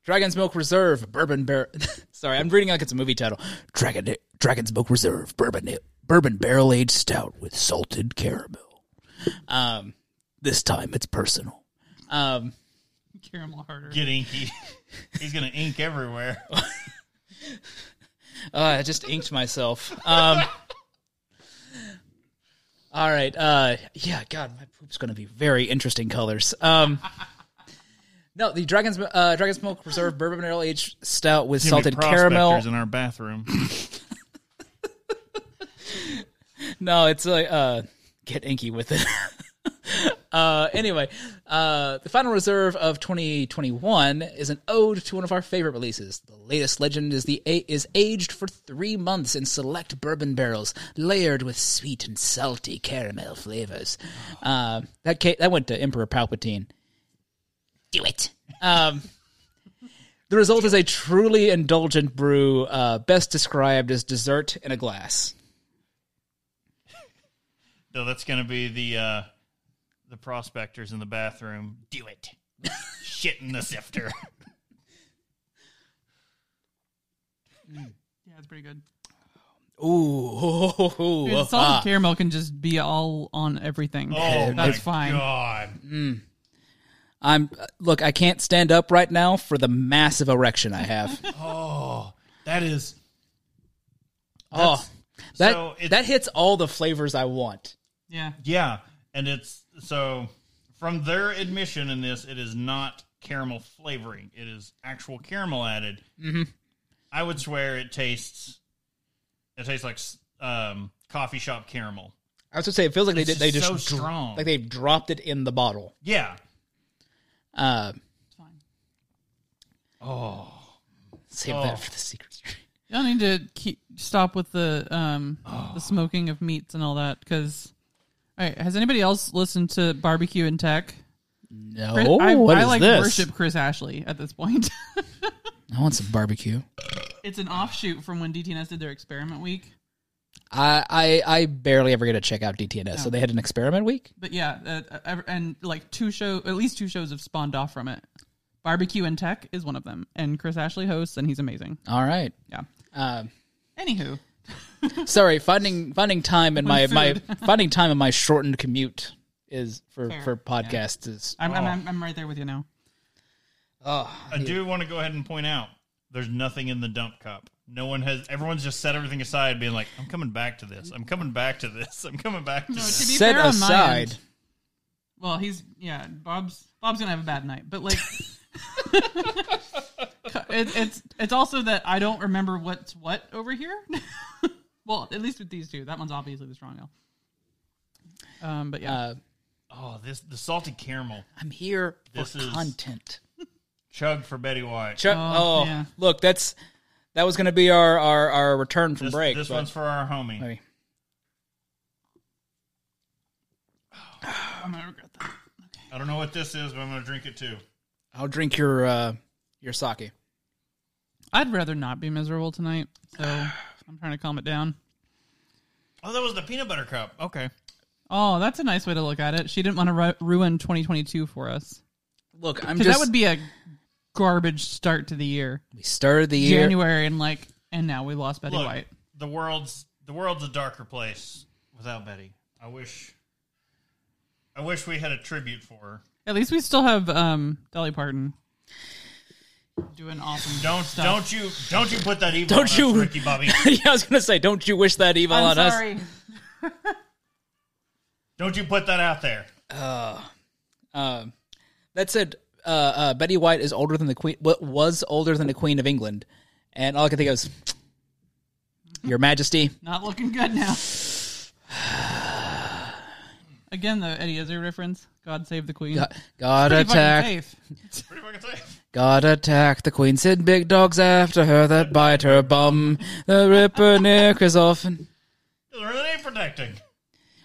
S3: Dragon's Milk Reserve Bourbon Barrel. sorry, I'm reading like it's a movie title. Dragon Dragon's Milk Reserve Bourbon Bourbon Barrel Aged Stout with salted caramel. Um, this time it's personal. Um,
S2: Caramel harder.
S1: Get inky. He's gonna ink everywhere.
S3: Uh, I just inked myself. Um, all right. Uh, yeah, God, my poop's going to be very interesting colors. Um, no, the Dragon's uh, Dragon's Milk Reserve Bourbon Barrel Aged Stout with salted caramel.
S1: in our bathroom.
S3: no, it's like uh, get inky with it. uh, anyway, uh, the final reserve of 2021 is an ode to one of our favorite releases. The latest legend is the a- is aged for three months in select bourbon barrels, layered with sweet and salty caramel flavors. Uh, that ca- that went to Emperor Palpatine. Do it. Um, the result is a truly indulgent brew, uh, best described as dessert in a glass.
S1: so that's gonna be the uh, the prospectors in the bathroom. Do it. Shit in the sifter.
S2: Yeah, it's pretty good.
S3: Ooh,
S2: Dude, salted caramel can just be all on everything.
S1: Oh, my
S2: that's fine.
S1: God.
S3: I'm look. I can't stand up right now for the massive erection I have.
S1: Oh, that is.
S3: oh, that
S1: so it's-
S3: that hits all the flavors I want.
S2: Yeah,
S1: Yeah, and it's so from their admission in this, it is not caramel flavoring; it is actual caramel added. Mm-hmm. I would swear it tastes. It tastes like um, coffee shop caramel.
S3: I was gonna say it feels like
S1: It's
S3: they did. They
S1: just
S3: just
S1: so
S3: dro-
S1: strong.
S3: like they dropped it in the bottle.
S1: Yeah.
S3: Uh,
S2: it's fine.
S1: Oh.
S3: save
S1: Oh.
S3: that for the secret. story.
S2: You don't need to keep stop with the um
S3: Oh.
S2: the smoking of meats and all that because. All right, has anybody else listened to Barbecue and Tech?
S3: No,
S2: Chris- I,
S3: Oh, what
S2: I
S3: is
S2: like
S3: this?
S2: worship Chris Ashley at this point.
S3: I want some barbecue.
S2: it's an offshoot from when DTNS did their experiment week.
S3: I I, I barely ever get to check out DTNS. So they had an experiment week.
S2: But yeah, uh, ev- and like two show, at least two shows have spawned off from it. Barbecue and Tech is one of them, and Chris Ashley hosts, and he's amazing.
S3: All right.
S2: Yeah.
S3: Um,
S2: Anywho,
S3: sorry, finding finding time in my
S2: When
S3: my
S2: food.
S3: finding time in my shortened commute is for
S2: Fair.
S3: for podcasts is
S2: I'm, I'm, I'm I'm right there with you now.
S1: I do want to go ahead and point out there's nothing in the dump cup. No one has. Everyone's just set everything aside, being like, "I'm coming back to this. I'm coming back to this. I'm coming back to this."
S2: to be
S3: set
S2: fair on my
S3: aside.
S2: end- Well, he's yeah. Bob's Bob's gonna have a bad night, but like, it, it's it's also that I don't remember what's what over here. well, at least with these two, that one's obviously the strong ale. Um, but yeah,
S3: Uh,
S1: Oh, this the salted caramel
S3: I'm here for
S1: This is-
S3: content.
S1: chug for Betty White.
S3: Chuck,
S2: Oh,
S3: oh,
S2: yeah.
S3: look, that's that was going to be our, our our return from
S1: this
S3: break.
S1: this
S3: but-
S1: one's for our homie.
S3: I mean,
S2: I'm gonna regret that.
S1: I don't know what this is, but I'm going to drink it too.
S3: I'll drink your uh, your sake.
S2: I'd rather not be miserable tonight, so I'm trying to calm it down.
S1: Oh, that was the peanut butter cup. Okay.
S2: Oh, that's a nice way to look at it. She didn't want to ru- ruin 2022 for us.
S3: Look, I'm
S2: 'Cause
S3: just
S2: that would be a garbage start to the year.
S3: we started the year.
S2: January and like, and now we lost Betty
S1: Look,
S2: White.
S1: the world's the world's a darker place without Betty. I wish. I wish we had a tribute for her.
S2: At least we still have um, Dolly Parton doing awesome.
S1: Don't
S2: stuff.
S1: don't you don't you put that evil
S3: Don't
S1: on us,
S3: you-
S1: Ricky Bobby.
S3: yeah, I was going to say, don't you wish that evil
S2: I'm
S3: on us?
S2: sorry.
S1: Don't you put that out there.
S3: Um, that said, uh, uh, Betty White is older than the queen. What was older than the Queen of England? And all I can think of is, Your Majesty.
S2: Not looking good now. Again, though, Eddie Izzard reference. God save the Queen.
S3: God, God
S2: Pretty fucking
S3: attack,
S2: safe.
S1: Pretty fucking safe.
S3: God attack. The queen sent big dogs after her that bite her bum. The ripper near Crisoffin.
S1: They're really protecting.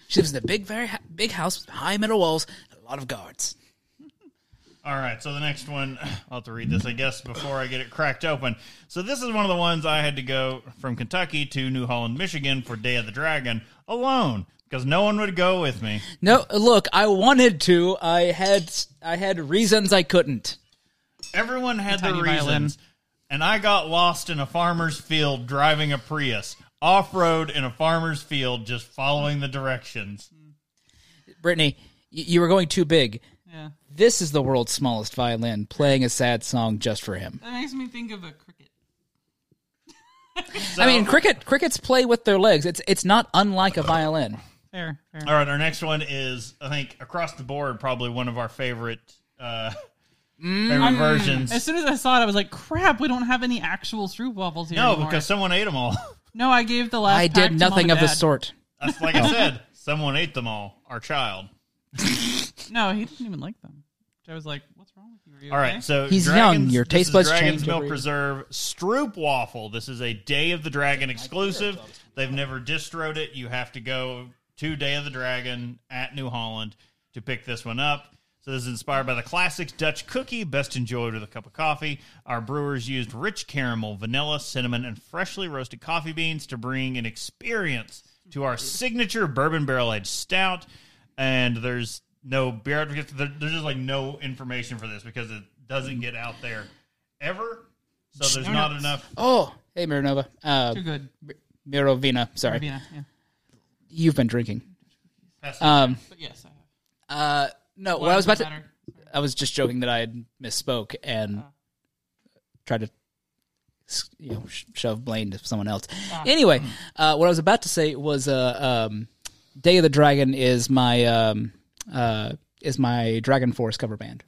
S3: She lives in a big, very ha- big house with high metal walls and a lot of guards.
S1: All right, so the next one, I'll have to read this, I guess, before I get it cracked open. So, this is one of the ones I had to go from Kentucky to New Holland, Michigan for Day of the Dragon alone because no one would go with me.
S3: No, look, I wanted to. I had, I had reasons I couldn't.
S1: Everyone had their
S2: tiny
S1: reasons,
S2: violin.
S1: and I got lost in a farmer's field driving a Prius off road in a farmer's field, just following the directions.
S3: Brittany, y- you were going too big.
S2: Yeah.
S3: This is the world's smallest violin playing a sad song just for him.
S2: That makes me think of a cricket.
S1: So-
S3: I mean, cricket crickets play with their legs. It's it's not unlike a violin.
S2: Fair, fair.
S1: all right, our next one is I think across the board probably one of our favorite uh, favorite versions.
S2: As soon as I saw it, I was like, "Crap, we don't have any actual stroop waffles here."
S1: no,
S2: anymore.
S1: because someone ate them all.
S2: no, I gave the last.
S3: I
S2: pack
S3: did
S2: to
S3: nothing
S2: Mom
S3: of
S2: and
S3: the
S2: Dad.
S3: sort.
S1: That's like I said, someone ate them all. Our child.
S2: No, he didn't even like them. Which I was like, "What's wrong with you?" Are you
S1: All
S2: okay?
S1: right, so
S3: He's
S1: Dragons-
S3: young. Your
S1: this
S3: taste
S1: is
S3: buds
S1: Dragons
S3: change
S1: Milk
S3: every-
S1: Preserve Stroop Waffle. This is a Day of the Dragon exclusive. They've never distroed it. You have to go to Day of the Dragon at New Holland to pick this one up. So this is inspired by the classic Dutch cookie, best enjoyed with a cup of coffee. Our brewers used rich caramel, vanilla, cinnamon, and freshly roasted coffee beans to bring an experience to our signature bourbon barrel aged stout. And there's no beer advocates. There, there's just like no information for this because it doesn't get out there ever. So there's
S2: No, no.
S1: not enough.
S3: Oh, hey, Miranova. Uh,
S2: Too good.
S3: Mirovina. Sorry.
S2: Ravina, yeah.
S3: You've been drinking.
S1: Pass it.
S3: Um,
S2: But yes, I have.
S3: uh, no, what I was about to. I was just joking that I had misspoke and tried to you know sh- shove blame to someone else. Anyway, uh, what I was about to say was uh, um, Day of the Dragon is my um, uh, is my Dragon Force cover band.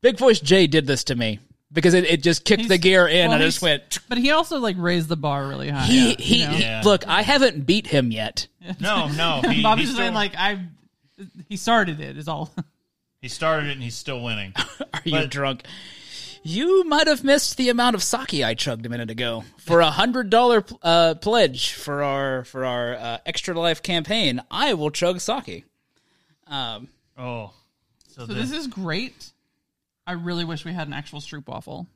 S3: Big Voice Jay did this to me because it, it just kicked the
S2: He's-
S3: gear in.
S2: well,
S3: and I just
S2: he's-
S3: went.
S2: But he also like raised the bar really high.
S3: He,
S2: you
S3: he,
S2: know?
S3: he-
S1: Yeah.
S3: look. I haven't beat him yet.
S1: no, no. He,
S2: Bobby's
S1: he's
S2: just
S1: still,
S2: saying like I. He started it. Is all.
S1: he started it and he's still winning.
S3: Are you
S1: But-
S3: drunk? You might have missed the amount of sake I chugged a minute ago for a hundred dollar uh, pledge for our for our uh, extra life campaign. I will chug sake. Um,
S1: Oh, so,
S2: So
S1: this,
S2: this is great. I really wish we had an actual stroop waffle.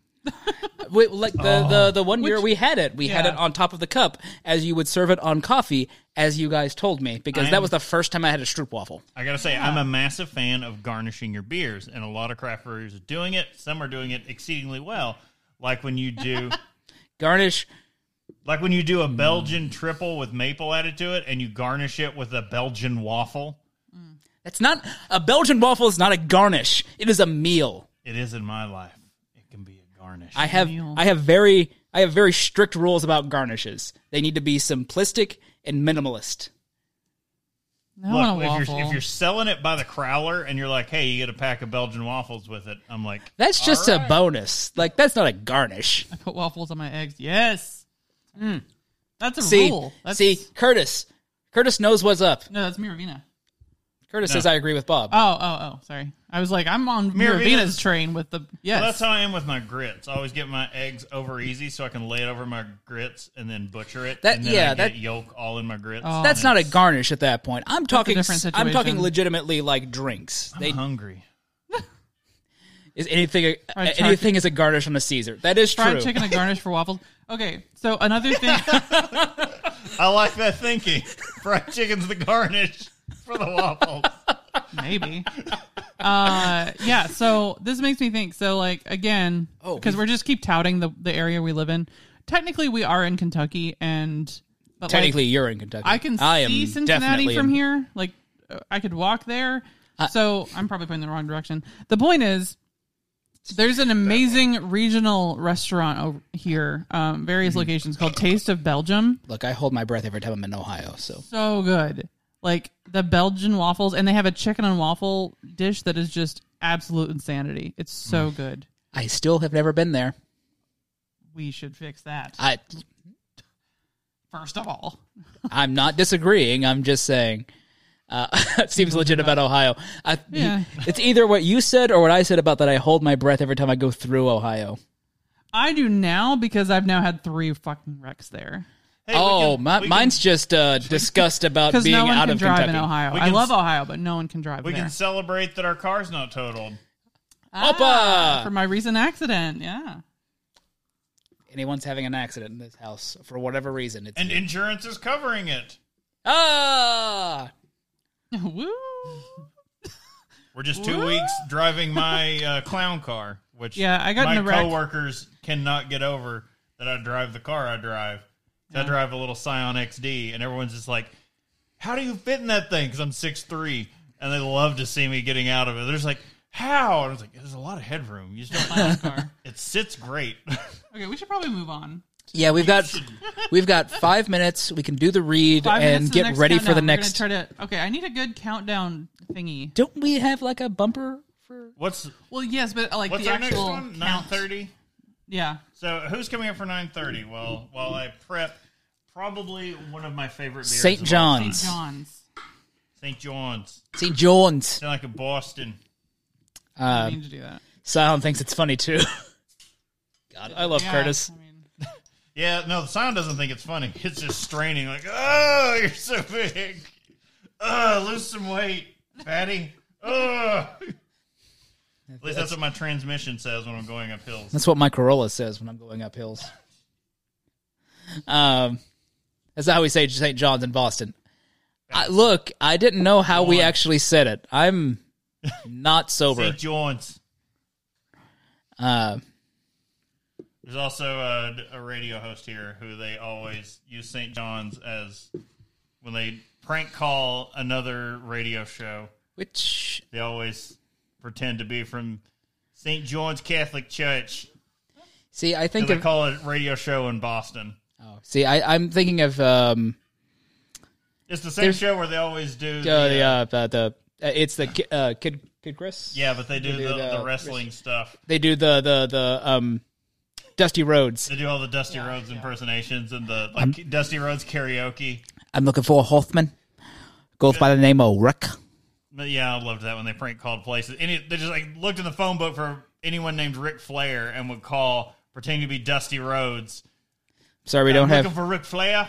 S3: wait, like the, the
S1: Oh.
S3: the one year we had it, we had
S2: yeah.
S3: it on top of the cup as you would serve it on coffee, as you guys told me, because that
S1: I'm-
S3: was the first time I had a stroopwafel.
S1: I gotta say, I'm a massive fan of garnishing your beers, and a lot of craft breweries are doing it. Some are doing it exceedingly well, like when you do.
S3: Garnish
S1: Like when you do
S2: Mm.
S1: a Belgian triple with maple added to it and you garnish it with a Belgian waffle.
S3: that's not a Belgian waffle is not a garnish. It is a meal.
S1: It is in my life. It can be a garnish.
S3: I have I have very I have very strict rules about garnishes. They need to be simplistic and minimalist.
S2: I
S1: Look,
S2: want a
S1: if
S2: waffle.
S1: you're, if you're selling it by the crowler and you're like, hey, you get a pack of Belgian waffles with it, I'm like,
S3: That's just a bonus. Like that's not a garnish.
S2: I put waffles on my eggs. Yes.
S1: Hmm.
S2: That's a
S3: See,
S2: rule. That's,
S3: see, Curtis. Curtis knows what's up.
S2: No, that's Miravina.
S3: Curtis says I agree with Bob.
S2: Oh, oh, oh. Sorry. I was like, I'm on
S1: Miravina's-
S2: Miravina's train with the yes.
S1: that's how I am with my grits. I always get my eggs over easy so I can lay it over my grits and then butcher it.
S3: That-
S1: and then
S3: yeah,
S1: I
S3: that-
S1: get yolk all in my grits.
S2: Oh.
S3: that's not a garnish at that point. I'm talking.
S2: different
S3: I'm talking
S2: situation. Uh-huh.
S3: legitimately like drinks. They,
S1: I'm hungry.
S3: is anything
S2: Fried
S3: anything is a garnish on a Caesar. That is
S2: fried
S3: true.
S2: chicken and garnish for waffles. Okay, so another thing.
S1: I like that thinking. Fried chicken's the garnish for the waffles.
S2: maybe. Uh, yeah. So this makes me think. So like again,
S3: Oh,
S2: because
S3: we-
S2: we're just keep touting the the area we live in. Technically, we are in Kentucky, and but like,
S3: Technically, you're in Kentucky.
S2: I can
S3: I am
S2: see Cincinnati
S3: definitely
S2: from
S3: in-
S2: here. Like uh, I could walk there. so I'm probably pointing in the wrong direction. The point is, there's an amazing regional restaurant over here, um,
S3: Mm-hmm.
S2: various locations called Taste of Belgium.
S3: Look, I hold my breath every time I'm in Ohio. So
S2: So good, like the Belgian waffles, and they have a chicken and waffle dish that is just absolute insanity. It's so
S1: Mm.
S2: good.
S3: I still have never been there.
S2: We should fix that
S3: I
S2: first of all.
S3: I'm not disagreeing. I'm just saying. Uh, it seems legit about Ohio. I,
S2: Yeah.
S3: It's either what you said or what I said about that. I hold my breath every time I go through Ohio.
S2: I do now because I've now had three fucking wrecks there.
S1: Hey, we
S3: oh,
S1: can-
S3: my,
S1: we can-
S3: mine's just uh, disgust about
S2: because
S3: being
S2: no one
S3: out
S2: can
S3: of
S2: drive
S3: Kentucky.
S2: in Ohio.
S1: We
S2: I
S1: can
S2: love
S1: s-
S2: Ohio, but no one can drive
S1: We
S2: there.
S1: can celebrate that our car's not totaled.
S2: Ah,
S3: Oppa!
S2: for my recent accident, yeah.
S3: Anyone's having an accident in this house for whatever reason. It's
S1: And insurance is covering it.
S3: ah,
S2: Woo!
S1: We're just two weeks driving my uh, clown car, which
S2: Yeah, I got
S1: my
S2: in a wreck.
S1: coworkers cannot get over that I drive the car I drive. I drive a little Scion XD, and everyone's just like, "How do you fit in that thing?" Because I'm six three, and they love to see me getting out of it. They're just like, "How?" And I was like, "There's a lot of headroom. You just don't.
S2: car.
S1: it sits great."
S2: Okay, we should probably move on.
S3: yeah. We've got we've got five minutes. We can do the read
S2: Five minutes
S3: and
S2: to the
S3: get
S2: next
S3: ready for the
S2: countdown. We're
S3: next.
S2: gonna try to, okay, I need a good countdown thingy.
S3: Don't we have like a bumper for?
S1: What's
S2: Well, yes, but uh, like
S1: what's
S2: the
S1: our next
S2: actual
S1: one? Nine
S2: count.
S1: thirty.
S2: Yeah.
S1: So who's coming up for nine thirty? Well, while I prep, probably one of my favorite beers
S3: St.
S1: of all time.
S2: St.
S3: John's.
S2: John's.
S1: St. John's.
S3: St. John's.
S1: Sound like a Boston.
S3: Uh,
S2: I need to do that.
S3: Sion thinks it's funny too. God, I love
S2: Yeah,
S3: Curtis.
S2: I mean,
S1: Yeah, no, the sound doesn't think it's funny. It's just straining, like, oh, you're so big. Oh, lose some weight, fatty. Oh. At least that's what my transmission says when I'm going up hills.
S3: That's what my Corolla says when I'm going up hills. Um, that's how we say St. John's in Boston. I, look, I didn't know how we actually said it. I'm not sober.
S1: St. John's.
S3: Uh,
S1: There's also a, a radio host here who they always use St. John's as when they prank call another radio show.
S3: which
S1: They always pretend to be from St. John's Catholic Church.
S3: see, I think
S1: They
S3: of,
S1: call it radio show in Boston.
S3: oh, see, I, I'm thinking of um,
S1: It's the same
S3: There's-
S1: show where they always do.
S3: uh, the, uh, the, the uh, it's the Ki- uh, kid kid Chris.
S1: yeah, but they do,
S3: They do
S1: the,
S3: the-
S1: the wrestling stuff.
S3: they do the the the um, Dusty Roads.
S1: They do all the Dusty Rhodes impersonations and the like Dusty Rhodes karaoke.
S3: I'm looking for a Hoffman. Goes by the name of Rick.
S1: But yeah, I loved that when they prank called places. Any, they just like looked in the phone book for anyone named Ric Flair and would call pretending to be Dusty Rhodes.
S3: Sorry, we don't
S1: looking
S3: have.
S1: for Ric Flair.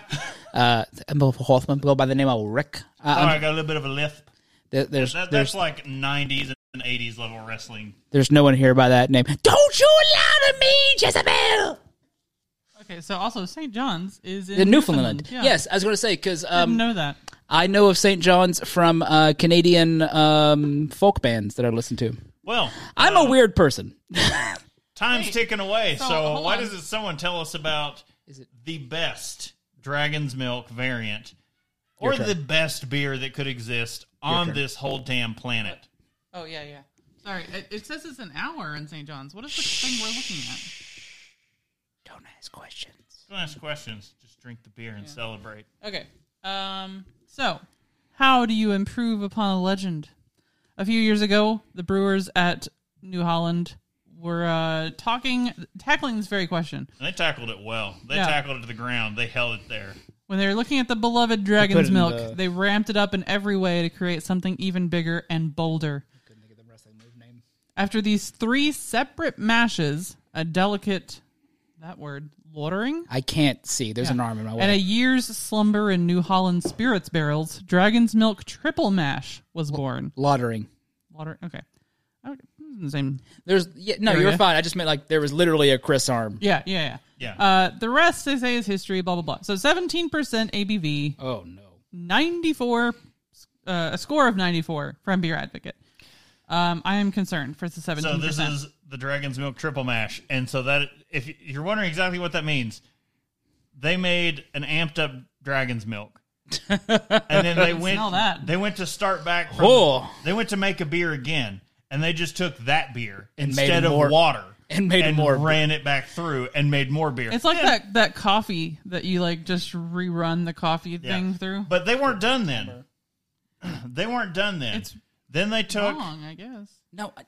S3: Uh, I'm looking for Hoffman. Go by the name of Rick. Uh,
S1: Sorry, I got a little bit of a lisp.
S3: there- there's
S1: That,
S3: there's
S1: that's like '90s and '80s level wrestling.
S3: there's no one here by that name. Don't you lie to me, Jezebel.
S2: Okay, so also St. John's is in
S3: In Newfoundland.
S2: Yeah.
S3: Yes, I was going to say because
S2: I didn't
S3: um,
S2: know that.
S3: I know of St. John's from uh, Canadian um, folk bands that I listen to.
S1: Well,
S3: I'm a weird person.
S1: time's ticking away. So,
S2: so, hold
S1: why
S2: on.
S1: doesn't someone tell us about the best Dragon's Milk variant or
S3: turn.
S1: the best beer that could exist on
S3: turn.
S1: this whole damn planet?
S2: Oh yeah, yeah. Sorry, it, it says it's an hour in St. John's. What is the thing we're looking at?
S3: Don't ask questions.
S1: Don't ask questions. Just drink the beer and celebrate.
S2: Okay. Um. So, how do you improve upon a legend? A few years ago, the brewers at New Holland were uh, talking, tackling this very question
S1: And they tackled it well. They
S2: Yeah.
S1: tackled it to the ground. They held it there.
S2: when they uh, were looking at the beloved dragon's
S3: it in
S2: milk.
S3: the-
S2: They ramped it up in every way to create something even bigger and bolder. After these three separate mashes, a delicate that word loitering
S3: I can't see. There's an arm in my way.
S2: and a year's slumber in New Holland spirits barrels, Dragon's Milk Triple Mash was born.
S3: Lottering.
S2: Water. Okay. Okay, hmm, Same.
S3: There's yeah, no.
S2: There
S3: You were
S2: you go.
S3: fine. I just meant like there was literally a Chris arm.
S2: Yeah, yeah,
S1: Yeah.
S2: yeah. Uh, the rest they say is history. Blah blah blah. So seventeen percent ABV,
S3: Oh no.
S2: ninety four, uh, a score of ninety four from Beer Advocate. Um, I am concerned for the
S1: So
S2: seventeen
S1: this
S2: percent.
S1: is the Dragon's Milk Triple Mash. And so that if you're wondering exactly what that means, they made an amped up Dragon's Milk. and then they went
S2: smell that.
S1: they went to start back from,
S3: Oh.
S1: they went to make a beer again and they just took that beer
S3: And made
S1: instead of
S3: more-
S1: water
S3: and made more beer.
S1: ran it back through and made more beer.
S2: It's like
S1: Yeah.
S2: that that coffee that you like just rerun the coffee
S1: Yeah.
S2: thing through.
S1: But they weren't done then. they weren't done then.
S2: It's
S1: then they took
S2: Wrong, I guess.
S3: No. I,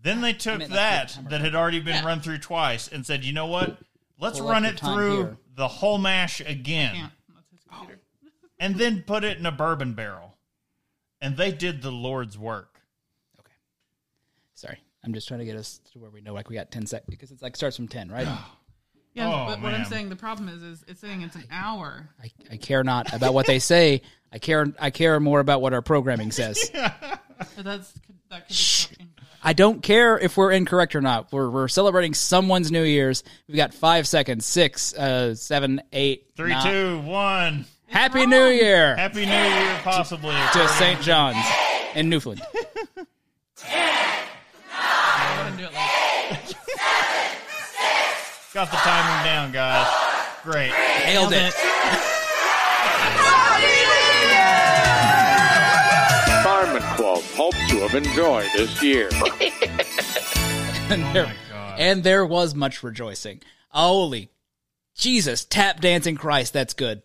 S1: Then they took
S3: meant like
S1: that
S3: the hamburger.
S1: that had already been run through twice and said, "You know what? Let's
S3: Well,
S1: run it
S3: like the time
S1: through
S3: here.
S1: the whole mash again,
S2: Yeah, that's his computer.
S1: Oh, and then put it in a bourbon barrel." And they did the Lord's work.
S3: sorry. I'm just trying to get us to where we know like we got ten sec because it's like starts from ten, right?
S2: Yeah,
S1: Oh,
S2: but what I'm
S1: man.
S2: saying, the problem is, is it's saying it's an hour.
S3: I, I care not about what they say. I care. I care more about what our programming says.
S2: But that's that could be incorrect.
S3: I don't care if we're incorrect or not. We're, we're celebrating someone's New Year's. We've got five seconds, six, uh, seven, eight,
S1: Three,
S3: nine.
S1: two, one.
S3: Happy New Year
S1: Happy New Year, possibly.
S3: to St. John's in Newfoundland.
S2: I wouldn't do it like
S1: Got the timing down, guys. Great.
S3: Nailed it.
S6: Fireman Club hopes to have enjoyed this year.
S3: And there,
S1: God.
S3: and there was much rejoicing. Holy Jesus, tap dancing Christ, that's good.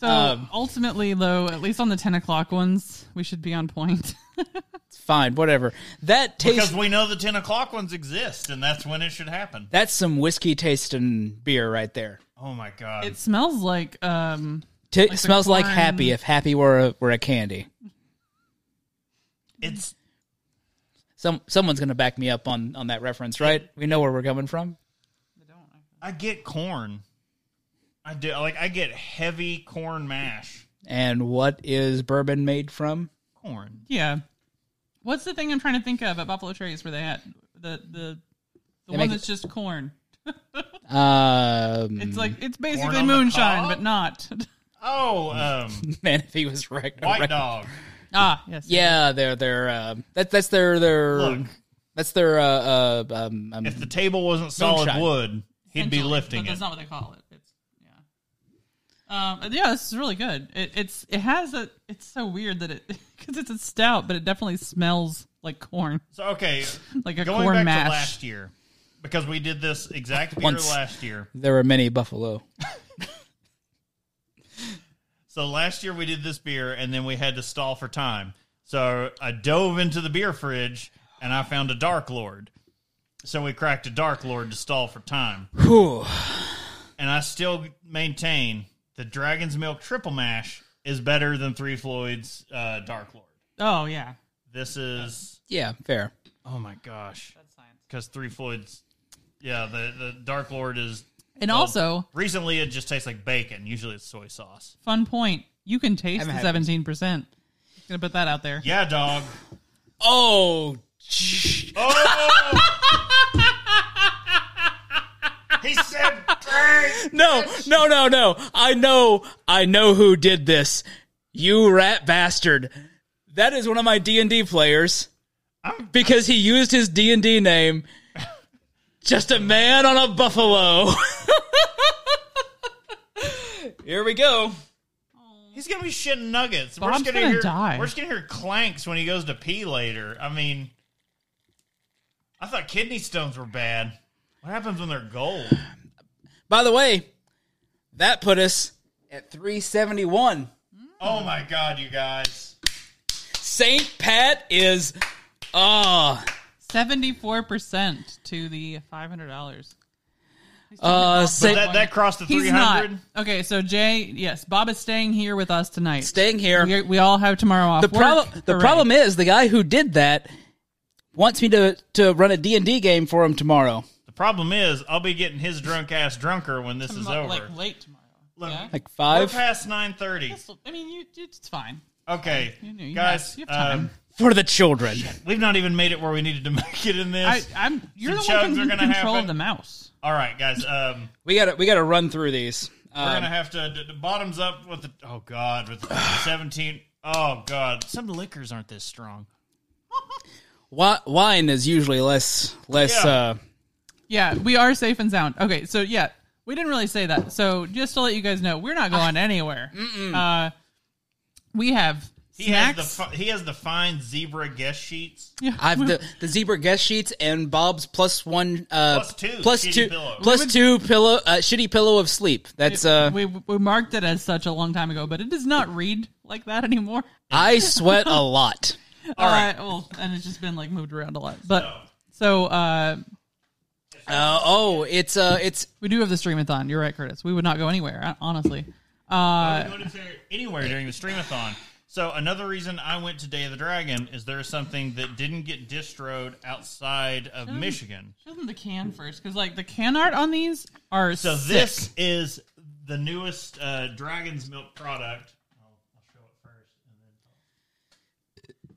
S2: So
S1: Um.
S2: ultimately, though, at least on the ten o'clock ones, we should be on point.
S3: It's fine, whatever. That
S1: Because
S3: tastes.
S1: we know the ten o'clock ones exist, and that's when it should happen.
S3: That's some whiskey tasting beer right there.
S1: Oh my god!
S2: it smells like um,
S3: T-
S2: the
S3: smells like
S2: corn.
S3: happy if happy were a, were a candy.
S1: it's
S3: Some someone's gonna back me up on on that reference, right? We know where we're coming from.
S1: I get corn. I do like I get heavy corn mash.
S3: And what is bourbon made from?
S1: Corn.
S2: yeah. What's the thing I'm trying to think of at Buffalo Trace where they had the the the one
S3: make
S2: that's just corn?
S3: Um,
S2: It's like it's
S1: Corn
S2: basically
S1: Mm-hmm. on the
S2: moonshine,
S1: cob?
S2: but not.
S1: Oh, um,
S3: Man, if he was right.
S1: White
S3: right-
S1: Dog.
S2: Ah, yes.
S3: Yeah, they're they're um, that's that's their their
S1: Look.
S3: that's their uh, uh um, um
S1: If the table wasn't solid
S3: Moonshine.
S1: wood, he'd be
S2: Essentially,
S1: lifting
S2: but
S1: it.
S2: That's not what they call it. It's yeah. Um, yeah, this is really good. It, it's it has a. It's so weird that it because it's a stout, but it definitely smells like corn,
S1: So okay,
S2: like a
S1: going
S2: corn
S1: back
S2: mash.
S1: to last year because we did this exact beer
S3: Once.
S1: last year.
S3: there were many buffalo.
S1: So last year we did this beer and then we had to stall for time. So I dove into the beer fridge and I found a Dark Lord. So we cracked a Dark Lord to stall for time.
S3: Whew.
S1: And I still maintain the Dragon's Milk Triple Mash is better than Three Floyd's uh, Dark Lord.
S2: Oh yeah,
S1: This is
S3: Yeah, fair.
S1: oh my gosh,
S2: that's science.
S1: because Three Floyd's yeah the the Dark Lord is
S2: And also,
S1: recently it just tastes like bacon. Usually it's soy sauce.
S2: fun point. You can taste
S3: Haven't
S2: the
S3: had it.
S2: seventeen percent. Gonna put that out there.
S1: Yeah, dog.
S3: Oh, sh-
S1: Oh! he said drink.
S3: no, no, no, no! I know, I know who did this. You rat bastard! That is one of my D and D players because he used his D and D name. Just a man on a buffalo. Here we go.
S1: He's gonna be shitting nuggets. we're
S2: Bob's
S1: just gonna,
S2: gonna
S1: hear,
S2: die.
S1: We're just gonna hear clanks when he goes to pee later. I mean, I thought kidney stones were bad. What happens when they're gold?
S3: By the way, that put us at 371.
S1: Oh my god, you guys!
S3: St. Pat is ah
S2: Seventy-four percent to the five hundred dollars.
S3: uh Saint-
S1: That that crossed the
S2: He's
S1: three
S2: not
S1: hundred.
S2: okay. So Jay, yes, Bob is staying here with us tonight.
S3: staying here.
S2: we, we all have tomorrow off.
S3: the
S2: work.
S3: problem the
S2: Hooray.
S3: problem is the guy who did that wants me to to run a D&D game for him tomorrow.
S1: The problem is, I'll be getting his drunk ass drunker when this is
S2: Tomorrow-
S1: over.
S2: Like late tomorrow.
S1: Look,
S2: yeah?
S3: Like
S1: we're
S3: 5
S1: past nine thirty.
S2: That's- I mean, you, it's fine.
S1: Okay,
S2: know, you
S1: guys,
S2: have- you have time.
S1: um,
S3: for the children.
S1: we've not even made it where we needed to make it in this.
S2: I, I'm. You're
S1: Some
S2: the one
S1: chugs
S2: who
S1: are
S2: can
S1: gonna
S2: control
S1: happen.
S2: the mouse.
S1: All right, guys. Um,
S3: We got to we got to run through these.
S1: we're
S3: Um,
S1: gonna have to d- d- bottoms up with the oh god with the seventeen. Oh god, some liquors aren't this strong.
S3: wi- wine is usually less less
S1: Yeah.
S3: uh
S2: Yeah, we are safe and sound. Okay, so yeah, we didn't really say that. So just to let you guys know, we're not going anywhere. Uh, we have
S1: He
S2: snacks.
S1: has the fi- he has the fine zebra guest sheets.
S2: Yeah,
S3: I've the, the zebra guest sheets and Bob's plus one uh
S1: Plus two
S3: plus
S1: shitty
S3: two
S1: pillow.
S3: plus two pillow uh, shitty pillow of sleep. That's uh
S2: we we marked it as such a long time ago, but it does not read like that anymore.
S3: I sweat a lot.
S2: All right. Uh, well, and it's just been like moved around a lot. But so uh,
S3: Uh, oh, it's uh it's
S2: we do have the streamathon. You're right, Curtis. We would not go anywhere, hon- honestly. Uh,
S1: I'm going to say anywhere during the streamathon. So another reason I went to Day of the Dragon is there is something that didn't get distroed outside of Michigan.
S2: show them the can first, because like the can art on these are
S1: So
S2: sick.
S1: this is the newest uh, Dragon's Milk product.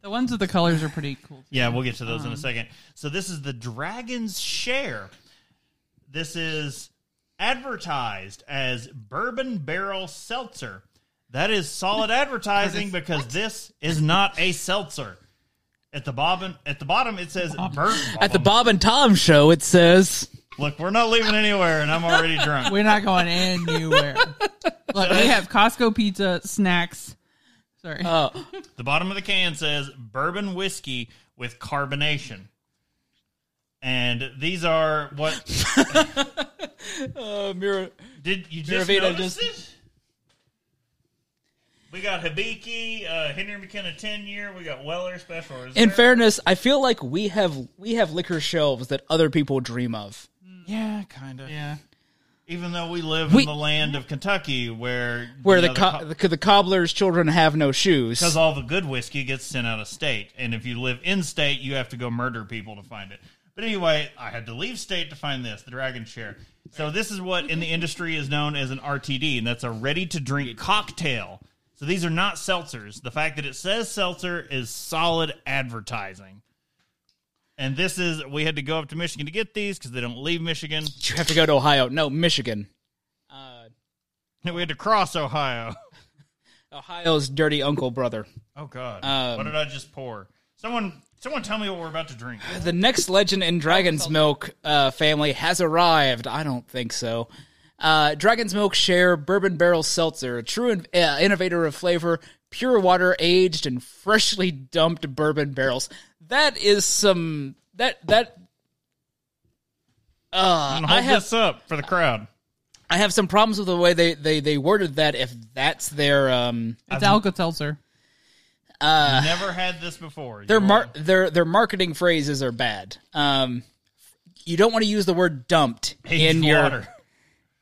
S2: The ones with the colors are pretty cool.
S1: Yeah, we'll get to those in
S3: Um,
S1: a second. So this is the Dragon's Share. This is advertised as Bourbon Barrel Seltzer. That is solid advertising because this is not a seltzer. At the bottom, at the bottom, it says bourbon.
S3: at the Bob and Tom show. It says
S1: Look, we're not leaving anywhere, and I'm already drunk.
S2: We're not going anywhere. Look, we have Costco pizza snacks. Sorry.
S1: Oh, The bottom of the can says bourbon whiskey with carbonation, and these are what
S3: uh, mirror.
S1: Did you just
S3: Miravita
S1: notice
S3: just-
S1: it? We got Hibiki, uh, Henry McKenna ten year. We got Weller special. Reserve.
S3: In fairness, I feel like we have we have liquor shelves that other people dream of.
S1: yeah, kind of.
S2: yeah.
S1: Even though we live
S3: We-
S1: in the land of Kentucky, where
S3: Where
S1: you
S3: the
S1: know,
S3: co- the, the cobbler's children have no shoes.
S1: because all the good whiskey gets sent out of state, and if you live in state, you have to go murder people to find it. But anyway, I had to leave state to find this, the Dragon Share. So this is what in the industry is known as an RTD, and that's a ready-to-drink cocktail. So these are not seltzers. The fact that it says seltzer is solid advertising. And this is we had to go up to Michigan to get these because they don't leave Michigan.
S3: You have to go to Ohio, no Michigan. Uh,
S1: We had to cross Ohio.
S3: Ohio's dirty uncle brother.
S1: Oh God!
S3: Um,
S1: what did I just pour? Someone, someone, tell me what we're about to drink.
S3: The next legend in Dragon's Milk uh, family has arrived. I don't think so. Uh, Dragon's Milk Share Bourbon Barrel Seltzer, a true in- uh, innovator of flavor, pure water aged in freshly dumped bourbon barrels. That is some that that. Uh,
S1: And
S3: I
S1: hold
S3: have
S1: this up for the crowd.
S3: I have some problems with the way they they they worded that. If that's their um
S2: It's Alka Seltzer.
S1: Never had this before.
S3: their
S1: You're-
S3: mar- their their marketing phrases are bad. Um, you don't want to use the word dumped
S1: Aged
S3: in your
S1: water.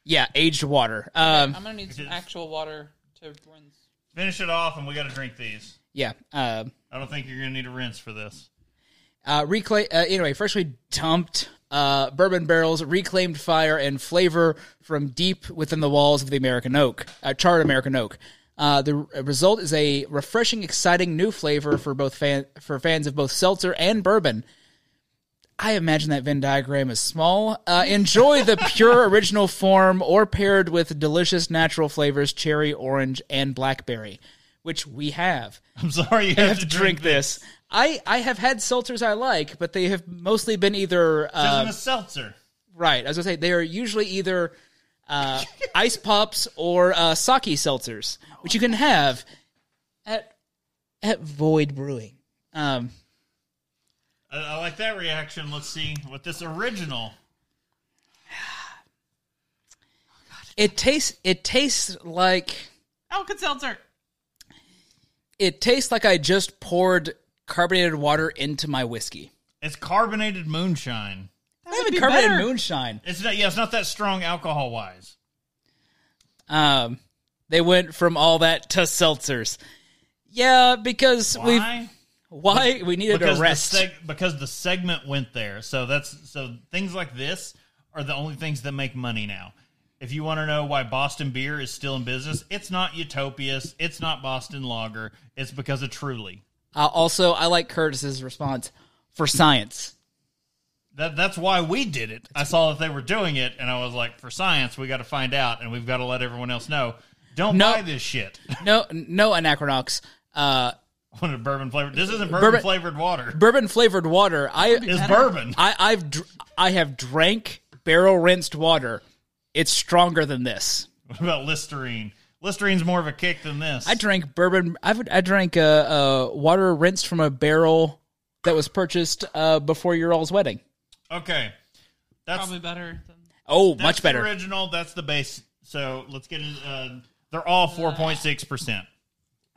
S3: yeah aged water. Um,
S2: I'm gonna need some actual water to rinse.
S1: Finish it off, and we got to drink these.
S3: yeah. Uh,
S1: I don't think you're gonna need a rinse for this.
S3: uh, reclaim uh, anyway. Freshly dumped uh, bourbon barrels, reclaimed fire and flavor from deep within the walls of the American oak, uh, charred American oak. Uh, the r- result is a refreshing, exciting new flavor for both fan- for fans of both seltzer and bourbon. I imagine that Venn diagram is small. Uh, enjoy the pure original form or paired with delicious natural flavors, cherry, orange, and blackberry, which we have.
S1: I'm sorry, you have,
S3: have to drink this. I, I have had seltzers I like, but they have mostly been either
S1: This
S3: uh,
S1: is a seltzer.
S3: right. As I say, they are usually either uh, ice pops or uh, sake seltzers, which you can have at at Void Brewing. Um,
S1: I, I like that reaction. Let's see what this original.
S3: it tastes it tastes like
S2: Alka Seltzer.
S3: it tastes like I just poured carbonated water into my whiskey.
S1: It's carbonated moonshine.
S2: That
S3: I
S2: would be
S3: haven't carbonated
S2: better.
S3: moonshine.
S1: It's not. Yeah, it's not that strong alcohol wise.
S3: Um, they went from all that to seltzers. Yeah, because we have
S1: Why?
S3: why we needed
S1: because
S3: a rest.
S1: The seg- because the segment went there. So that's so things like this are the only things that make money now. If you want to know why Boston beer is still in business, it's not Utopias, it's not Boston Lager, it's because of Truly.
S3: uh, also, I like Curtis's response for science.
S1: That that's why we did it. I saw that they were doing it, and I was like, for science, we got to find out, and we've got to let everyone else know. Don't
S3: No.
S1: buy this shit.
S3: No, no anachronox. Uh,
S1: What a bourbon flavored. This isn't bourbon,
S3: Bourbon-
S1: flavored water.
S3: bourbon flavored water. I,
S1: It's bourbon.
S3: I, I've, dr- I have drank barrel rinsed water. It's stronger than this.
S1: What about Listerine? Listerine's more of a kick than this.
S3: I drank bourbon. I would- I drank uh, uh, water rinsed from a barrel that was purchased uh, before your all's wedding.
S1: okay, that's
S2: Probably better. Than...
S3: Oh,
S1: That's
S3: much better.
S1: The original. That's the base. So let's get in. Uh, they're all four point six percent.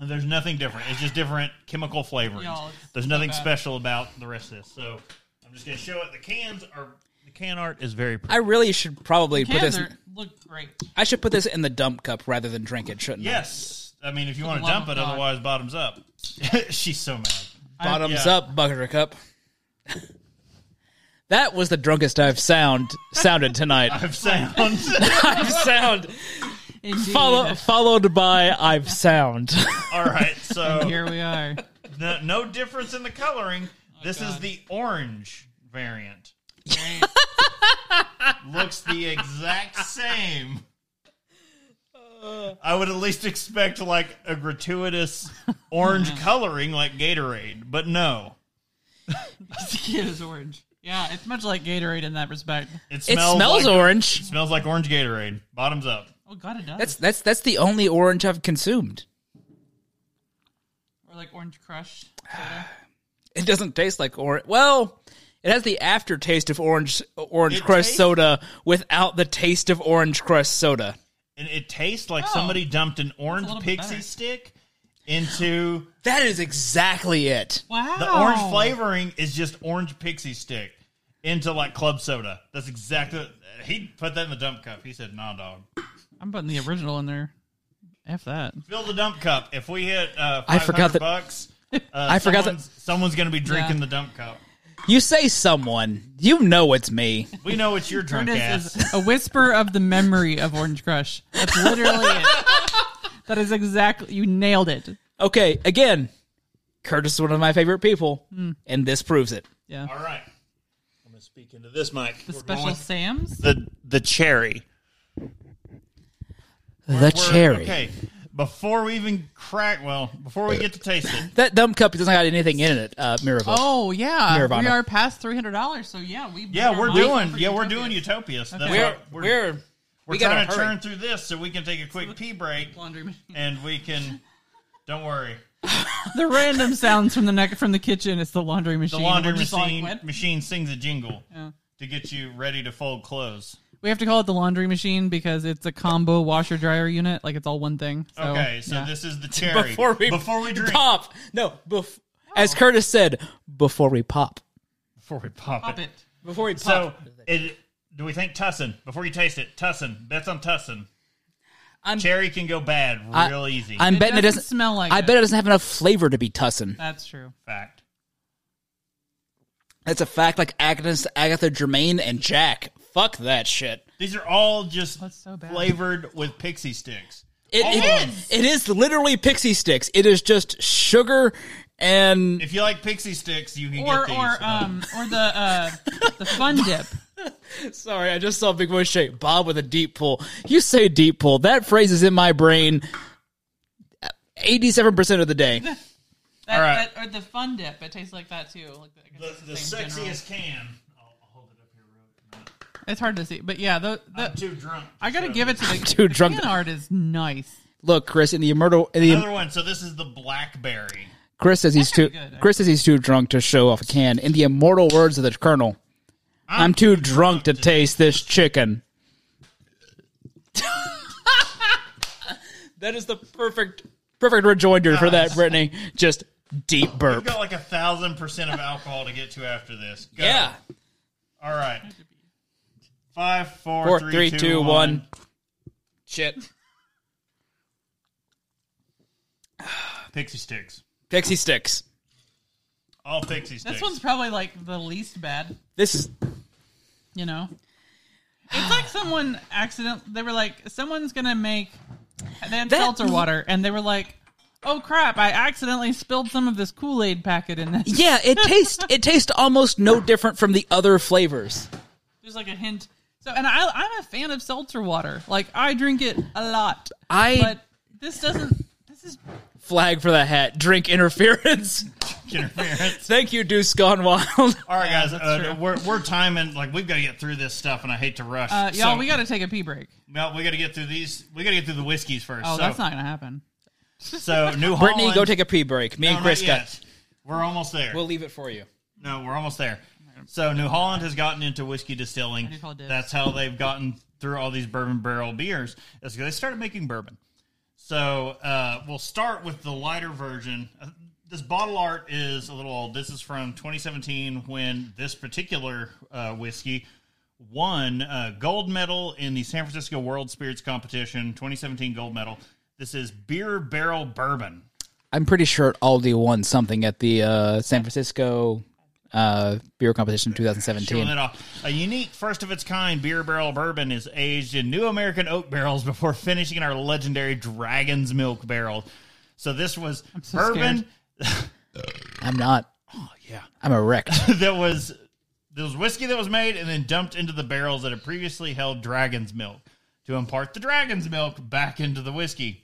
S1: There's nothing different. It's just different chemical flavorings.
S2: Y'all, it's
S1: There's nothing special about the rest of this. So I'm just gonna show it. The cans are the can art is very pretty.
S3: I really should probably put
S2: Cans
S3: this.
S2: are, look great.
S3: I should put this in the dump cup rather than drink it, shouldn't I?
S1: yes. I mean, if you want to
S2: love
S1: dump
S2: of
S1: it,
S2: God.
S1: otherwise bottoms up. She's so mad.
S3: Bottoms
S1: yeah.
S3: up, bucket cup. that was the drunkest I've sound sounded tonight.
S1: I've sound.
S3: I've sound
S2: Indeed.
S3: follow, followed by I've sound.
S1: all right. So
S2: Here we are.
S1: no, no difference in the coloring.
S2: Oh,
S1: This is the orange variant. looks the exact same. I would at least expect like a gratuitous orange coloring like Gatorade, but no.
S2: it is orange. Yeah, it's much like Gatorade in that respect.
S1: It
S3: it
S1: smells,
S3: smells
S1: like,
S3: orange.
S1: smells like orange Gatorade. Bottoms up.
S2: Oh god, it does.
S3: That's that's that's the only orange I've consumed.
S2: or like Orange Crush.
S3: It doesn't taste like orange. Well, it has the aftertaste of orange orange
S1: It
S3: crush
S1: tastes-
S3: soda without the taste of orange crush soda.
S1: And it tastes like somebody dumped an orange
S2: Oh. little bit
S1: pixie
S2: better.
S1: stick into
S3: That is exactly it.
S2: Wow.
S1: the orange flavoring is just orange pixie stick into like club soda. That's exactly he put that in the dump cup. He said, "Nah, dog.
S2: I'm putting the original in there. F that.
S1: Fill the dump cup. If we hit uh,
S3: I
S1: five
S3: forgot
S1: hundred
S3: that-
S1: bucks, uh,
S3: I forgot that
S1: someone's, someone's going to be drinking
S2: Yeah.
S1: the dump cup.
S3: you say someone. You know it's me.
S1: We know it's your drunk
S2: This
S1: ass.
S2: is a whisper of the memory of Orange Crush. That's literally it. That is exactly you nailed it.
S3: Okay, again, Curtis is one of my favorite people, and this proves it.
S2: Yeah.
S1: All right, I'm going to speak into this mic.
S2: The special Sam's.
S1: the the cherry.
S3: the
S1: We're-
S3: cherry.
S1: Okay, before we even crack, well, before we get to taste it,
S3: That dumb cup doesn't got anything in it. Uh, Miracle.
S2: Oh yeah,
S3: Nirvana.
S2: we are past three hundred dollars. So yeah, we
S1: yeah, we're
S2: mine
S1: doing,
S2: for
S1: yeah, we're
S2: Utopia.
S1: doing Utopia. So that's
S2: We're-
S1: why we're we're, trying to turn through this so we can take a quick pee break
S2: laundry. machine.
S1: and we can. Don't worry,
S2: the random sounds from the neck from the kitchen. It's the laundry
S1: the
S2: machine.
S1: laundry
S2: We're just like,
S1: machine
S2: what?
S1: machine sings a jingle to get you ready to fold clothes.
S2: We have to call it the laundry machine because it's a combo washer dryer unit. Like it's all one thing. So,
S1: okay, so
S2: Oh, yeah.
S1: this is the cherry
S3: Before we
S1: before we drink Oh.
S3: pop. No, bef- as Curtis said, before we pop.
S1: before we pop,
S2: Pop it.
S3: Before we
S1: So, it, do we think Tussin before you taste it? Tussin bets on Tussin.
S3: I'm-
S1: Cherry can go bad real easy.
S3: I'm
S2: It
S3: betting it
S2: doesn't
S3: doesn't
S2: smell like
S3: I
S2: it.
S3: bet it doesn't have enough flavor to be tussin.
S2: That's true.
S1: Fact.
S3: That's a fact. Like Agnes, Agatha, Germaine, and Jack. Fuck that shit.
S1: These are all just
S2: That's so bad.
S1: flavored with pixie sticks.
S3: It, it is. It is literally pixie sticks. It is just sugar and
S1: If you like pixie sticks, you can get
S2: Or
S1: these.
S2: or um or the uh the fun dip.
S3: sorry. I just saw Big Boy Shake Bob with a deep pull. You say deep pull. That phrase is in my brain. Eighty-seven percent of the day.
S2: That,
S1: All right.
S2: that- or the fun dip. It tastes like that too. Like I guess
S1: the,
S2: it's
S1: the
S2: same general.
S1: sexiest can. I'll I'll hold it up here. real quick.
S2: It's hard to see, but yeah, the, the
S1: I'm too drunk.
S2: I gotta
S1: show
S2: give it
S1: this.
S2: to the
S3: Too drunk.
S2: Can art is nice.
S3: Look, Chris, in the immortal, in the,
S1: another one. So this is the blackberry.
S3: Chris says he's too
S2: pretty good,
S3: Chris says he's too drunk to show off a can. In the immortal words of the Colonel, I'm, too drunk to taste this chicken. that is the perfect perfect rejoinder for that, Brittany. Just deep
S1: We've
S3: burp.
S1: got like a thousand percent of alcohol to get to after this. Go.
S3: Yeah.
S1: All right. Five,
S3: Four,
S1: four,
S3: three, two, one. Shit.
S1: Pixie sticks.
S3: Pixie sticks.
S1: All pixie sticks.
S2: This one's probably like the least bad.
S3: This is
S2: You know, it's like someone accident. They were like, someone's gonna make. They had
S3: That-
S2: seltzer water, and they were like, "Oh crap! I accidentally spilled some of this Kool Aid packet in this."
S3: Yeah, it tastes it tastes almost no different from the other flavors.
S2: There's like a hint. So, and I, I'm a fan of seltzer water. Like I drink it a lot,
S3: I
S2: but this doesn't. This is
S3: flag for the hat. Drink interference.
S1: interference.
S3: Thank you, Deuce Gone Wild.
S1: All right, guys.
S2: that's
S1: Uh,
S2: true.
S1: we're we're timing. Like we've got to get through this stuff, and I hate to rush.
S2: uh, y'all.
S1: So-
S2: we got to take a pee break.
S1: No, we got to get through these. We got to get through the whiskeys first.
S2: Oh,
S1: so,
S2: that's not gonna happen.
S1: So New
S3: Brittany,
S1: Holland-
S3: go take a pee break. Me
S1: No,
S3: and
S1: not
S3: Chris got.
S1: yet. We're almost there.
S3: We'll leave it for you.
S1: no, we're almost there. So New Holland has gotten into whiskey distilling.
S2: do call dibs.
S1: That's how they've gotten through all these bourbon barrel beers. Is 'cause they started making bourbon. So uh, we'll start with the lighter version. Uh, This bottle art is a little old. This is from 2017 when this particular uh, whiskey won uh, gold medal in the San Francisco World Spirits Competition. 2017 gold medal. This is beer barrel bourbon.
S3: I'm pretty sure Aldi won something at the uh, San Francisco uh, beer competition in 2017.
S1: Showing it off. A unique, first of its kind beer barrel bourbon is aged in new American oak barrels before finishing in our legendary Dragon's Milk barrel. So this was
S2: so
S1: bourbon
S3: I'm not. Oh yeah, I'm a wreck.
S1: that was there was whiskey that was made and then dumped into the barrels that had previously held dragon's milk to impart the dragon's milk back into the whiskey.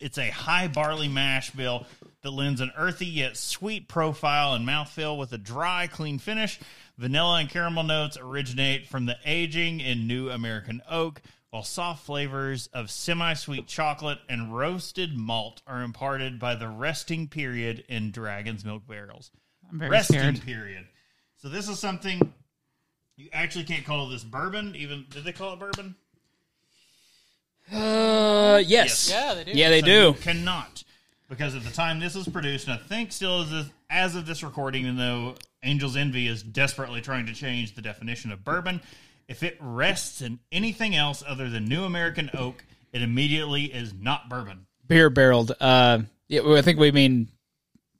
S1: It's a high barley mash bill that lends an earthy yet sweet profile and mouthfeel with a dry, clean finish. Vanilla and caramel notes originate from the aging in new American oak, while soft flavors of semi sweet chocolate and roasted malt are imparted by the resting period in dragon's milk barrels
S2: I'm very
S1: resting
S2: scared.
S1: period. So this is something you actually can't call this bourbon. Even did they call it bourbon?
S3: Uh, yes.
S2: Yeah, they do.
S3: Yeah, they
S1: So
S3: do.
S1: You cannot because at the time this was produced, and I think still is this, as of this recording, even though Angel's Envy is desperately trying to change the definition of bourbon, if it rests in anything else other than New American oak, it immediately is not bourbon.
S3: Beer barreled. Uh, yeah, well, I think we mean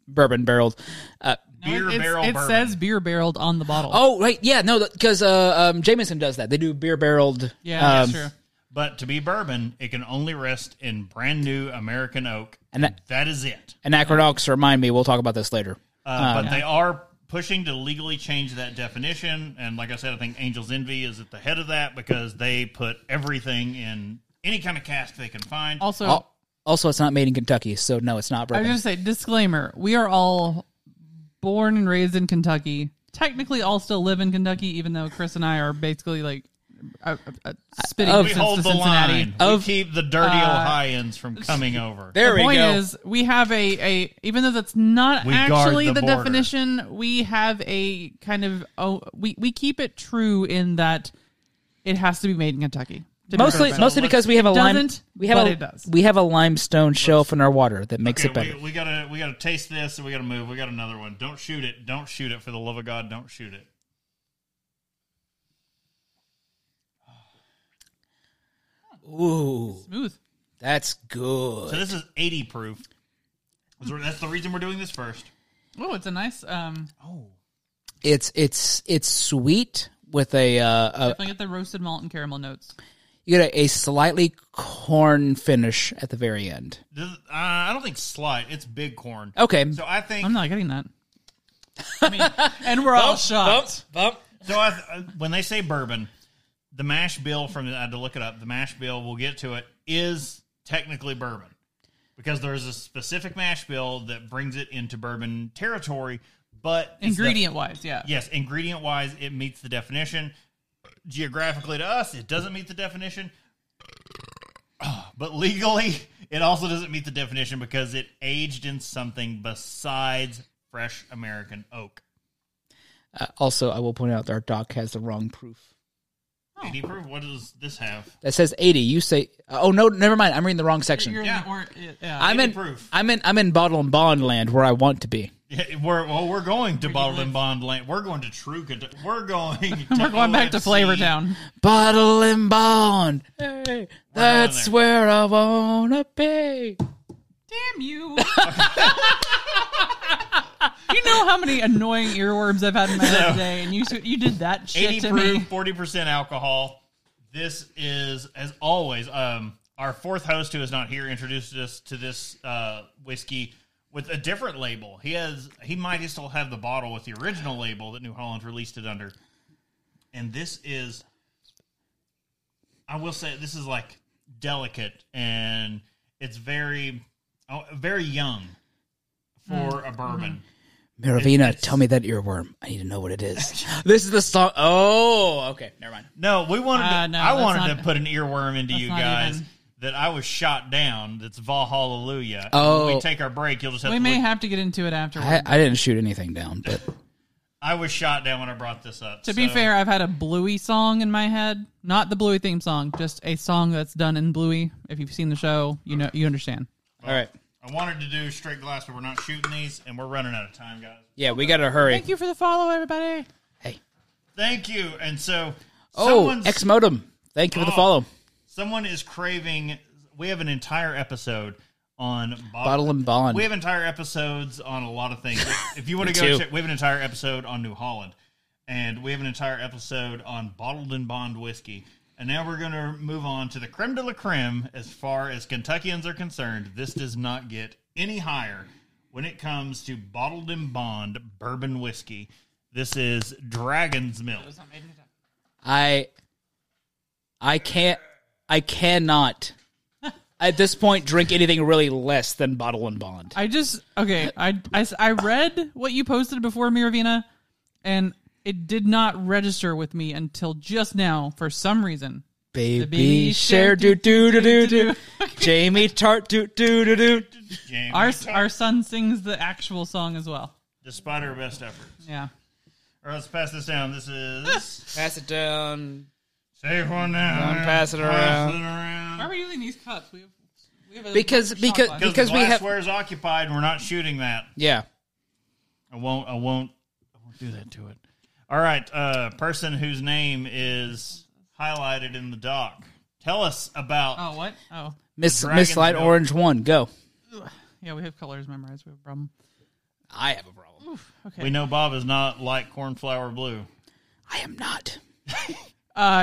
S3: bourbon barreled. Uh,
S1: Beer
S2: It's-
S1: barrel
S2: it
S1: bourbon.
S2: says beer barreled on the bottle.
S3: oh right, yeah, no, because uh, um, Jameson does that. They do beer barreled.
S2: yeah,
S3: um,
S2: that's true.
S1: but to be bourbon, it can only rest in brand new American oak,
S3: And that-
S1: that is it.
S3: Anachronox, remind me. We'll talk about this later.
S2: Oh,
S1: Uh, but they are pushing to legally change that definition. And like I said, I think Angel's Envy is at the head of that because they put everything in any kind of cask they can find.
S2: Also,
S3: Al- Also, it's not made in Kentucky, so no, it's not
S2: I was
S3: bourbon.
S2: going to say disclaimer: we are all born and raised in Kentucky. Technically, all still live in Kentucky, even though Chris and I are basically like uh, uh, uh, spitting
S3: Of-
S1: we
S2: distance
S1: hold
S2: to
S1: the
S2: Cincinnati. uh,
S1: line. Oh,
S3: Of-
S1: we keep the dirty Ohioans from coming over.
S3: there
S2: the
S3: we
S2: point
S3: go.
S2: is we have a, a even though that's not
S1: We guard
S2: actually
S1: the
S2: the,
S1: border.
S2: definition we have a kind of oh we, we keep it true in that it has to be made in kentucky to be
S3: mostly,
S2: bourbon.
S3: mostly because we have a lime.
S2: doesn't,
S3: We have
S2: but
S3: a
S2: it does.
S3: we have a limestone shelf in our water that makes it
S1: Okay,
S3: better.
S1: we, we gotta we gotta taste this and we gotta move. We got another one. Don't shoot it. Don't shoot it. For the love of God, don't shoot it.
S3: Ooh,
S2: smooth
S3: that's
S1: So
S3: good.
S1: this is eighty proof. So That's the reason we're doing this first.
S2: oh it's a nice um
S3: It's it's it's sweet with a uh, a
S2: i get the roasted malt and caramel notes
S3: you get a, a slightly corn finish at the very end.
S1: This, uh, I don't think slight. It's big corn.
S3: Okay,
S1: So I think
S2: Oh, i'm not getting that I mean, and we're all shocked
S1: So I, uh, when they say bourbon, the mash bill from the, I had to look it up. The mash bill, we'll get to it, is technically bourbon because there is a specific mash bill that brings it into bourbon territory. But it's the-
S2: ingredient wise yeah
S1: yes, ingredient wise, it meets the definition. Geographically to us, it doesn't meet the definition. But legally, it also doesn't meet the definition because it aged in something besides fresh American oak.
S3: Uh, also, I will point out our doc has the wrong proof.
S1: Eighty proof. What does this have?
S3: That says eighty. You say, oh no, never mind. I'm reading the wrong section.
S2: You're in
S1: Yeah.
S2: the or- yeah, yeah.
S3: I'm
S1: 80
S3: in.
S1: proof.
S3: I'm in. I'm in bottle and bond land where I want to be.
S1: Yeah, we're well, we're going to Bottled and Bond Land. We're going to True. Kentu- We're going. to
S2: we're going back to
S1: OFC.
S2: flavor town
S3: Bottle and bond. Hey, that's
S1: there.
S3: where I wanna be.
S2: Damn you. you know how many annoying earworms I've had in my life today, and you you did that
S1: Eighty
S2: shit to
S1: proof,
S2: me.
S1: forty percent alcohol. This is, as always, um, our fourth host who is not here introduced us to this uh, whiskey with a different label. He has he might still have the bottle with the original label that New Holland released it under, and this is. I will say this is like delicate and it's very, oh, very young for
S2: Mm.
S1: a bourbon.
S3: Miravina, tell me that earworm. I need to know what it is. this is the song. Oh, okay. Never mind.
S1: No, we wanted.
S2: Uh,
S1: to,
S2: no,
S1: I
S2: that's
S1: wanted
S2: not-
S1: to put an earworm into you
S2: not
S1: guys
S2: even-
S1: that I was shot down. That's Valhalla.
S3: Oh.
S1: when we take our break. You'll just have
S2: We
S1: to.
S2: may
S1: look-
S2: have to get into it afterwards.
S3: I, I didn't shoot anything down, but
S1: I was shot down when I brought this up.
S2: to be
S1: so-
S2: fair, I've had a Bluey song in my head. Not the Bluey theme song, just a song that's done in Bluey. If you've seen the show, you know you understand.
S3: all right.
S1: I wanted to do straight glass, but we're not shooting these, and we're running out of time, guys.
S3: Yeah, we gotta hurry.
S2: Thank you for the follow, everybody.
S3: Hey.
S1: Thank you. And so,
S3: Oh,
S1: someone's-
S3: X Modem. Thank you for the
S1: Oh.
S3: follow.
S1: someone is craving. We have an entire episode on bottle,
S3: Bottle and bond.
S1: We have entire episodes on a lot of things. If you want to
S3: Me
S1: go
S3: too.
S1: check, we have an entire episode on New Holland, and we have an entire episode on bottled and bond whiskey. And now we're going to move on to the creme de la creme. As far as Kentuckians are concerned, this does not get any higher when it comes to bottled and bond bourbon whiskey. This is Dragon's Milk.
S3: I I can't I cannot at this point drink anything really less than bottle and bond.
S2: I just okay. I, I, I read what you posted before Miravina, and it did not register with me until just now for some reason.
S3: Baby
S2: baby
S3: share
S2: share
S3: do do do do do
S2: do.
S3: Jamie Tart do do do do
S1: Jamie,
S2: Our our son sings the actual song as well.
S1: despite our best efforts.
S2: Yeah.
S1: All right, let's pass this down. This is
S3: Pass it down.
S1: save one down.
S3: Don't pass it around.
S1: Pass it around.
S2: Why are we using these cups? We have, we have a
S3: Because-
S2: shot
S3: because-
S2: glass.
S1: because
S3: we
S1: the
S3: have-
S1: glassware is occupied and we're not shooting that.
S3: Yeah.
S1: I won't. I won't. I won't do that to it. All right. Uh, person whose name is highlighted in the doc. Tell us about.
S2: oh what oh
S3: Miss
S1: Dragon's
S3: Miss Light
S1: Milk.
S3: Orange 1, go.
S2: yeah we have colors memorized. We have a problem.
S3: I have a problem.
S1: We know Bob is not like cornflower blue.
S3: I am not.
S2: Uh,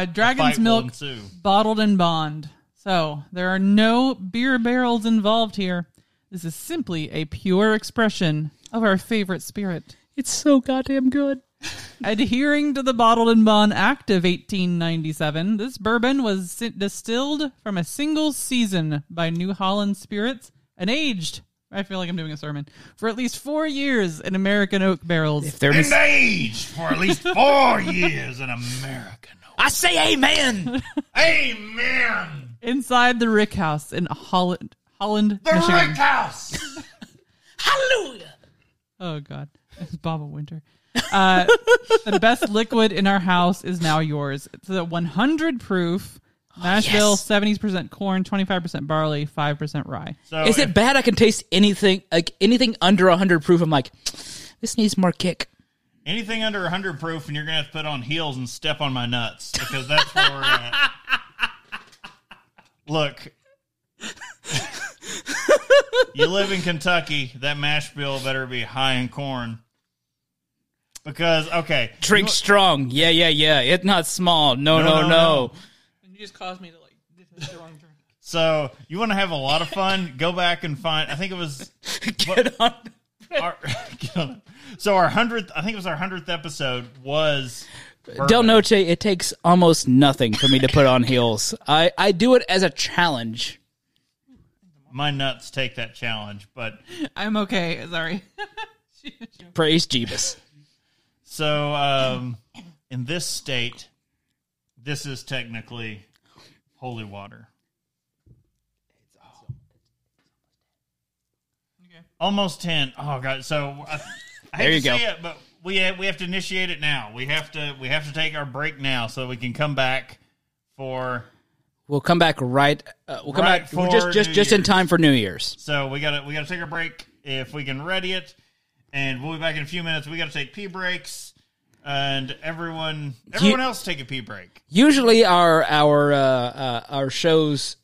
S1: Fight
S2: Dragon's
S1: will
S2: milk
S1: ensue.
S2: bottled and bond. So there are no beer barrels involved here. This is simply a pure expression of our favorite spirit.
S3: It's so goddamn good.
S2: Adhering to the Bottled and Bond Act of 1897, this bourbon was si- distilled from a single season by New Holland Spirits and aged. I feel like I'm doing a sermon for at least four years in American oak barrels.
S3: If they're mis-
S1: Engaged for at least four years in America.
S3: I say amen.
S1: Amen.
S2: inside the Rick House in Holland, Holland,
S1: The
S2: Michigan.
S1: Rick House.
S3: Hallelujah.
S2: Oh God, it's Baba Winter. Uh, the best liquid in our house is now yours. It's a 100 proof
S1: Oh,
S2: Nashville,
S3: yes.
S2: 70% corn, 25% barley, 5% rye.
S1: So
S3: Is it bad I can taste anything like anything under 100 proof? I'm like, this needs more kick.
S1: anything under 100 proof, and you're going to have to put on heels and step on my nuts because that's where we're at. Look, you live in Kentucky. That mash bill better be high in corn. Because, okay,
S3: Drink strong. Yeah, yeah, yeah. It's not small. No,
S1: No, no,
S3: no, no.
S1: no.
S2: And you just caused me to like the wrong drink.
S1: so you want to have a lot of fun, go back and find, I think it was
S3: Get on.
S1: our, so our 100th, I think it was our 100th episode was
S3: Del Noche, it takes almost nothing for me to put on heels. I, I do it as a challenge.
S1: my nuts take that challenge, but
S2: I'm okay. Sorry.
S3: Praise Jeebus.
S1: So, um, in this state, this is technically holy water. Almost ten. Oh god. So I, I hate
S3: There
S1: to
S3: you
S1: say
S3: go.
S1: it, but we have, we have to initiate it now. We have to we have to take our break now so we can come back for.
S3: We'll come back right. Uh, we'll come
S1: Right
S3: back we're
S1: for
S3: just just
S1: New
S3: just in
S1: Year's.
S3: time for New Year's.
S1: So we gotta we gotta take a break if we can ready it, and we'll be back in a few minutes. We gotta take pee breaks, and everyone everyone else take a pee break.
S3: Usually our our uh, uh, our shows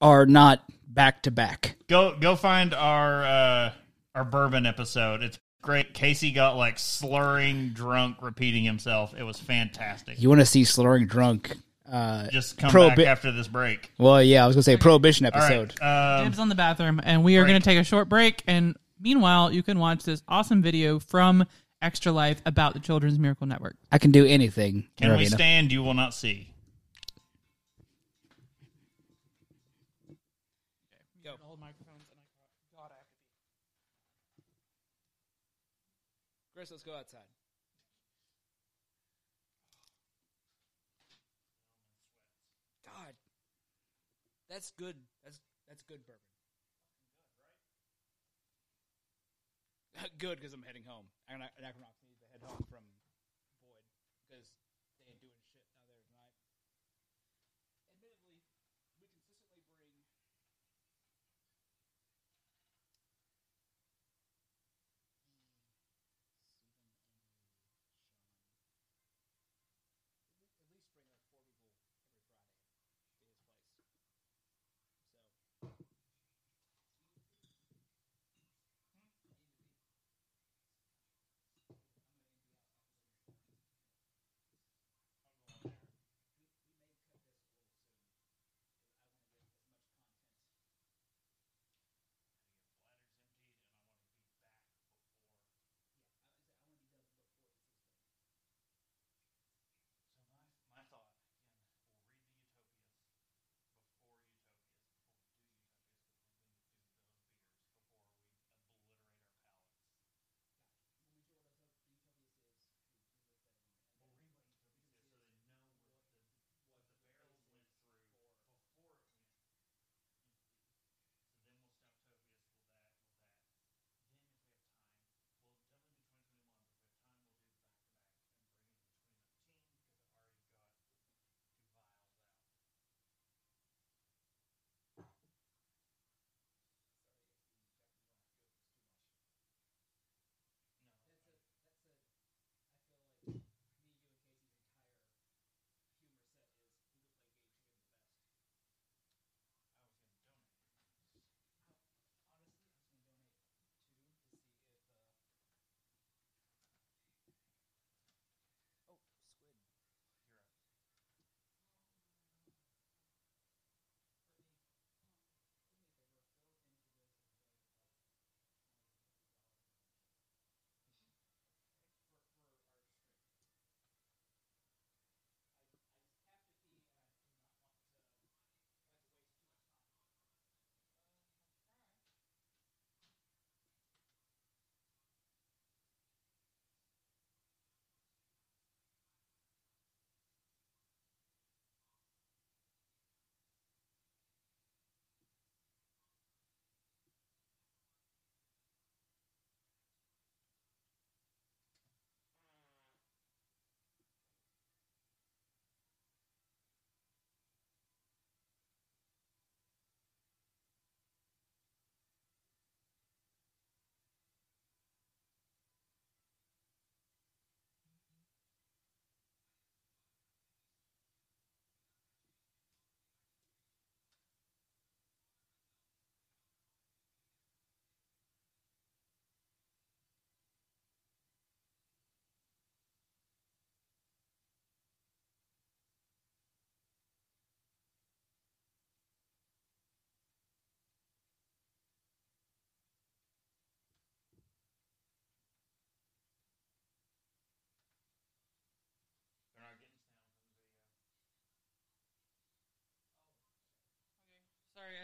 S3: are not back to back.
S1: go go find our uh our bourbon episode. It's great. Casey got like slurring drunk, repeating himself. It was fantastic.
S3: You want to see slurring drunk? Uh,
S1: Just come
S3: Probi-
S1: back after this break.
S3: well, yeah, I was gonna say prohibition
S1: All right.
S3: episode.
S1: Um,
S2: Dibs on the bathroom, and we are going to take a short break. And meanwhile, you can watch this awesome video from Extra Life about the Children's Miracle Network.
S3: I can do anything.
S1: can we
S3: Ravina.
S1: stand? You will not see.
S3: Chris, let's go outside. God, that's good. That's that's good bourbon. Good because I'm heading home. I'm not, I'm not going to head home from Boyd because they ain't doing shit out there tonight. Admittedly, we consistently bring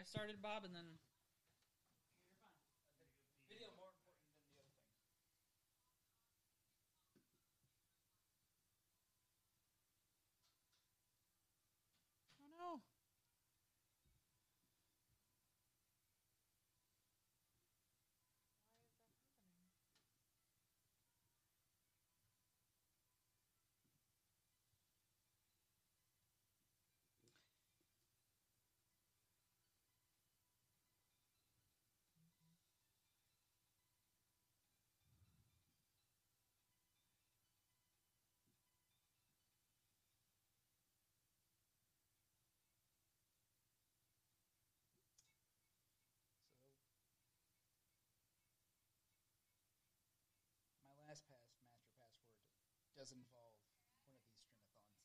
S2: started, Bob, and then. Oh no!
S3: So my last pass master password does involve one of these stremathons.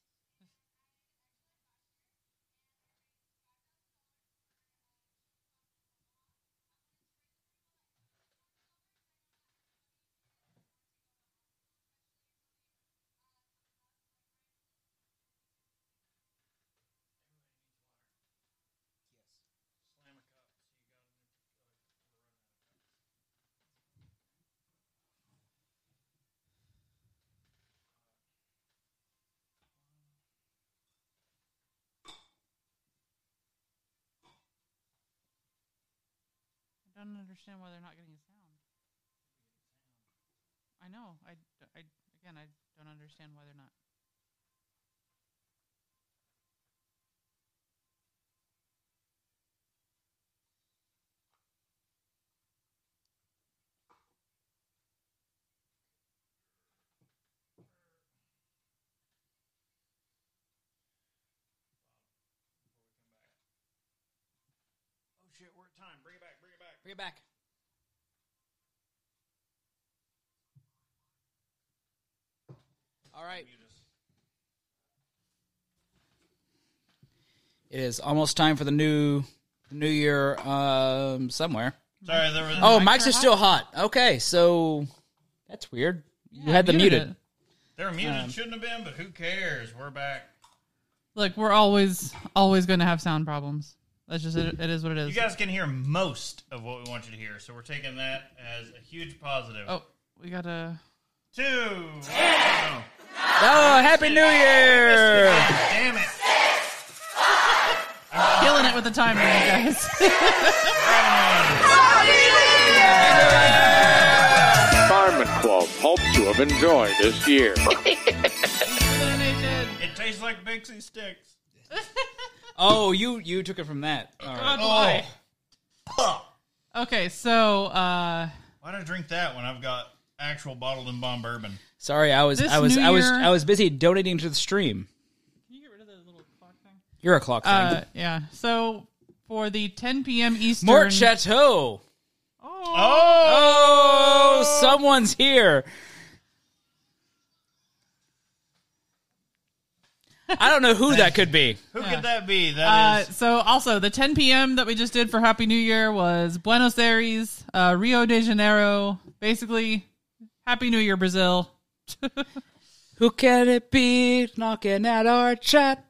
S1: Everybody needs water.
S3: Yes.
S1: Slam a cup so you got a like, we're running out of cups.
S2: I don't understand why they're not getting sound. I know. I, I again, I don't understand why they're not.
S1: Before we come back. Oh shit, we're at time. Bring it back, bring it back.
S3: Bring it back. All right.
S1: You just
S3: It is almost time for the new new year um somewhere.
S1: Sorry, there was
S3: Oh,
S2: Mics
S3: mics
S2: are
S3: are still hot. Okay, so that's weird. you had them muted.
S1: they were muted,
S2: Um.
S1: shouldn't have been, but who cares? We're back.
S2: Look, we're always always going to have sound problems. That's just it, it is what it
S1: You
S2: is.
S1: guys can hear most of what we want you to hear, so we're taking that as a huge positive.
S2: oh, we got to
S1: Two. Oh,
S3: Oh, happy new year.
S1: damn it.
S2: killing it with the timing, you guys.
S6: Fireman Club hopes to have enjoyed this year.
S2: Elimination.
S1: It tastes like Bixie sticks.
S3: Oh, you you took it from that. All right.
S2: God, why?
S1: Oh, Fuck.
S2: Okay, so uh
S1: Why did I drink that when I've got actual bottled and bomb bourbon?
S3: Sorry, I was
S2: This
S3: I was
S2: new
S3: I was
S2: year-
S3: I was busy donating to the stream.
S2: can you get rid of the little clock thing?
S3: You're a clock thing.
S2: Uh yeah. So for the 10 p.m. Eastern
S3: Mort Chateau.
S2: Oh,
S1: Oh,
S3: Oh, someone's here. I don't know who that could be.
S1: who could that be?
S2: uh,
S1: That is
S2: so also the 10 p.m. that we just did for Happy New Year was Buenos Aires, uh, Rio de Janeiro. Basically, Happy New Year, Brazil.
S3: Who can it be knocking at our chat?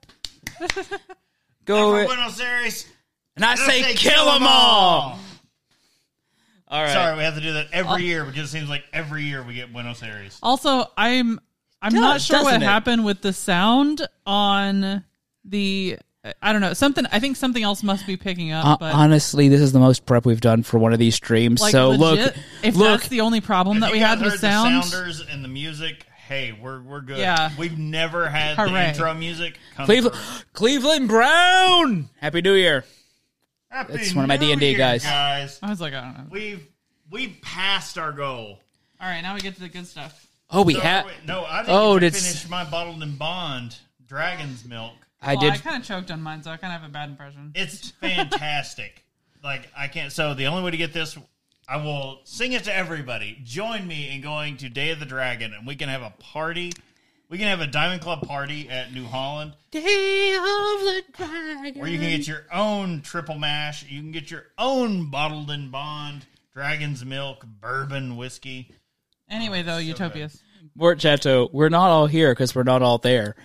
S3: Go
S1: from
S3: it.
S1: Buenos Aires.
S3: And I
S1: They
S3: say kill them all. Uh, All right.
S1: Sorry, we have to do that every year because it seems like every year we get Buenos Aires.
S2: Also, I'm I'm
S3: does,
S2: not sure what
S3: doesn't it?
S2: happened with the sound on the I don't know something. I think something else must be picking up.
S3: Uh,
S2: but
S3: honestly, this is the most prep we've done for one of these streams.
S2: like,
S3: so
S2: legit,
S3: look,
S2: if
S3: look,
S2: that's the only problem that
S1: If
S2: we
S1: you guys
S2: had with
S1: heard
S2: sound,
S1: the sounders and the music. Hey, we're we're good.
S2: Yeah.
S1: we've never had the
S2: Hooray.
S1: intro music. Come
S3: Cleveland,
S1: through.
S3: Cleveland Brown. Happy New Year.
S1: Happy
S3: That's one of my
S1: New
S3: D&D
S1: Year,
S3: guys.
S1: Guys,
S2: I was like, I don't know.
S1: we've we passed our goal.
S2: All right, now we get to the good stuff.
S3: Oh, we
S1: No,
S3: have.
S1: wait, no, I didn't
S3: Oh,
S1: get
S3: did
S1: to
S3: s-
S1: finish my bottled and bond dragon's milk.
S3: I
S2: Well, I
S3: did.
S2: kind of choked on mine, so I kind of have a bad impression.
S1: It's fantastic. like I can't. So the only way to get this, I will sing it to everybody. Join me in going to Day of the Dragon, and we can have a party. We can have a Diamond Club party at New Holland,
S3: Day of the Dragon.
S1: where you can get your own triple mash. You can get your own bottled and bond dragon's milk bourbon whiskey.
S2: Anyway, though, Utopias.
S3: Mort Chateau, we're not all here because we're not all there.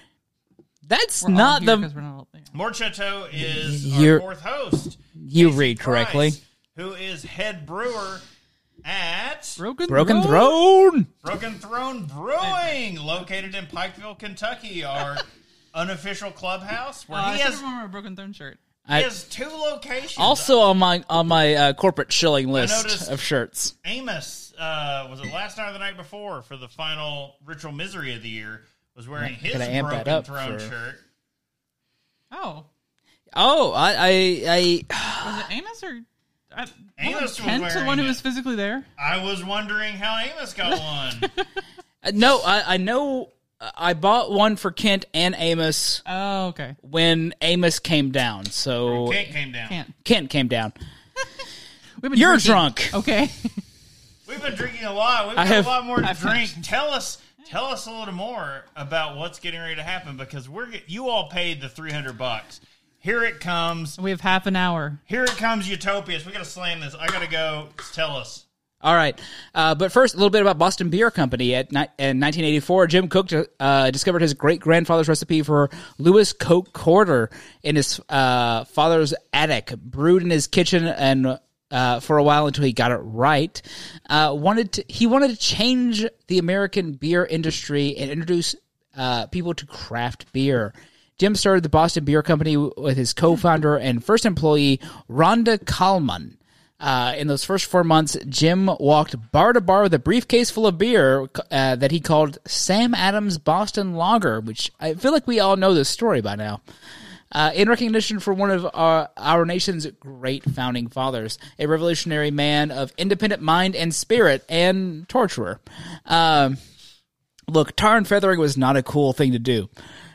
S3: That's
S2: We're all
S3: not
S2: here
S3: the
S2: 'cause we're not all there.
S1: Morcheto is
S3: You're-
S1: our fourth host.
S3: You
S1: Casey
S3: read
S1: Price,
S3: correctly.
S1: Who is head brewer at
S2: Broken,
S3: Broken
S2: Throne?
S3: Throne.
S1: Broken Throne Brewing, located in Pikeville, Kentucky, our unofficial clubhouse
S2: Oh,
S1: where
S2: I
S1: he
S2: should
S1: has,
S2: have worn my Broken Throne shirt.
S1: he
S3: Uh, I-
S1: has two locations.
S3: Also on my on my uh, corporate shilling
S1: noticed-
S3: list of shirts.
S1: Amos uh, was it last night or the night before for the final Ritual Misery of the year was wearing his
S3: Gotta amp that
S1: Broken
S3: up
S1: Throne
S3: for-
S1: shirt.
S2: Oh,
S3: Oh, I I, I
S2: was it Amos or I,
S1: Amos was
S2: Kent, the
S1: wearing
S2: one who
S1: it.
S2: was physically there?
S1: I was wondering how Amos got one.
S3: Uh, No, I, I know. I bought one for Kent and Amos
S2: Oh, okay.
S3: when Amos came down. So
S1: Kate came down.
S2: Kent.
S3: Kent came down.
S2: We've been
S3: You're
S2: drinking.
S3: drunk.
S2: Okay.
S1: We've been drinking a lot. We've
S3: I
S1: got
S3: have-
S1: a lot more to
S2: I've-
S1: drink. Tell us, tell us a little more about what's getting ready to happen because we're get- you all paid the three hundred bucks. Here it comes.
S2: we have half an hour.
S1: Here it comes. Utopias. We gotta slam this. I gotta go. Tell us.
S3: All right. Uh, but first, a little bit about Boston Beer Company. At ni- in 1984, Jim Cook uh, discovered his great grandfather's recipe for Lewis Coke Quarter in his uh, father's attic, brewed in his kitchen and. Uh, for a while until he got it right, uh, wanted to, he wanted to change the American beer industry and introduce uh, people to craft beer. Jim started the Boston Beer Company with his co-founder and first employee Rhonda Kalman. Uh, in those first four months, Jim walked bar to bar with a briefcase full of beer uh, that he called Sam Adams Boston Lager, which I feel like we all know this story by now. Uh, in recognition for one of our, our nation's great founding fathers, a revolutionary man of independent mind and spirit, and torturer. Um, Look, tar and feathering was not a cool thing to do.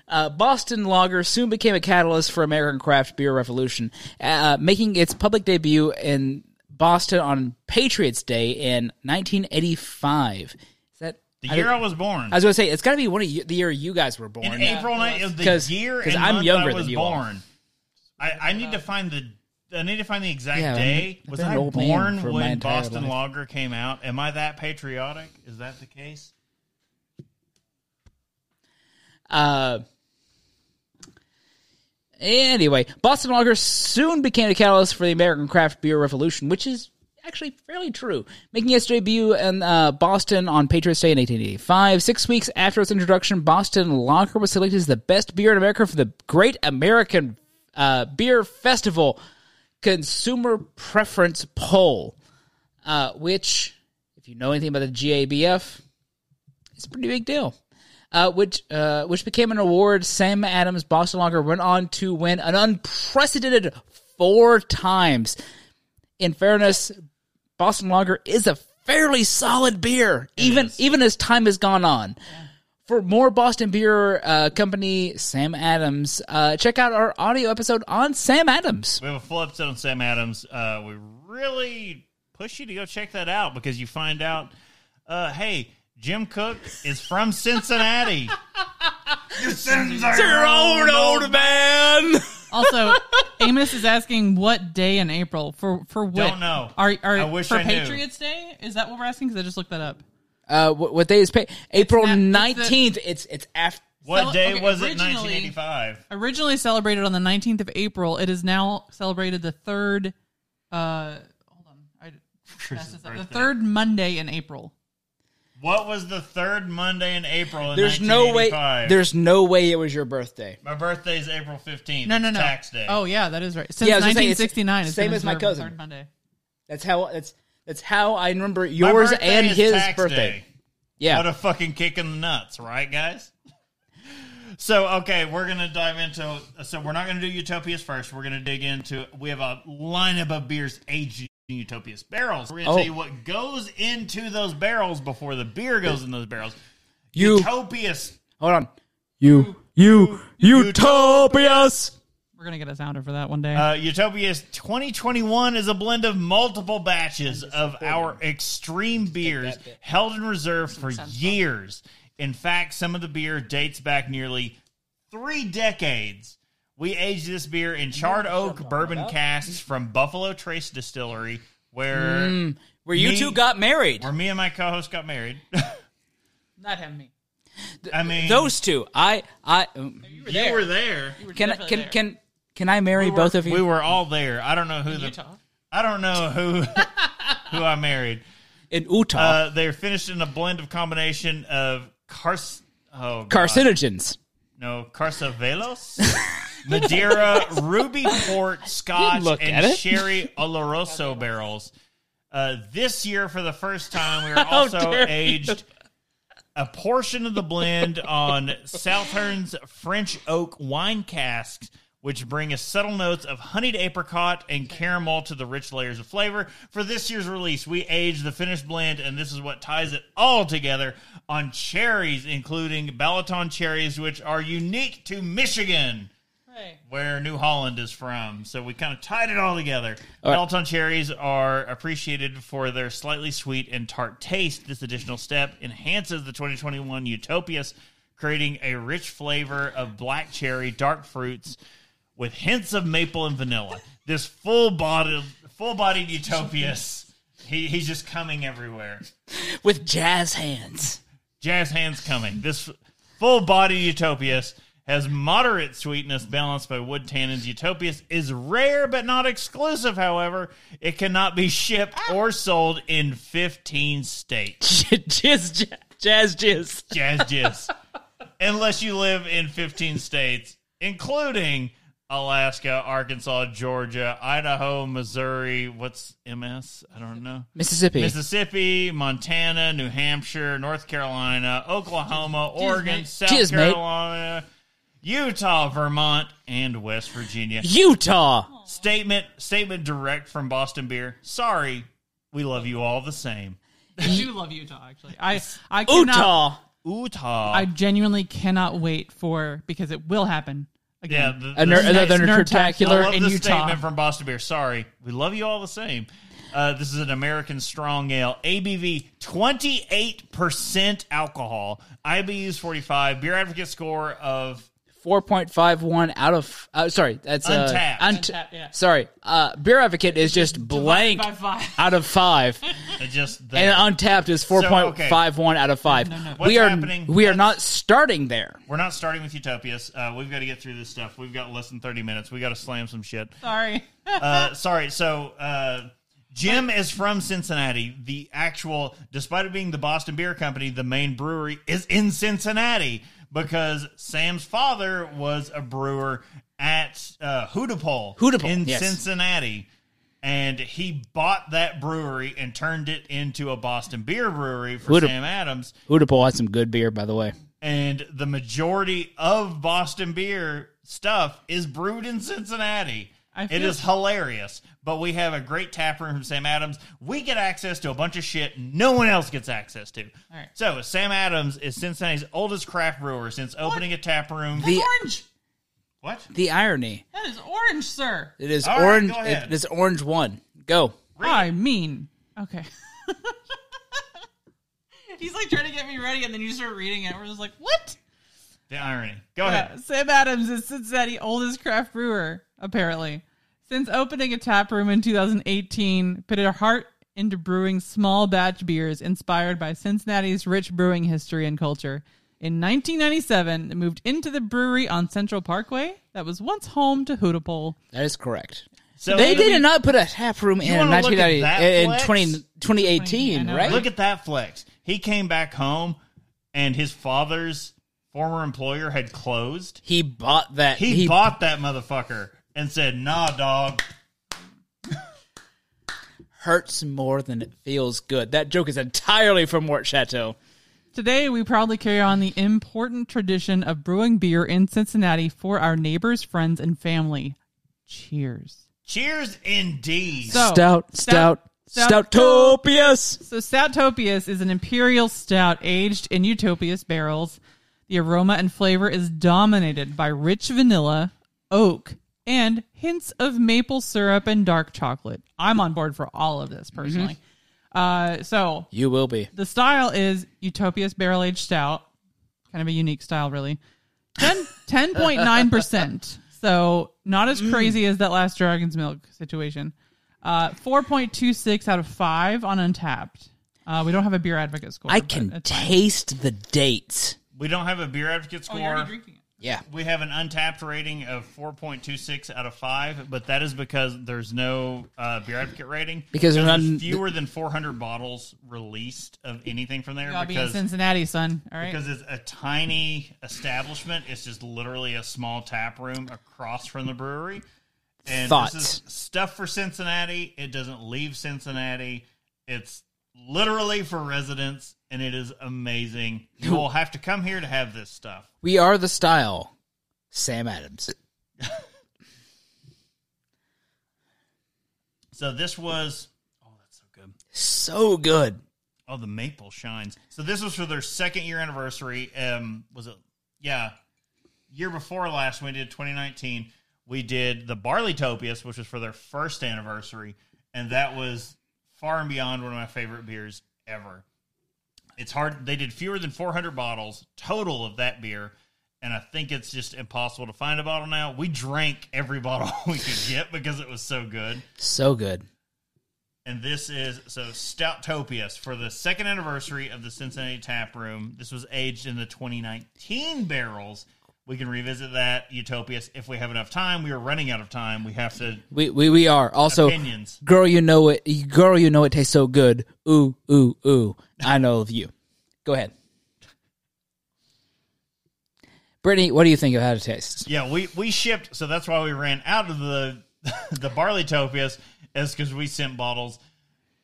S3: Uh, Boston Lager soon became a catalyst for American craft beer revolution, uh, making its public debut in Boston on Patriots Day in 1985. Is that
S1: The
S3: I
S1: year
S3: don't-
S1: I, was born
S3: I was going to say it's got to be one of you, the year you guys were born.
S1: in April night of the
S3: 'Cause-
S1: year.
S3: 'cause
S1: and
S3: I'm
S1: month
S3: younger
S1: I
S3: than
S1: was
S3: you all.
S1: born. I, I need to find the. I need to find the exact
S3: Yeah, I'm-
S1: day.
S3: I've
S1: Was
S3: been an
S1: I
S3: old man
S1: born
S3: for my
S1: when
S3: entire
S1: Boston
S3: life.
S1: Lager came out? Am I that patriotic? Is that the case?
S3: Uh, anyway, Boston Lager soon became a catalyst for the American craft beer revolution, which is actually fairly true, making its debut in uh, Boston on Patriots Day in 1885. Six weeks after its introduction, Boston Lager was selected as the best beer in America for the Great American uh, Beer Festival Consumer Preference Poll, uh, which, if you know anything about the GABF, it's a pretty big deal uh, which uh, which became an award. Sam Adams Boston Lager went on to win an unprecedented four times. In fairness, Boston Lager is a fairly solid beer, even even as time has gone on. For more Boston Beer uh, Company, Sam Adams, uh, check out our audio episode on Sam Adams.
S1: We have a full episode on Sam Adams. Uh, we really push you to go check that out because you find out, uh, hey, Jim Cook is from Cincinnati. Your sins are your own, old man.
S2: Also, Amos is asking what day in April for for what?
S1: Don't know.
S2: Are, are
S1: I wish
S2: for
S1: I knew.
S2: Patriots Day? Is that what we're asking? Because I just looked that up.
S3: Uh, what, what day is pay? April
S2: not- it's the-
S3: nineteenth. It's it's after.
S1: What
S2: So,
S1: day
S2: okay,
S1: was it?
S2: originally-
S1: 1985.
S2: Originally celebrated on the 19th of April, it is now celebrated the third. Uh, hold on, I messed this up. the
S1: birthday.
S2: third Monday in April.
S1: What was the third Monday in April? In
S3: There's no way.
S1: 1985?
S3: There's no way it was your birthday.
S1: My birthday's April 15th.
S2: No, no, no.
S1: Tax day.
S2: Oh yeah, that is right. Since
S3: Yeah, I was gonna say, it's
S2: 1969, it's
S3: same
S2: been
S3: as my
S2: observed the
S3: cousin.
S2: Third Monday.
S3: That's how that's that's how I remember
S1: My
S3: yours
S1: birthday
S3: and
S1: is
S3: his
S1: tax
S3: birthday.
S1: day.
S3: Yeah.
S1: What a fucking kick in the nuts, right, guys? So, okay, we're going to dive into. So, we're not going to do Utopias first. We're going to dig into. We have a lineup of beers aged in Utopias barrels. We're going to
S3: Oh.
S1: tell you what goes into those barrels before the beer goes in those barrels.
S3: you
S1: Utopias.
S3: hold on. You you utopias.
S2: We're gonna get a sounder for that one day.
S1: Uh, Utopias 2021 is a blend of multiple batches of our extreme beers held in reserve for years. In fact, some of the beer dates back nearly three decades. We aged this beer in charred oak bourbon casks from Buffalo Trace Distillery, where
S3: Where you
S1: Me-
S3: two got married.
S1: where me and my co-host got married.
S2: Not him, me.
S1: I mean,
S3: Those two, I, I, um,
S1: you were there.
S3: can, I-
S2: definitely
S3: can,
S2: there.
S3: can, can I marry both of you?
S1: We were all there. I don't know who the
S2: Utah.
S1: I don't know who who I married.
S3: in Utah.
S1: Uh, they're finished in a blend of combination of cars. Oh, God.
S3: Carcinogens.
S1: No, Carcavelos, Madeira, Ruby Port, Scotch,
S3: look at
S1: and
S3: it.
S1: Sherry Oloroso barrels. Uh, this year, for the first time, we are also
S3: dare you.
S1: aged a portion of the blend on Southern's French oak wine casks, which bring us subtle notes of honeyed apricot and caramel to the rich layers of flavor. For this year's release, we aged the finished blend, and this is what ties it all together on cherries, including Balaton cherries, which are unique to Michigan. Where New Holland is from, so we kind of tied it all together.
S3: All right.
S1: Balaton cherries are appreciated for their slightly sweet and tart taste. This additional step enhances the 2021 Utopias, creating a rich flavor of black cherry, dark fruits with hints of maple and vanilla. This full-bodied, full-bodied Utopias, he, he's just coming everywhere.
S3: with jazz hands.
S1: Jazz hands coming. This full body Utopias has moderate sweetness balanced by wood tannins. Utopias is rare but not exclusive, however. It cannot be shipped or sold in 15 states.
S3: jizz, jazz, jazz, jizz.
S1: Jazz jizz. Unless you live in 15 states, including Alaska, Arkansas, Georgia, Idaho, Missouri. What's MS? I don't know.
S3: Mississippi.
S1: Mississippi, Montana, New Hampshire, North Carolina, Oklahoma, Oregon,
S2: mate.
S1: South
S3: Jizz, mate.
S1: Carolina, Utah, Vermont, and West Virginia.
S3: Utah.
S1: Statement statement direct from Boston Beer. Sorry, we love you all the same.
S2: I do love Utah. Actually, I I cannot.
S3: Utah.
S1: Utah.
S2: I genuinely cannot wait for because it will happen
S1: yeah,
S2: again.
S1: the, the
S3: Another
S1: statement-
S3: another
S2: Nerd
S1: I
S2: Tacular
S1: love
S3: Nerdtacular.
S2: in
S1: the
S2: Utah.
S1: statement from Boston Beer. Sorry, we love you all the same. Uh, this is an American strong ale, ABV 28% alcohol, IBUs 45, beer advocate score of
S3: 4.51 out of. Uh, sorry, that's uh,
S1: Untapped.
S3: unt-
S2: Untapped, yeah.
S3: Sorry, uh, Beer Advocate is just blank
S2: by five.
S3: out of five,
S1: It just
S3: and
S1: there.
S3: Untapped is 4.51 out of five.
S1: What's
S3: We are
S1: happening?
S3: we are
S1: That's-
S3: not starting there.
S1: we're not starting with Utopias. Uh, we've got to get through this stuff. We've got less than thirty minutes. We got to slam some shit.
S2: Sorry.
S1: Uh, sorry. So uh, Jim is from Cincinnati. The actual, despite it being the Boston Beer Company, the main brewery is in Cincinnati because Sam's father was a brewer at uh, Hootapole,
S3: Hootapole,
S1: in
S3: yes.
S1: Cincinnati. And he bought that brewery and turned it into a Boston beer brewery for
S3: Hootap-
S1: Sam Adams.
S3: Utapol had some good beer, by the way.
S1: and the majority of Boston beer stuff is brewed in Cincinnati.
S2: I
S1: It
S2: feel-
S1: is hilarious, but we have a great tap room from Sam Adams. We get access to a bunch of shit no one else gets access to.
S2: right.
S1: So Sam Adams is Cincinnati's oldest craft brewer since opening a tap room.
S3: The
S2: orange.
S1: what?
S3: the irony
S2: That is orange, sir.
S3: it is
S1: All right,
S3: orange.
S1: go ahead.
S3: it is orange one. Go.
S2: I mean, okay. He's like trying to get me ready, and then you start reading it. We're just like, what?
S1: The irony. Go
S2: Yeah,
S1: ahead.
S2: Sam Adams is Cincinnati's oldest craft brewer, apparently. Since opening a tap room in 2018, put her heart into brewing small batch beers inspired by Cincinnati's rich brewing history and culture. In 1997, it moved into the brewery on Central Parkway that was once home to Hootapole.
S3: That is correct.
S1: So
S3: They did not put a tap room in
S1: wanna look at
S3: 1990
S1: that
S3: in
S1: flex?
S3: 20,
S2: 20, I
S3: 2018,
S2: know.
S3: right?
S1: Look at that flex. He came back home, and his father's former employer had closed.
S3: he bought that.
S1: He, bought that motherfucker and said, "Nah, dog."
S3: hurts more than it feels good. That joke is entirely from Mort Chateau.
S2: Today, we proudly carry on the important tradition of brewing beer in Cincinnati for our neighbors, friends, and family. Cheers.
S1: Cheers, indeed.
S2: So-
S3: stout, stout,
S2: Oh. stout-
S3: stoutopius.
S2: So Stoutopius is an imperial stout aged in Utopius barrels. The aroma and flavor is dominated by rich vanilla, oak, and hints of maple syrup and dark chocolate. I'm on board for all of this personally. Uh, so
S3: You will be.
S2: the style is Utopius barrel aged stout, kind of a unique style, really. 10 10.9 percent, so not as
S1: Mm.
S2: crazy as that last Dragon's Milk situation. Uh, four point two six out of five on Untapped. Uh, we don't have a beer advocate score.
S3: I
S2: but
S3: can
S2: it's fine. Oh,
S3: taste the dates.
S1: We don't have a beer advocate score.
S2: it.
S3: Yeah.
S1: we have an untapped rating of 4.26 out of 5, but that is because there's no uh, beer advocate rating.
S3: Because there's
S1: there's
S3: none-
S1: fewer than 400 bottles released of anything from there
S2: I'll be in
S1: because,
S2: Cincinnati, son. All right.
S1: because it's a tiny establishment. It's just literally a small tap room across from the brewery. And
S3: Thoughts?
S1: this is stuff for Cincinnati. It doesn't leave Cincinnati. It's literally for residents, and it is amazing. You will have to come here to have this stuff.
S3: We are the style. Sam Adams.
S1: So this was oh that's so good.
S3: So good.
S1: Oh the maple shines. So this was for their second year anniversary. Um was it yeah. Year before last when we did 2019, we did the Barley Topias, which was for their first anniversary, and that was far and beyond one of my favorite beers ever. It's hard they did fewer than 400 bottles total of that beer. And I think it's just impossible to find a bottle now. We drank every bottle we could get because it was so good.
S3: So good.
S1: And this is so Stouttopius for the second anniversary of the Cincinnati Tap Room. This was aged in the 2019 barrels. We can revisit that Utopias if we have enough time. We are running out of time. We have to
S3: We we, we are. Also
S1: opinions.
S3: girl you know it girl you know it tastes so good. Ooh, ooh, ooh. I know of you. Go ahead. Brittany, what do you think of how it tastes?
S1: Yeah, we we shipped, so that's why we ran out of the the barley topias is because we sent bottles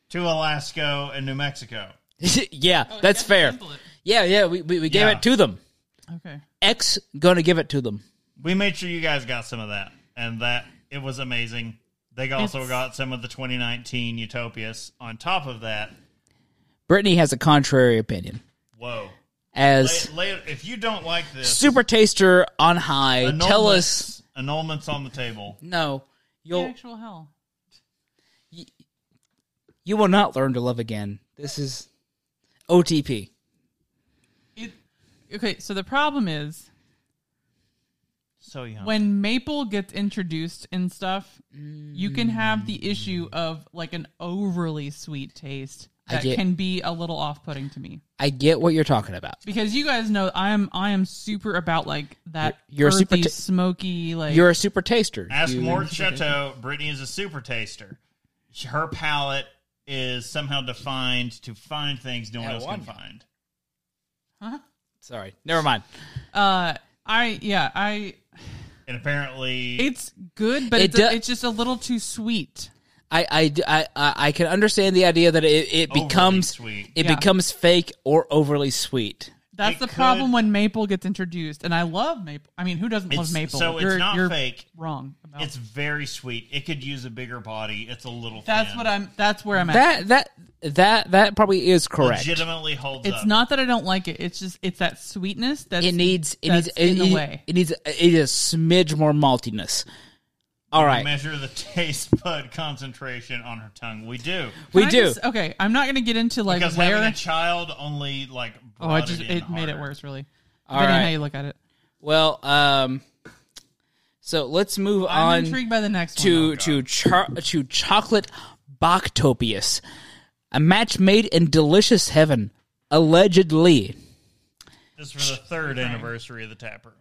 S1: to Alaska and New Mexico.
S3: yeah, that's fair. Yeah, yeah, we, we, we gave
S1: Yeah.
S3: it to them.
S2: Okay.
S3: X gonna give it to them.
S1: We made sure you guys got some of that, and that it was amazing. They also
S2: It's-
S1: got some of the 2019 Utopias on top of that.
S3: Brittany has a contrary opinion.
S1: Whoa.
S3: As
S1: Lay- lay- if you don't like this,
S3: super taster on high,
S1: annulments-
S3: tell us
S1: annulments on the table.
S3: no. You'll
S2: Actual hell.
S3: you will not learn to love again. This is OTP.
S2: It, okay, so the problem is
S1: So young.
S2: when maple gets introduced and stuff, you can have the issue of like an overly sweet taste
S3: I
S2: that
S3: get-
S2: can be a little off-putting to me.
S3: I get what you're talking about.
S2: Because you guys know I'm I am super about like that
S3: You're- you're
S2: earthy,
S3: super ta-
S2: smoky like
S3: You're a super taster.
S1: Ask
S3: You-
S1: Mort Chateau. Brittany is a super taster. She- Her palate is somehow defined to find things no one
S3: Yeah,
S1: else
S3: one.
S1: can find.
S3: Sorry, never mind.
S2: uh I yeah, I
S1: And apparently,
S2: it's good but
S3: It
S2: it's, a-
S3: do-
S2: it's just a little too sweet.
S3: I I I, I, I can understand the idea that it, it
S1: Overly
S3: becomes
S1: sweet.
S3: it
S2: Yeah.
S3: becomes fake or overly sweet.
S2: That's
S1: It
S2: the
S1: could-
S2: problem when maple gets introduced, and I love maple. I mean, who doesn't love
S1: It's-
S2: maple?
S1: so it's
S2: you're,
S1: not
S2: you're
S1: fake.
S2: Wrong. About
S1: it's very sweet. It could use a bigger body. It's a little.
S2: that's
S1: thin.
S2: what I'm. That's where I'm at.
S3: That that that that probably is correct.
S1: legitimately holds
S2: it's
S1: up.
S2: not that I don't like it. It's just it's that sweetness that
S3: It needs it
S2: that's
S3: needs
S2: in
S3: it,
S2: the
S3: it-
S2: way.
S3: it needs it is a smidge more maltiness. All right,
S1: measure the taste bud concentration on her tongue. We do
S3: we
S2: Can I
S3: do.
S2: just- uh, okay, I'm not going to get into like
S1: because
S2: where.
S1: having a child only like.
S2: oh, I
S1: brought
S2: just
S1: it,
S2: it,
S1: in
S2: made it
S1: harder.
S2: worse. Really.
S3: All
S2: Depending on
S3: right.
S2: how you look at it.
S3: Well, um, so let's move
S2: I'm
S3: on
S2: intrigued by the next one.
S1: Oh,
S3: to to char- to chocolate Boctopius, a match made in delicious heaven, allegedly.
S1: This is for the third anniversary of the tap room.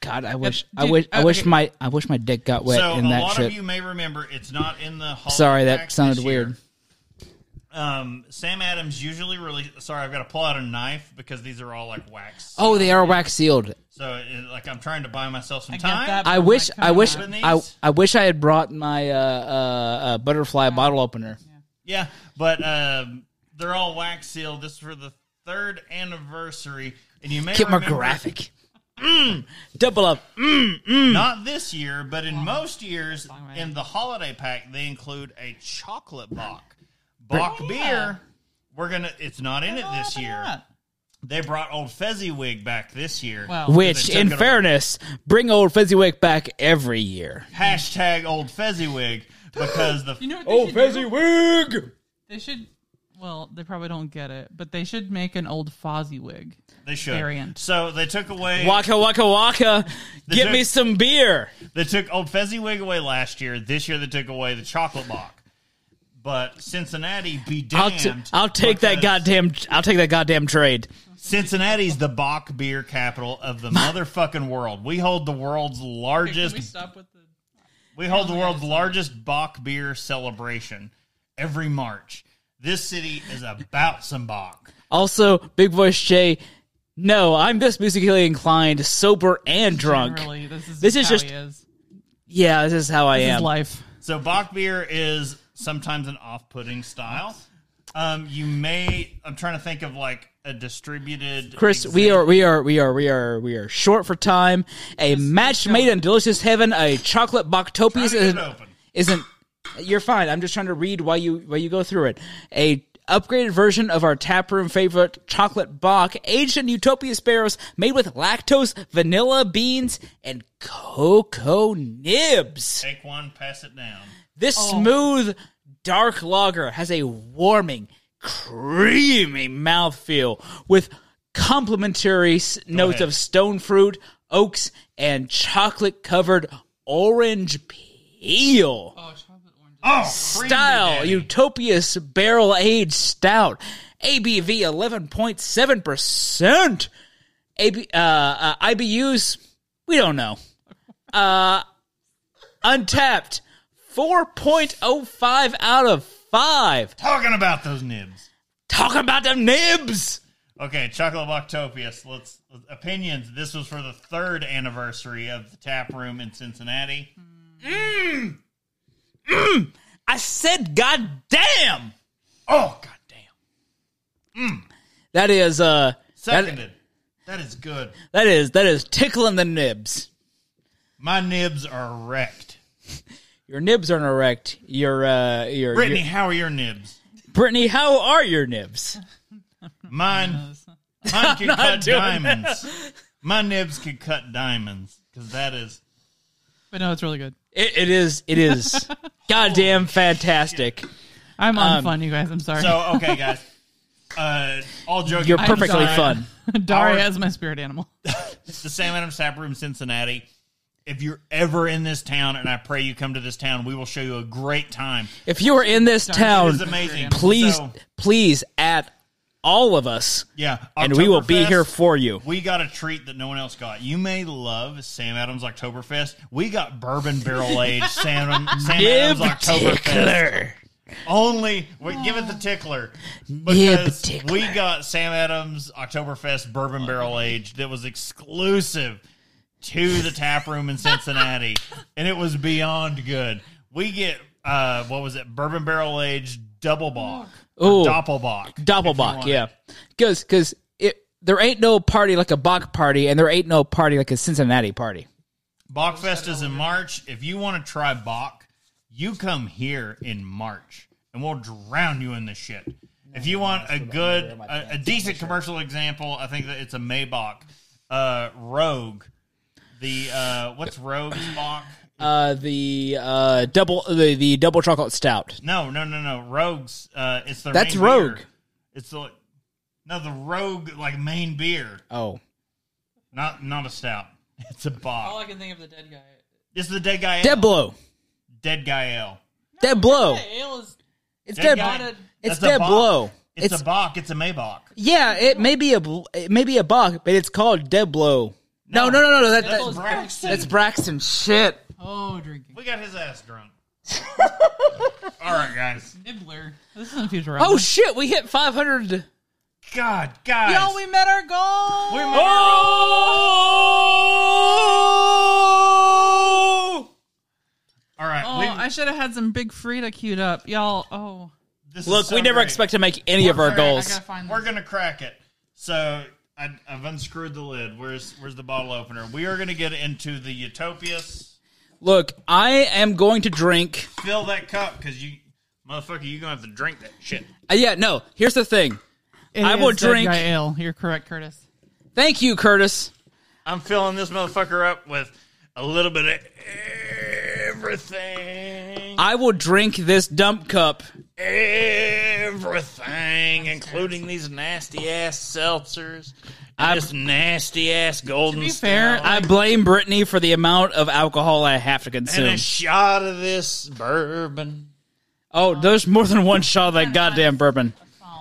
S3: God, I wish, I
S2: dude,
S3: wish, I
S2: uh,
S3: wish
S2: okay.
S3: my, I wish my dick got wet
S1: So
S3: in
S1: a
S3: that
S1: lot
S3: shit.
S1: of you may remember it's not in the. Hall
S3: Sorry,
S1: of
S3: that
S1: Fact
S3: sounded
S1: this year.
S3: weird.
S1: Um, Sam Adams usually really. Sorry, I've got to pull out a knife because these are all like wax.
S3: oh, they are wax sealed.
S1: So it, like I'm trying to buy myself some
S2: I get
S1: time.
S2: that, but
S3: I
S2: I'm
S3: wish,
S2: like,
S3: I
S2: come
S3: wish,
S2: on.
S1: on.
S3: I, I wish I had brought my uh, uh, uh, butterfly bottle opener.
S1: Yeah, but um, they're all wax sealed. This is for the third anniversary, and you may
S3: Get my
S1: remember-
S3: graphic. Mm, double up.
S1: Not this year, but in most years, in the holiday pack, they include a chocolate Bach. Bach
S2: Oh,
S1: beer.
S2: yeah.
S1: We're gonna. It's not in it this
S2: Why
S1: year.
S2: not?
S1: They brought old Fezziwig back this year.
S2: Wow.
S3: Which,
S1: They took
S3: in
S1: it all.
S3: fairness, bring old Fezziwig back every year.
S1: Hashtag old Fezziwig because the
S2: You know what they should do?
S3: Oh, Fezziwig!
S2: They should. Well, they probably don't get it, but they should make an old Fozzie wig.
S1: they should.
S2: variant.
S1: So they took away.
S3: Waka waka waka. Get
S1: There's-
S3: me some beer.
S1: They took old Fezziwig away last year. This year they took away the chocolate bock. But Cincinnati be
S3: I'll,
S1: damned.
S3: t- I'll take that
S1: because
S3: goddamn I'll take that goddamn trade.
S1: Cincinnati's the Bach beer capital of the motherfucking world. We hold the world's largest.
S2: Can we stop with the?
S1: We hold the world's largest Bach beer celebration every March. This city is about some Bach.
S3: Also, Big Voice Jay, no, I'm this musically inclined, sober and drunk.
S2: Generally, this is
S3: This is
S2: how
S3: just-
S2: he is.
S3: Yeah, this is how I
S2: This
S3: am.
S2: is life.
S1: So Bach beer is sometimes an off-putting style. Um, you may. I'm trying to think of like a distributed.
S3: Chris, we are we are we are we are we are short for time. A match made in delicious heaven, a chocolate
S1: Trying
S3: bocktopia
S1: to get it
S3: isn't,
S1: open.
S3: isn't you're fine. I'm just trying to read while you while you go through it. A upgraded version of our taproom favorite chocolate bock, aged in utopia sparrows, made with lactose, vanilla beans, and cocoa nibs.
S1: Take one, pass it down.
S3: This smooth, dark lager has a warming, creamy mouthfeel with complementary s- notes
S1: ahead.
S3: of stone fruit, oaks, and chocolate covered orange peel.
S1: Oh,
S3: Style Utopia's barrel aged stout. ABV 11.7%. AB, uh, uh, IBUs, we don't know. Uh, untapped, 4.05 out of 5.
S1: talking about those nibs.
S3: Talking about them nibs.
S1: Okay, Chocolate Octopius. Let's opinions. This was for the third anniversary of the tap room in Cincinnati.
S3: I said, God damn.
S1: Oh god damn.
S3: Mm. That is, uh, that,
S1: Seconded. that is good.
S3: that is, that is tickling the nibs.
S1: My nibs are wrecked.
S3: Your nibs aren't erect. Your, uh, your,
S1: Brittany,
S3: your,
S1: how are your nibs?
S3: Brittany, how are your nibs?
S1: Mine, mine can cut
S3: doing
S1: diamonds. My nibs can cut diamonds because that is
S2: But no, it's really good.
S3: It, it is. It is. goddamn fantastic.
S2: I'm
S3: Um,
S2: on fun, you guys. I'm sorry.
S1: so. Okay, guys. Uh, all joking.
S3: You're
S1: aside,
S3: perfectly fun.
S2: Daria
S1: Our-
S2: is my spirit animal.
S1: the Sam Adams Tap Room, Cincinnati. If you're ever in this town, and I pray you come to this town, we will show you a great time.
S3: If you are in this
S1: It
S3: town,
S1: is amazing.
S3: please,
S1: So,
S3: please add all of us,
S1: yeah,
S3: and we will be
S1: Oktoberfest,
S3: here for you.
S1: We got a treat that no one else got. You may love Sam Adams Oktoberfest. We got bourbon barrel aged Sam, Sam Adams
S3: Nib
S1: Oktoberfest.
S3: tickler.
S1: Only we, give it the tickler
S3: Nib
S1: because
S3: tickler.
S1: we got Sam Adams Oktoberfest bourbon barrel aged that was exclusive to the tap room in Cincinnati, and it was beyond good. We get uh, what was it? Bourbon barrel aged double bock,
S3: Ooh.
S1: or doppelbock,
S3: Doppelbach, yeah, because because it there ain't no party like a Bach party, and there ain't no party like a Cincinnati party.
S1: Bockfest is in March. If you want to try Bach, you come here in March, and we'll drown you in the shit. If you want a good, a, a decent commercial example, I think that it's a Maybach, uh, Rogue. The uh, what's Rogue's Bach?
S3: Uh, the uh double the the double chocolate stout.
S1: No, no, no, no. Rogue's. Uh, it's their
S3: That's
S1: main beer.
S3: Rogue.
S1: It's the no the Rogue like main beer,
S3: Oh,
S1: not not a stout. It's a Bach.
S2: can think of the dead guy.
S1: It's the dead guy.
S3: dead
S1: ale.
S3: blow,
S1: Dead guy ale.
S3: dead blow.
S2: ale is
S3: It's
S1: Dead
S3: dead.
S1: guy- That's
S3: It's
S1: a
S3: dead
S1: Bach.
S3: blow.
S1: It's, a Bach. It's a Maybach.
S3: Yeah, it may be a bl- it may be a buck, but it's called Deblo. No, no, no, no, no. That,
S1: That's
S3: that,
S1: Braxton.
S3: that's Braxton. Shit.
S2: oh drinking
S1: We got his ass drunk. All right, guys.
S2: nibbler. This isn't Futurama.
S3: Oh shit, we hit 500.
S1: God, guys.
S2: Yo, we met our goal.
S1: We made it. All right.
S2: Oh,
S1: we-
S2: I should have had some Big Frida queued up, y'all. Oh,
S1: this is
S3: Look,
S1: so
S3: we never
S1: great.
S3: expect to make any of our
S2: All right, I
S3: goals.
S2: gotta find
S1: We're
S2: this.
S1: gonna crack it. So I, I've unscrewed the lid. Where's Where's the bottle opener? We are gonna get into the Utopias.
S3: Look, I am going to drink.
S1: Fill that cup, because you, motherfucker, you gonna have to drink that shit.
S3: Uh, yeah, no. Here's the thing.
S2: It
S3: I
S2: is
S3: will
S2: Dead
S3: drink-
S2: Guy ale. You're correct, Curtis.
S3: Thank you, Curtis.
S1: I'm filling this motherfucker up with a little bit of everything.
S3: I will drink this dump cup.
S1: everything, including these nasty ass seltzers,
S3: I-
S1: and this nasty ass golden.
S2: To be fair,
S1: Stout,
S3: I blame Brittany for the amount of alcohol I have to
S1: and
S3: consume.
S1: a shot of this bourbon.
S3: Oh, there's more than one shot of that goddamn bourbon.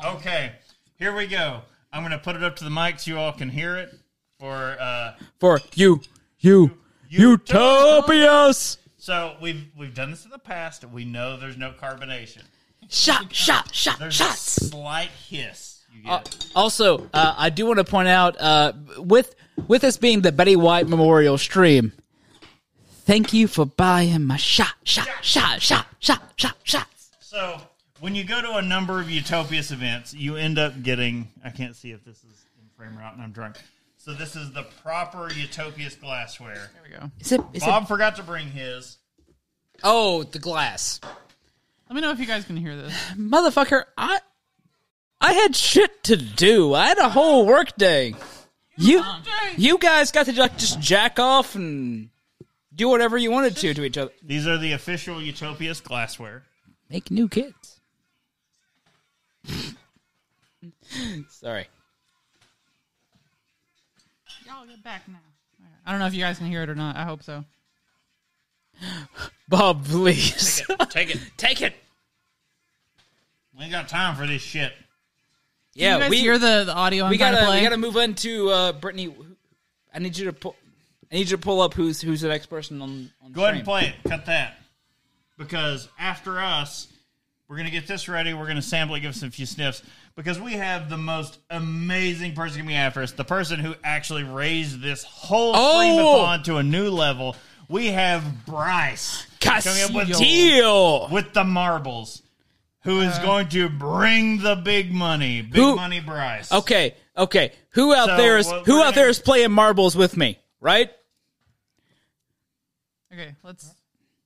S1: Okay, here we go. I'm gonna put it up to the mic so you all can hear it. For uh,
S3: For you, you, utopias.
S1: so we've we've done this in the past. We know there's no carbonation.
S3: Shot, shot, shot,
S1: There's
S3: shots.
S1: a slight hiss. You get.
S3: Also, uh, I do want to point out uh, with with this being the Betty White Memorial Stream. Thank you for buying my shot, shot, shot, shot, shot, shot, shots.
S1: So when you go to a number of Utopias events, you end up getting. I can't see if this is in frame or not, and I'm drunk. So this is the proper Utopias glassware.
S2: There we go.
S3: Is it? Is it?
S1: Bob forgot to bring his.
S3: Oh, the glass,
S2: Let me know if you guys can hear this.
S3: motherfucker! I I had shit to do. I had a whole work day. You you guys got to like, just jack off and do whatever you wanted to to each other.
S1: These are the official Utopias glassware.
S3: Make new kids. Sorry.
S2: Y'all get back now. I don't know if you guys can hear it or not. I hope so.
S3: Bob, please.
S1: Take it.
S3: Take it.
S1: We ain't got time for this shit.
S2: you guys hear the, the audio I'm
S3: we
S2: trying
S3: gotta
S2: to play?
S3: we gotta move on to uh, Brittany. I need you to pull. I need you to pull up who's who's the next person on. on
S1: Go ahead and play it. Cut that. Because after us, we're going to get this ready. We're going to sample it, give us a few sniffs. Because we have the most amazing person going to be after us. The person who actually raised this whole
S3: Oh!
S1: streamathon to a new level. We have Bryce coming up with,
S3: Castillo.
S1: with the marbles, who is going to bring the big money. Big
S3: Uh. Who-
S1: money, Bryce.
S3: Okay, okay. Who out
S1: So,
S3: there is
S1: what
S3: who
S1: we're
S3: out there
S1: gonna-
S3: is playing marbles with me? Right?
S2: okay, let's.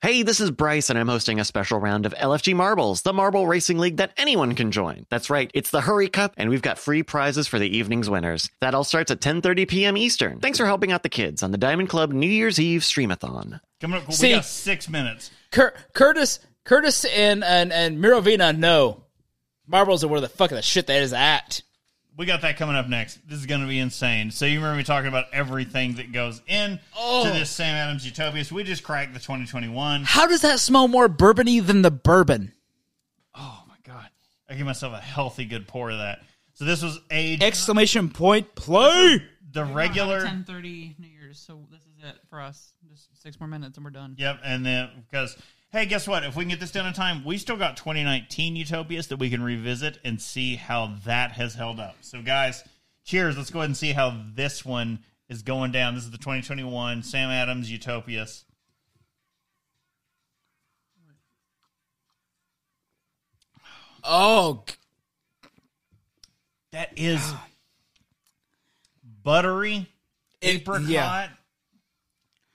S7: Hey, this is Bryce, and I'm hosting a special round of LFG Marbles, the marble racing league that anyone can join. That's right, it's the Hurry Cup, and we've got free prizes for the evening's winners. That all starts at 10:30 p.m. Eastern. Thanks for helping out the kids on the Diamond Club New Year's Eve streamathon.
S1: Coming up,
S3: See-
S1: we got six minutes.
S3: Cur- Curtis, Curtis, and and and Mirovina know marbles are where the fuck the shit that is at.
S1: we got that coming up next. This is going to be insane. So you remember me talking about everything that goes in to this Sam Adams Utopia. So we just cracked the 2021.
S3: How does that smell more bourbony than the bourbon?
S1: Oh my god! I gave myself a healthy good pour of that. So this was age
S3: Exclamation point! Play.
S1: the regular.
S2: Ten thirty New Year's. So this is it for us. Just six more minutes and we're done.
S1: Yep, and then because hey, guess what? If we can get this done in time, we still got 2019 Utopias that we can revisit and see how that has held up. So guys, cheers! Let's go ahead and see how this one is going down. This is the 2021 Sam Adams Utopias.
S3: Oh, g-
S1: That is buttery,
S3: It-
S1: apricot,
S3: yeah.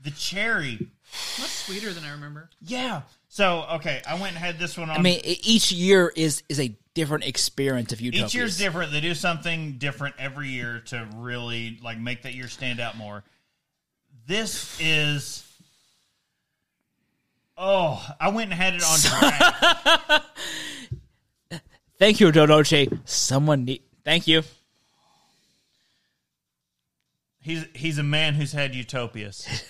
S1: the cherry.
S2: Much sweeter than I remember.
S1: Yeah. So okay, I went and had this one on.
S3: I mean, e- each year is is a different experience of Utopia.
S1: each year's different. They do something different every year to really like make that year stand out more. This is. Oh, I went and had it on draft.
S3: Thank you, Donoche. Someone need. Thank you.
S1: he's he's a man who's had utopias.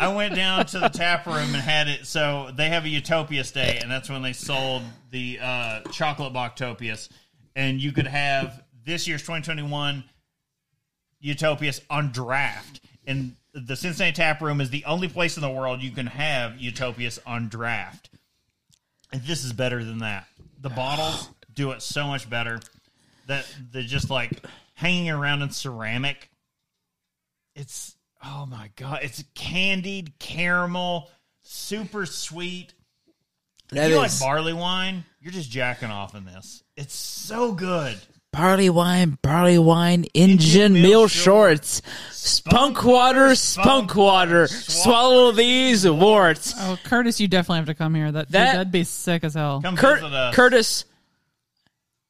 S1: I went down to the tap room and had it. So they have a Utopias day, and that's when they sold the uh, chocolate Boctopias, and you could have this year's 2021 Utopias on draft. And the Cincinnati tap room is the only place in the world you can have Utopias on draft. And this is better than that. The bottles do it so much better. That they're just like hanging around in ceramic it's oh my god it's candied caramel super sweet
S3: That
S1: you
S3: is
S1: like barley wine you're just jacking off in this it's so good
S3: barley wine, barley wine, engine meal shorts, spunk water, spunk water. Swallow these warts.
S2: Oh, Curtis, you definitely have to come here. That, dude,
S3: That-
S2: that'd be sick as hell.
S1: come visit
S3: Cur-
S1: us
S3: Curtis,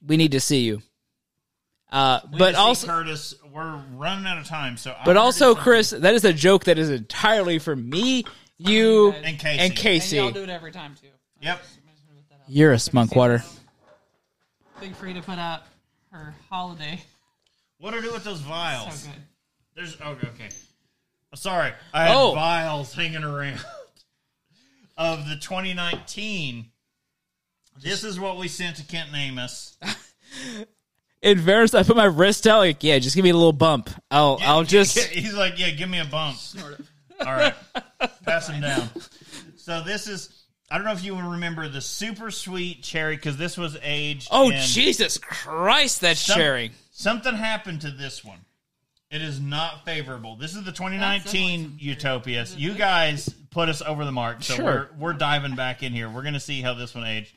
S3: we need to see you. Uh,
S1: We need
S3: but
S1: to see
S3: also,
S1: curtis we're running out of time so I'm
S3: but
S1: gonna
S3: also,
S1: do
S3: Chris, that is a joke that is entirely for me, you,
S1: something- and casey
S3: and Casey.
S2: y'all do it every time too.
S1: yep
S3: You're a spunk water.
S2: Big free to put out her holiday.
S1: what do I do with those
S2: So
S1: vials
S2: good.
S1: there's oh, okay I'm sorry i had
S3: Oh.
S1: vials hanging around of the 2019 This is what we sent to Kent and Amos.
S3: In Varus, I put my wrist out. Like, yeah, just give me a little bump. I'll, I'll just.
S1: He's like, yeah, give me a bump. All right, pass him down. So this is. I don't know if you will remember the super sweet cherry because this was aged.
S3: Oh
S1: in-
S3: Jesus Christ, that's
S1: Some-
S3: sharing.
S1: Something happened to this one. It is not favorable. This is the 2019 Utopias. You guys put us over the mark, so
S3: Sure.
S1: we're we're diving back in here. We're going to see how this one aged.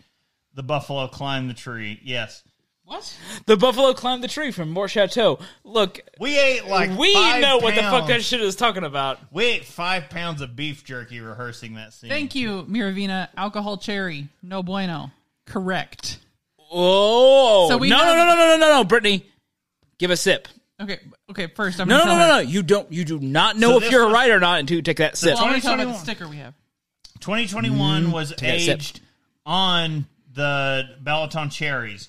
S1: The buffalo climbed the tree. Yes,
S2: What?
S3: The buffalo climbed the tree from Mort Chateau. Look,
S1: we ate like
S3: we
S1: five
S3: know what the fuck that
S1: pounds-
S3: shit is talking about.
S1: we ate five pounds of beef jerky rehearsing that scene.
S2: Thank you, Miravina. Alcohol cherry, no bueno. Correct.
S3: Oh,
S2: So
S3: no,
S2: we
S3: no,
S2: have-
S3: no, no, no, no, no, no, Brittany, give a sip.
S2: Okay, okay. First, I'm
S3: No, no,
S2: gonna
S3: no,
S2: tell
S3: no,
S2: her-
S3: no. You don't. You do not know
S1: So
S3: if
S1: this
S3: you're
S1: was-
S3: right or not until you take that sip.
S2: Well, I'm gonna tell her about the
S1: 2021.
S2: sticker we have.
S1: 2021
S2: Mm-hmm.
S1: was
S3: a sip.
S1: aged on the Balaton cherries.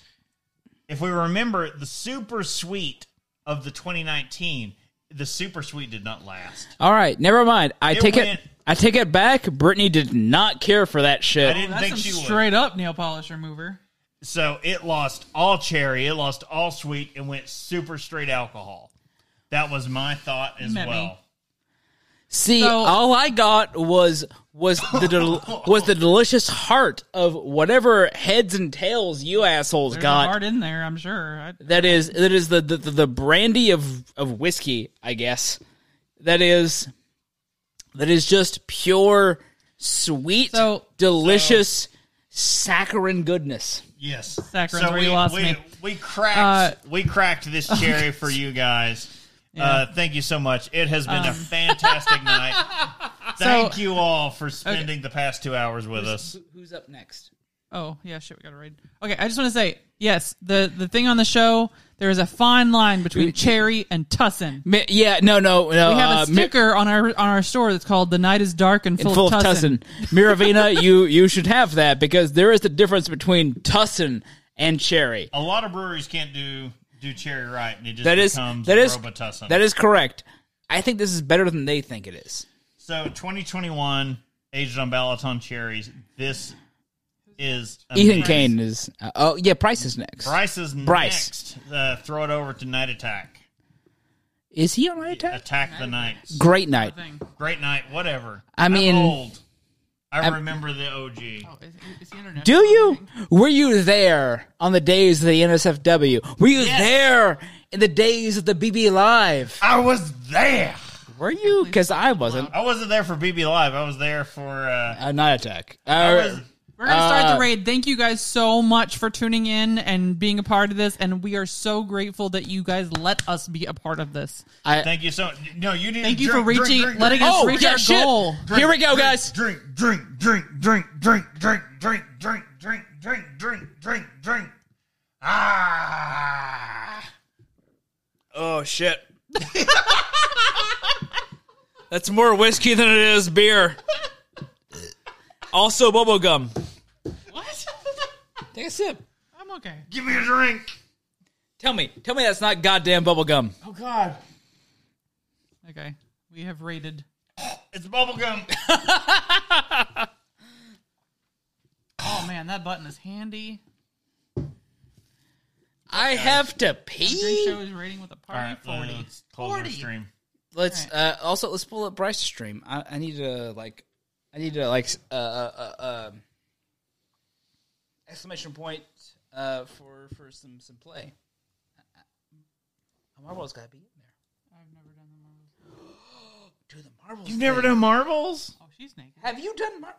S1: If we remember, the super sweet of the 2019, the super sweet did not last.
S3: All right, never mind. I
S1: It
S3: take
S1: went-
S3: it. I take it back. Brittany did not care for that
S1: I
S3: shit.
S1: didn't
S2: Oh, That's
S1: think
S2: some
S1: she would.
S2: straight up nail polish remover.
S1: So it lost all cherry, it lost all sweet, and went super straight alcohol. That was my thought as
S2: Met me.
S1: well.
S3: See,
S2: So-
S3: all I got was was the del- was the delicious heart of whatever heads and tails you assholes
S2: There's a
S3: got.
S2: heart in there, I'm sure. I,
S3: That is that is the the, the brandy of of whiskey, I guess. That is that is just pure sweet,
S2: So-
S3: delicious saccharine goodness.
S1: Yes,
S2: Saccharin's where you lost
S1: we,
S2: me. Uh,
S1: we cracked we cracked this cherry for you guys. Uh, thank you so much. It has been
S2: Uh.
S1: a fantastic night. Thank you all for spending the past two hours with us.
S3: Who's up next?
S2: Oh yeah, shit, we gotta read. Okay, I just want to say yes. The the thing on the show, there is a fine line between cherry and tussin.
S3: Mi- yeah, no, no, no.
S2: We have
S3: uh,
S2: a
S3: Mi-
S2: sticker on our on our store that's called "The night is dark and full,
S3: full
S2: of
S3: of
S2: tussin."
S3: tussin. Miravina, you you should have that because there is a difference between tussin and cherry.
S1: A lot of breweries can't do do cherry right, and it just
S3: That is
S1: becomes
S3: that is
S1: Robitussin.
S3: that is correct. I think this is better than they think it is.
S1: so 2021 aged on Balaton cherries. This is
S3: Ethan
S1: amazing.
S3: Kane is. Uh, oh yeah, Price is next.
S1: Bryce is
S3: Bryce.
S1: next. Uh, throw it over to Night Attack.
S3: Is he on right attack?
S1: Attack the Knights.
S3: Great night.
S2: Thing.
S1: Great night, whatever.
S3: I
S1: I'm
S3: mean-
S1: old. I remember the OG.
S2: Is, is the internet?
S3: Do you? Were you there on the days of the NSFW? Were you there in the days of the BB Live?
S1: I was there.
S3: Were you? Because I wasn't.
S1: I wasn't there for BB Live. I was there for. Uh,
S3: Uh, night attack.
S1: I
S3: Uh,
S1: was,
S2: We're gonna start
S3: Uh,
S2: the raid. Thank you guys so much for tuning in and being a part of this, and we are so grateful that you guys let us be a part of this.
S1: thank you so. No, you didn't.
S2: Thank you
S1: drink,
S2: for
S1: drink,
S2: reaching,
S1: drink,
S2: letting
S1: drink,
S2: us
S3: Oh,
S2: reach
S3: yeah,
S2: our
S3: shit.
S2: goal.
S3: Here we go, guys.
S1: Drink, drink, drink, drink, drink, drink, drink, drink, drink, drink, drink, drink, drink. Ah.
S3: Oh shit. That's more whiskey than it is beer. Also bubble gum.
S2: What?
S3: Take a sip.
S2: I'm okay.
S1: Give me a drink.
S3: Tell me, tell me that's not goddamn bubble gum.
S1: Oh God,
S2: Okay, we have raided.
S1: it's bubblegum.
S2: Oh man, that button is handy.
S3: I have to
S2: Drink
S3: pee.
S2: show is rating with a
S1: All
S2: party
S1: right,
S2: forty.
S1: let's close our stream.
S3: Let's uh, also let's pull up Bryce's stream. I, I need to like, I need to like uh, uh, uh, uh, exclamation point uh, for for some some play. Uh, uh, Marbles gotta be in there. I've never done the marbles. Do the marbles.
S1: You've never done marbles?
S2: Oh, she's naked.
S3: Have you done mar-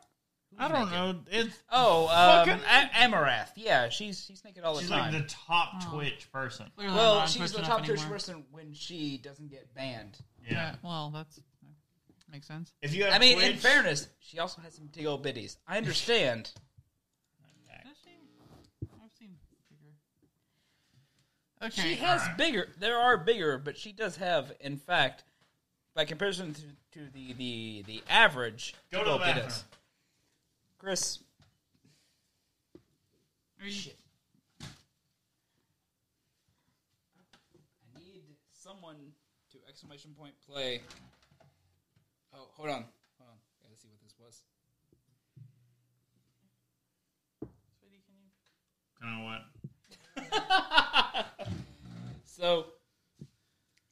S1: I don't know. It's
S3: Oh, um,
S1: Fucking-
S3: A- Amarath. Yeah, she's she's naked all the
S1: she's like
S3: time.
S1: the top Twitch person.
S2: Clearly I'm
S3: well,
S2: not
S3: she's
S2: twitching
S3: the
S2: up
S3: top church
S2: anymore.
S3: person when she doesn't get banned.
S2: Yeah, well, that's makes sense.
S1: If you have
S3: I mean, in
S1: Twitch,
S3: fairness, she also has some big old biddies. I understand.
S2: I've seen bigger. Okay.
S3: she has bigger. There are bigger, but she does have, in fact, by comparison to, to the, the the average.
S1: Go
S3: big
S1: to the
S3: old biddies.
S1: bathroom.
S3: Chris.
S2: Are you-
S3: Shit. I need someone to exclamation point play. Oh, hold on. Hold on. Gotta see what this was.
S2: Sweetie, can you
S1: I don't know what.
S3: So,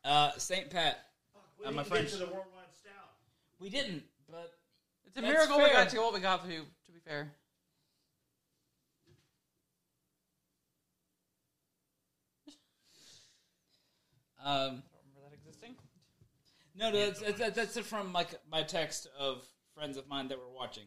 S3: uh, St. Pat, uh, my friend,
S1: worldwide stout.
S3: we didn't, but
S2: It's a
S3: That's
S2: miracle we
S3: fair.
S2: got to what we got to. To be fair,
S3: um,
S2: remember that existing?
S3: no, that's that's, that's, that's it from like my text of friends of mine that were watching.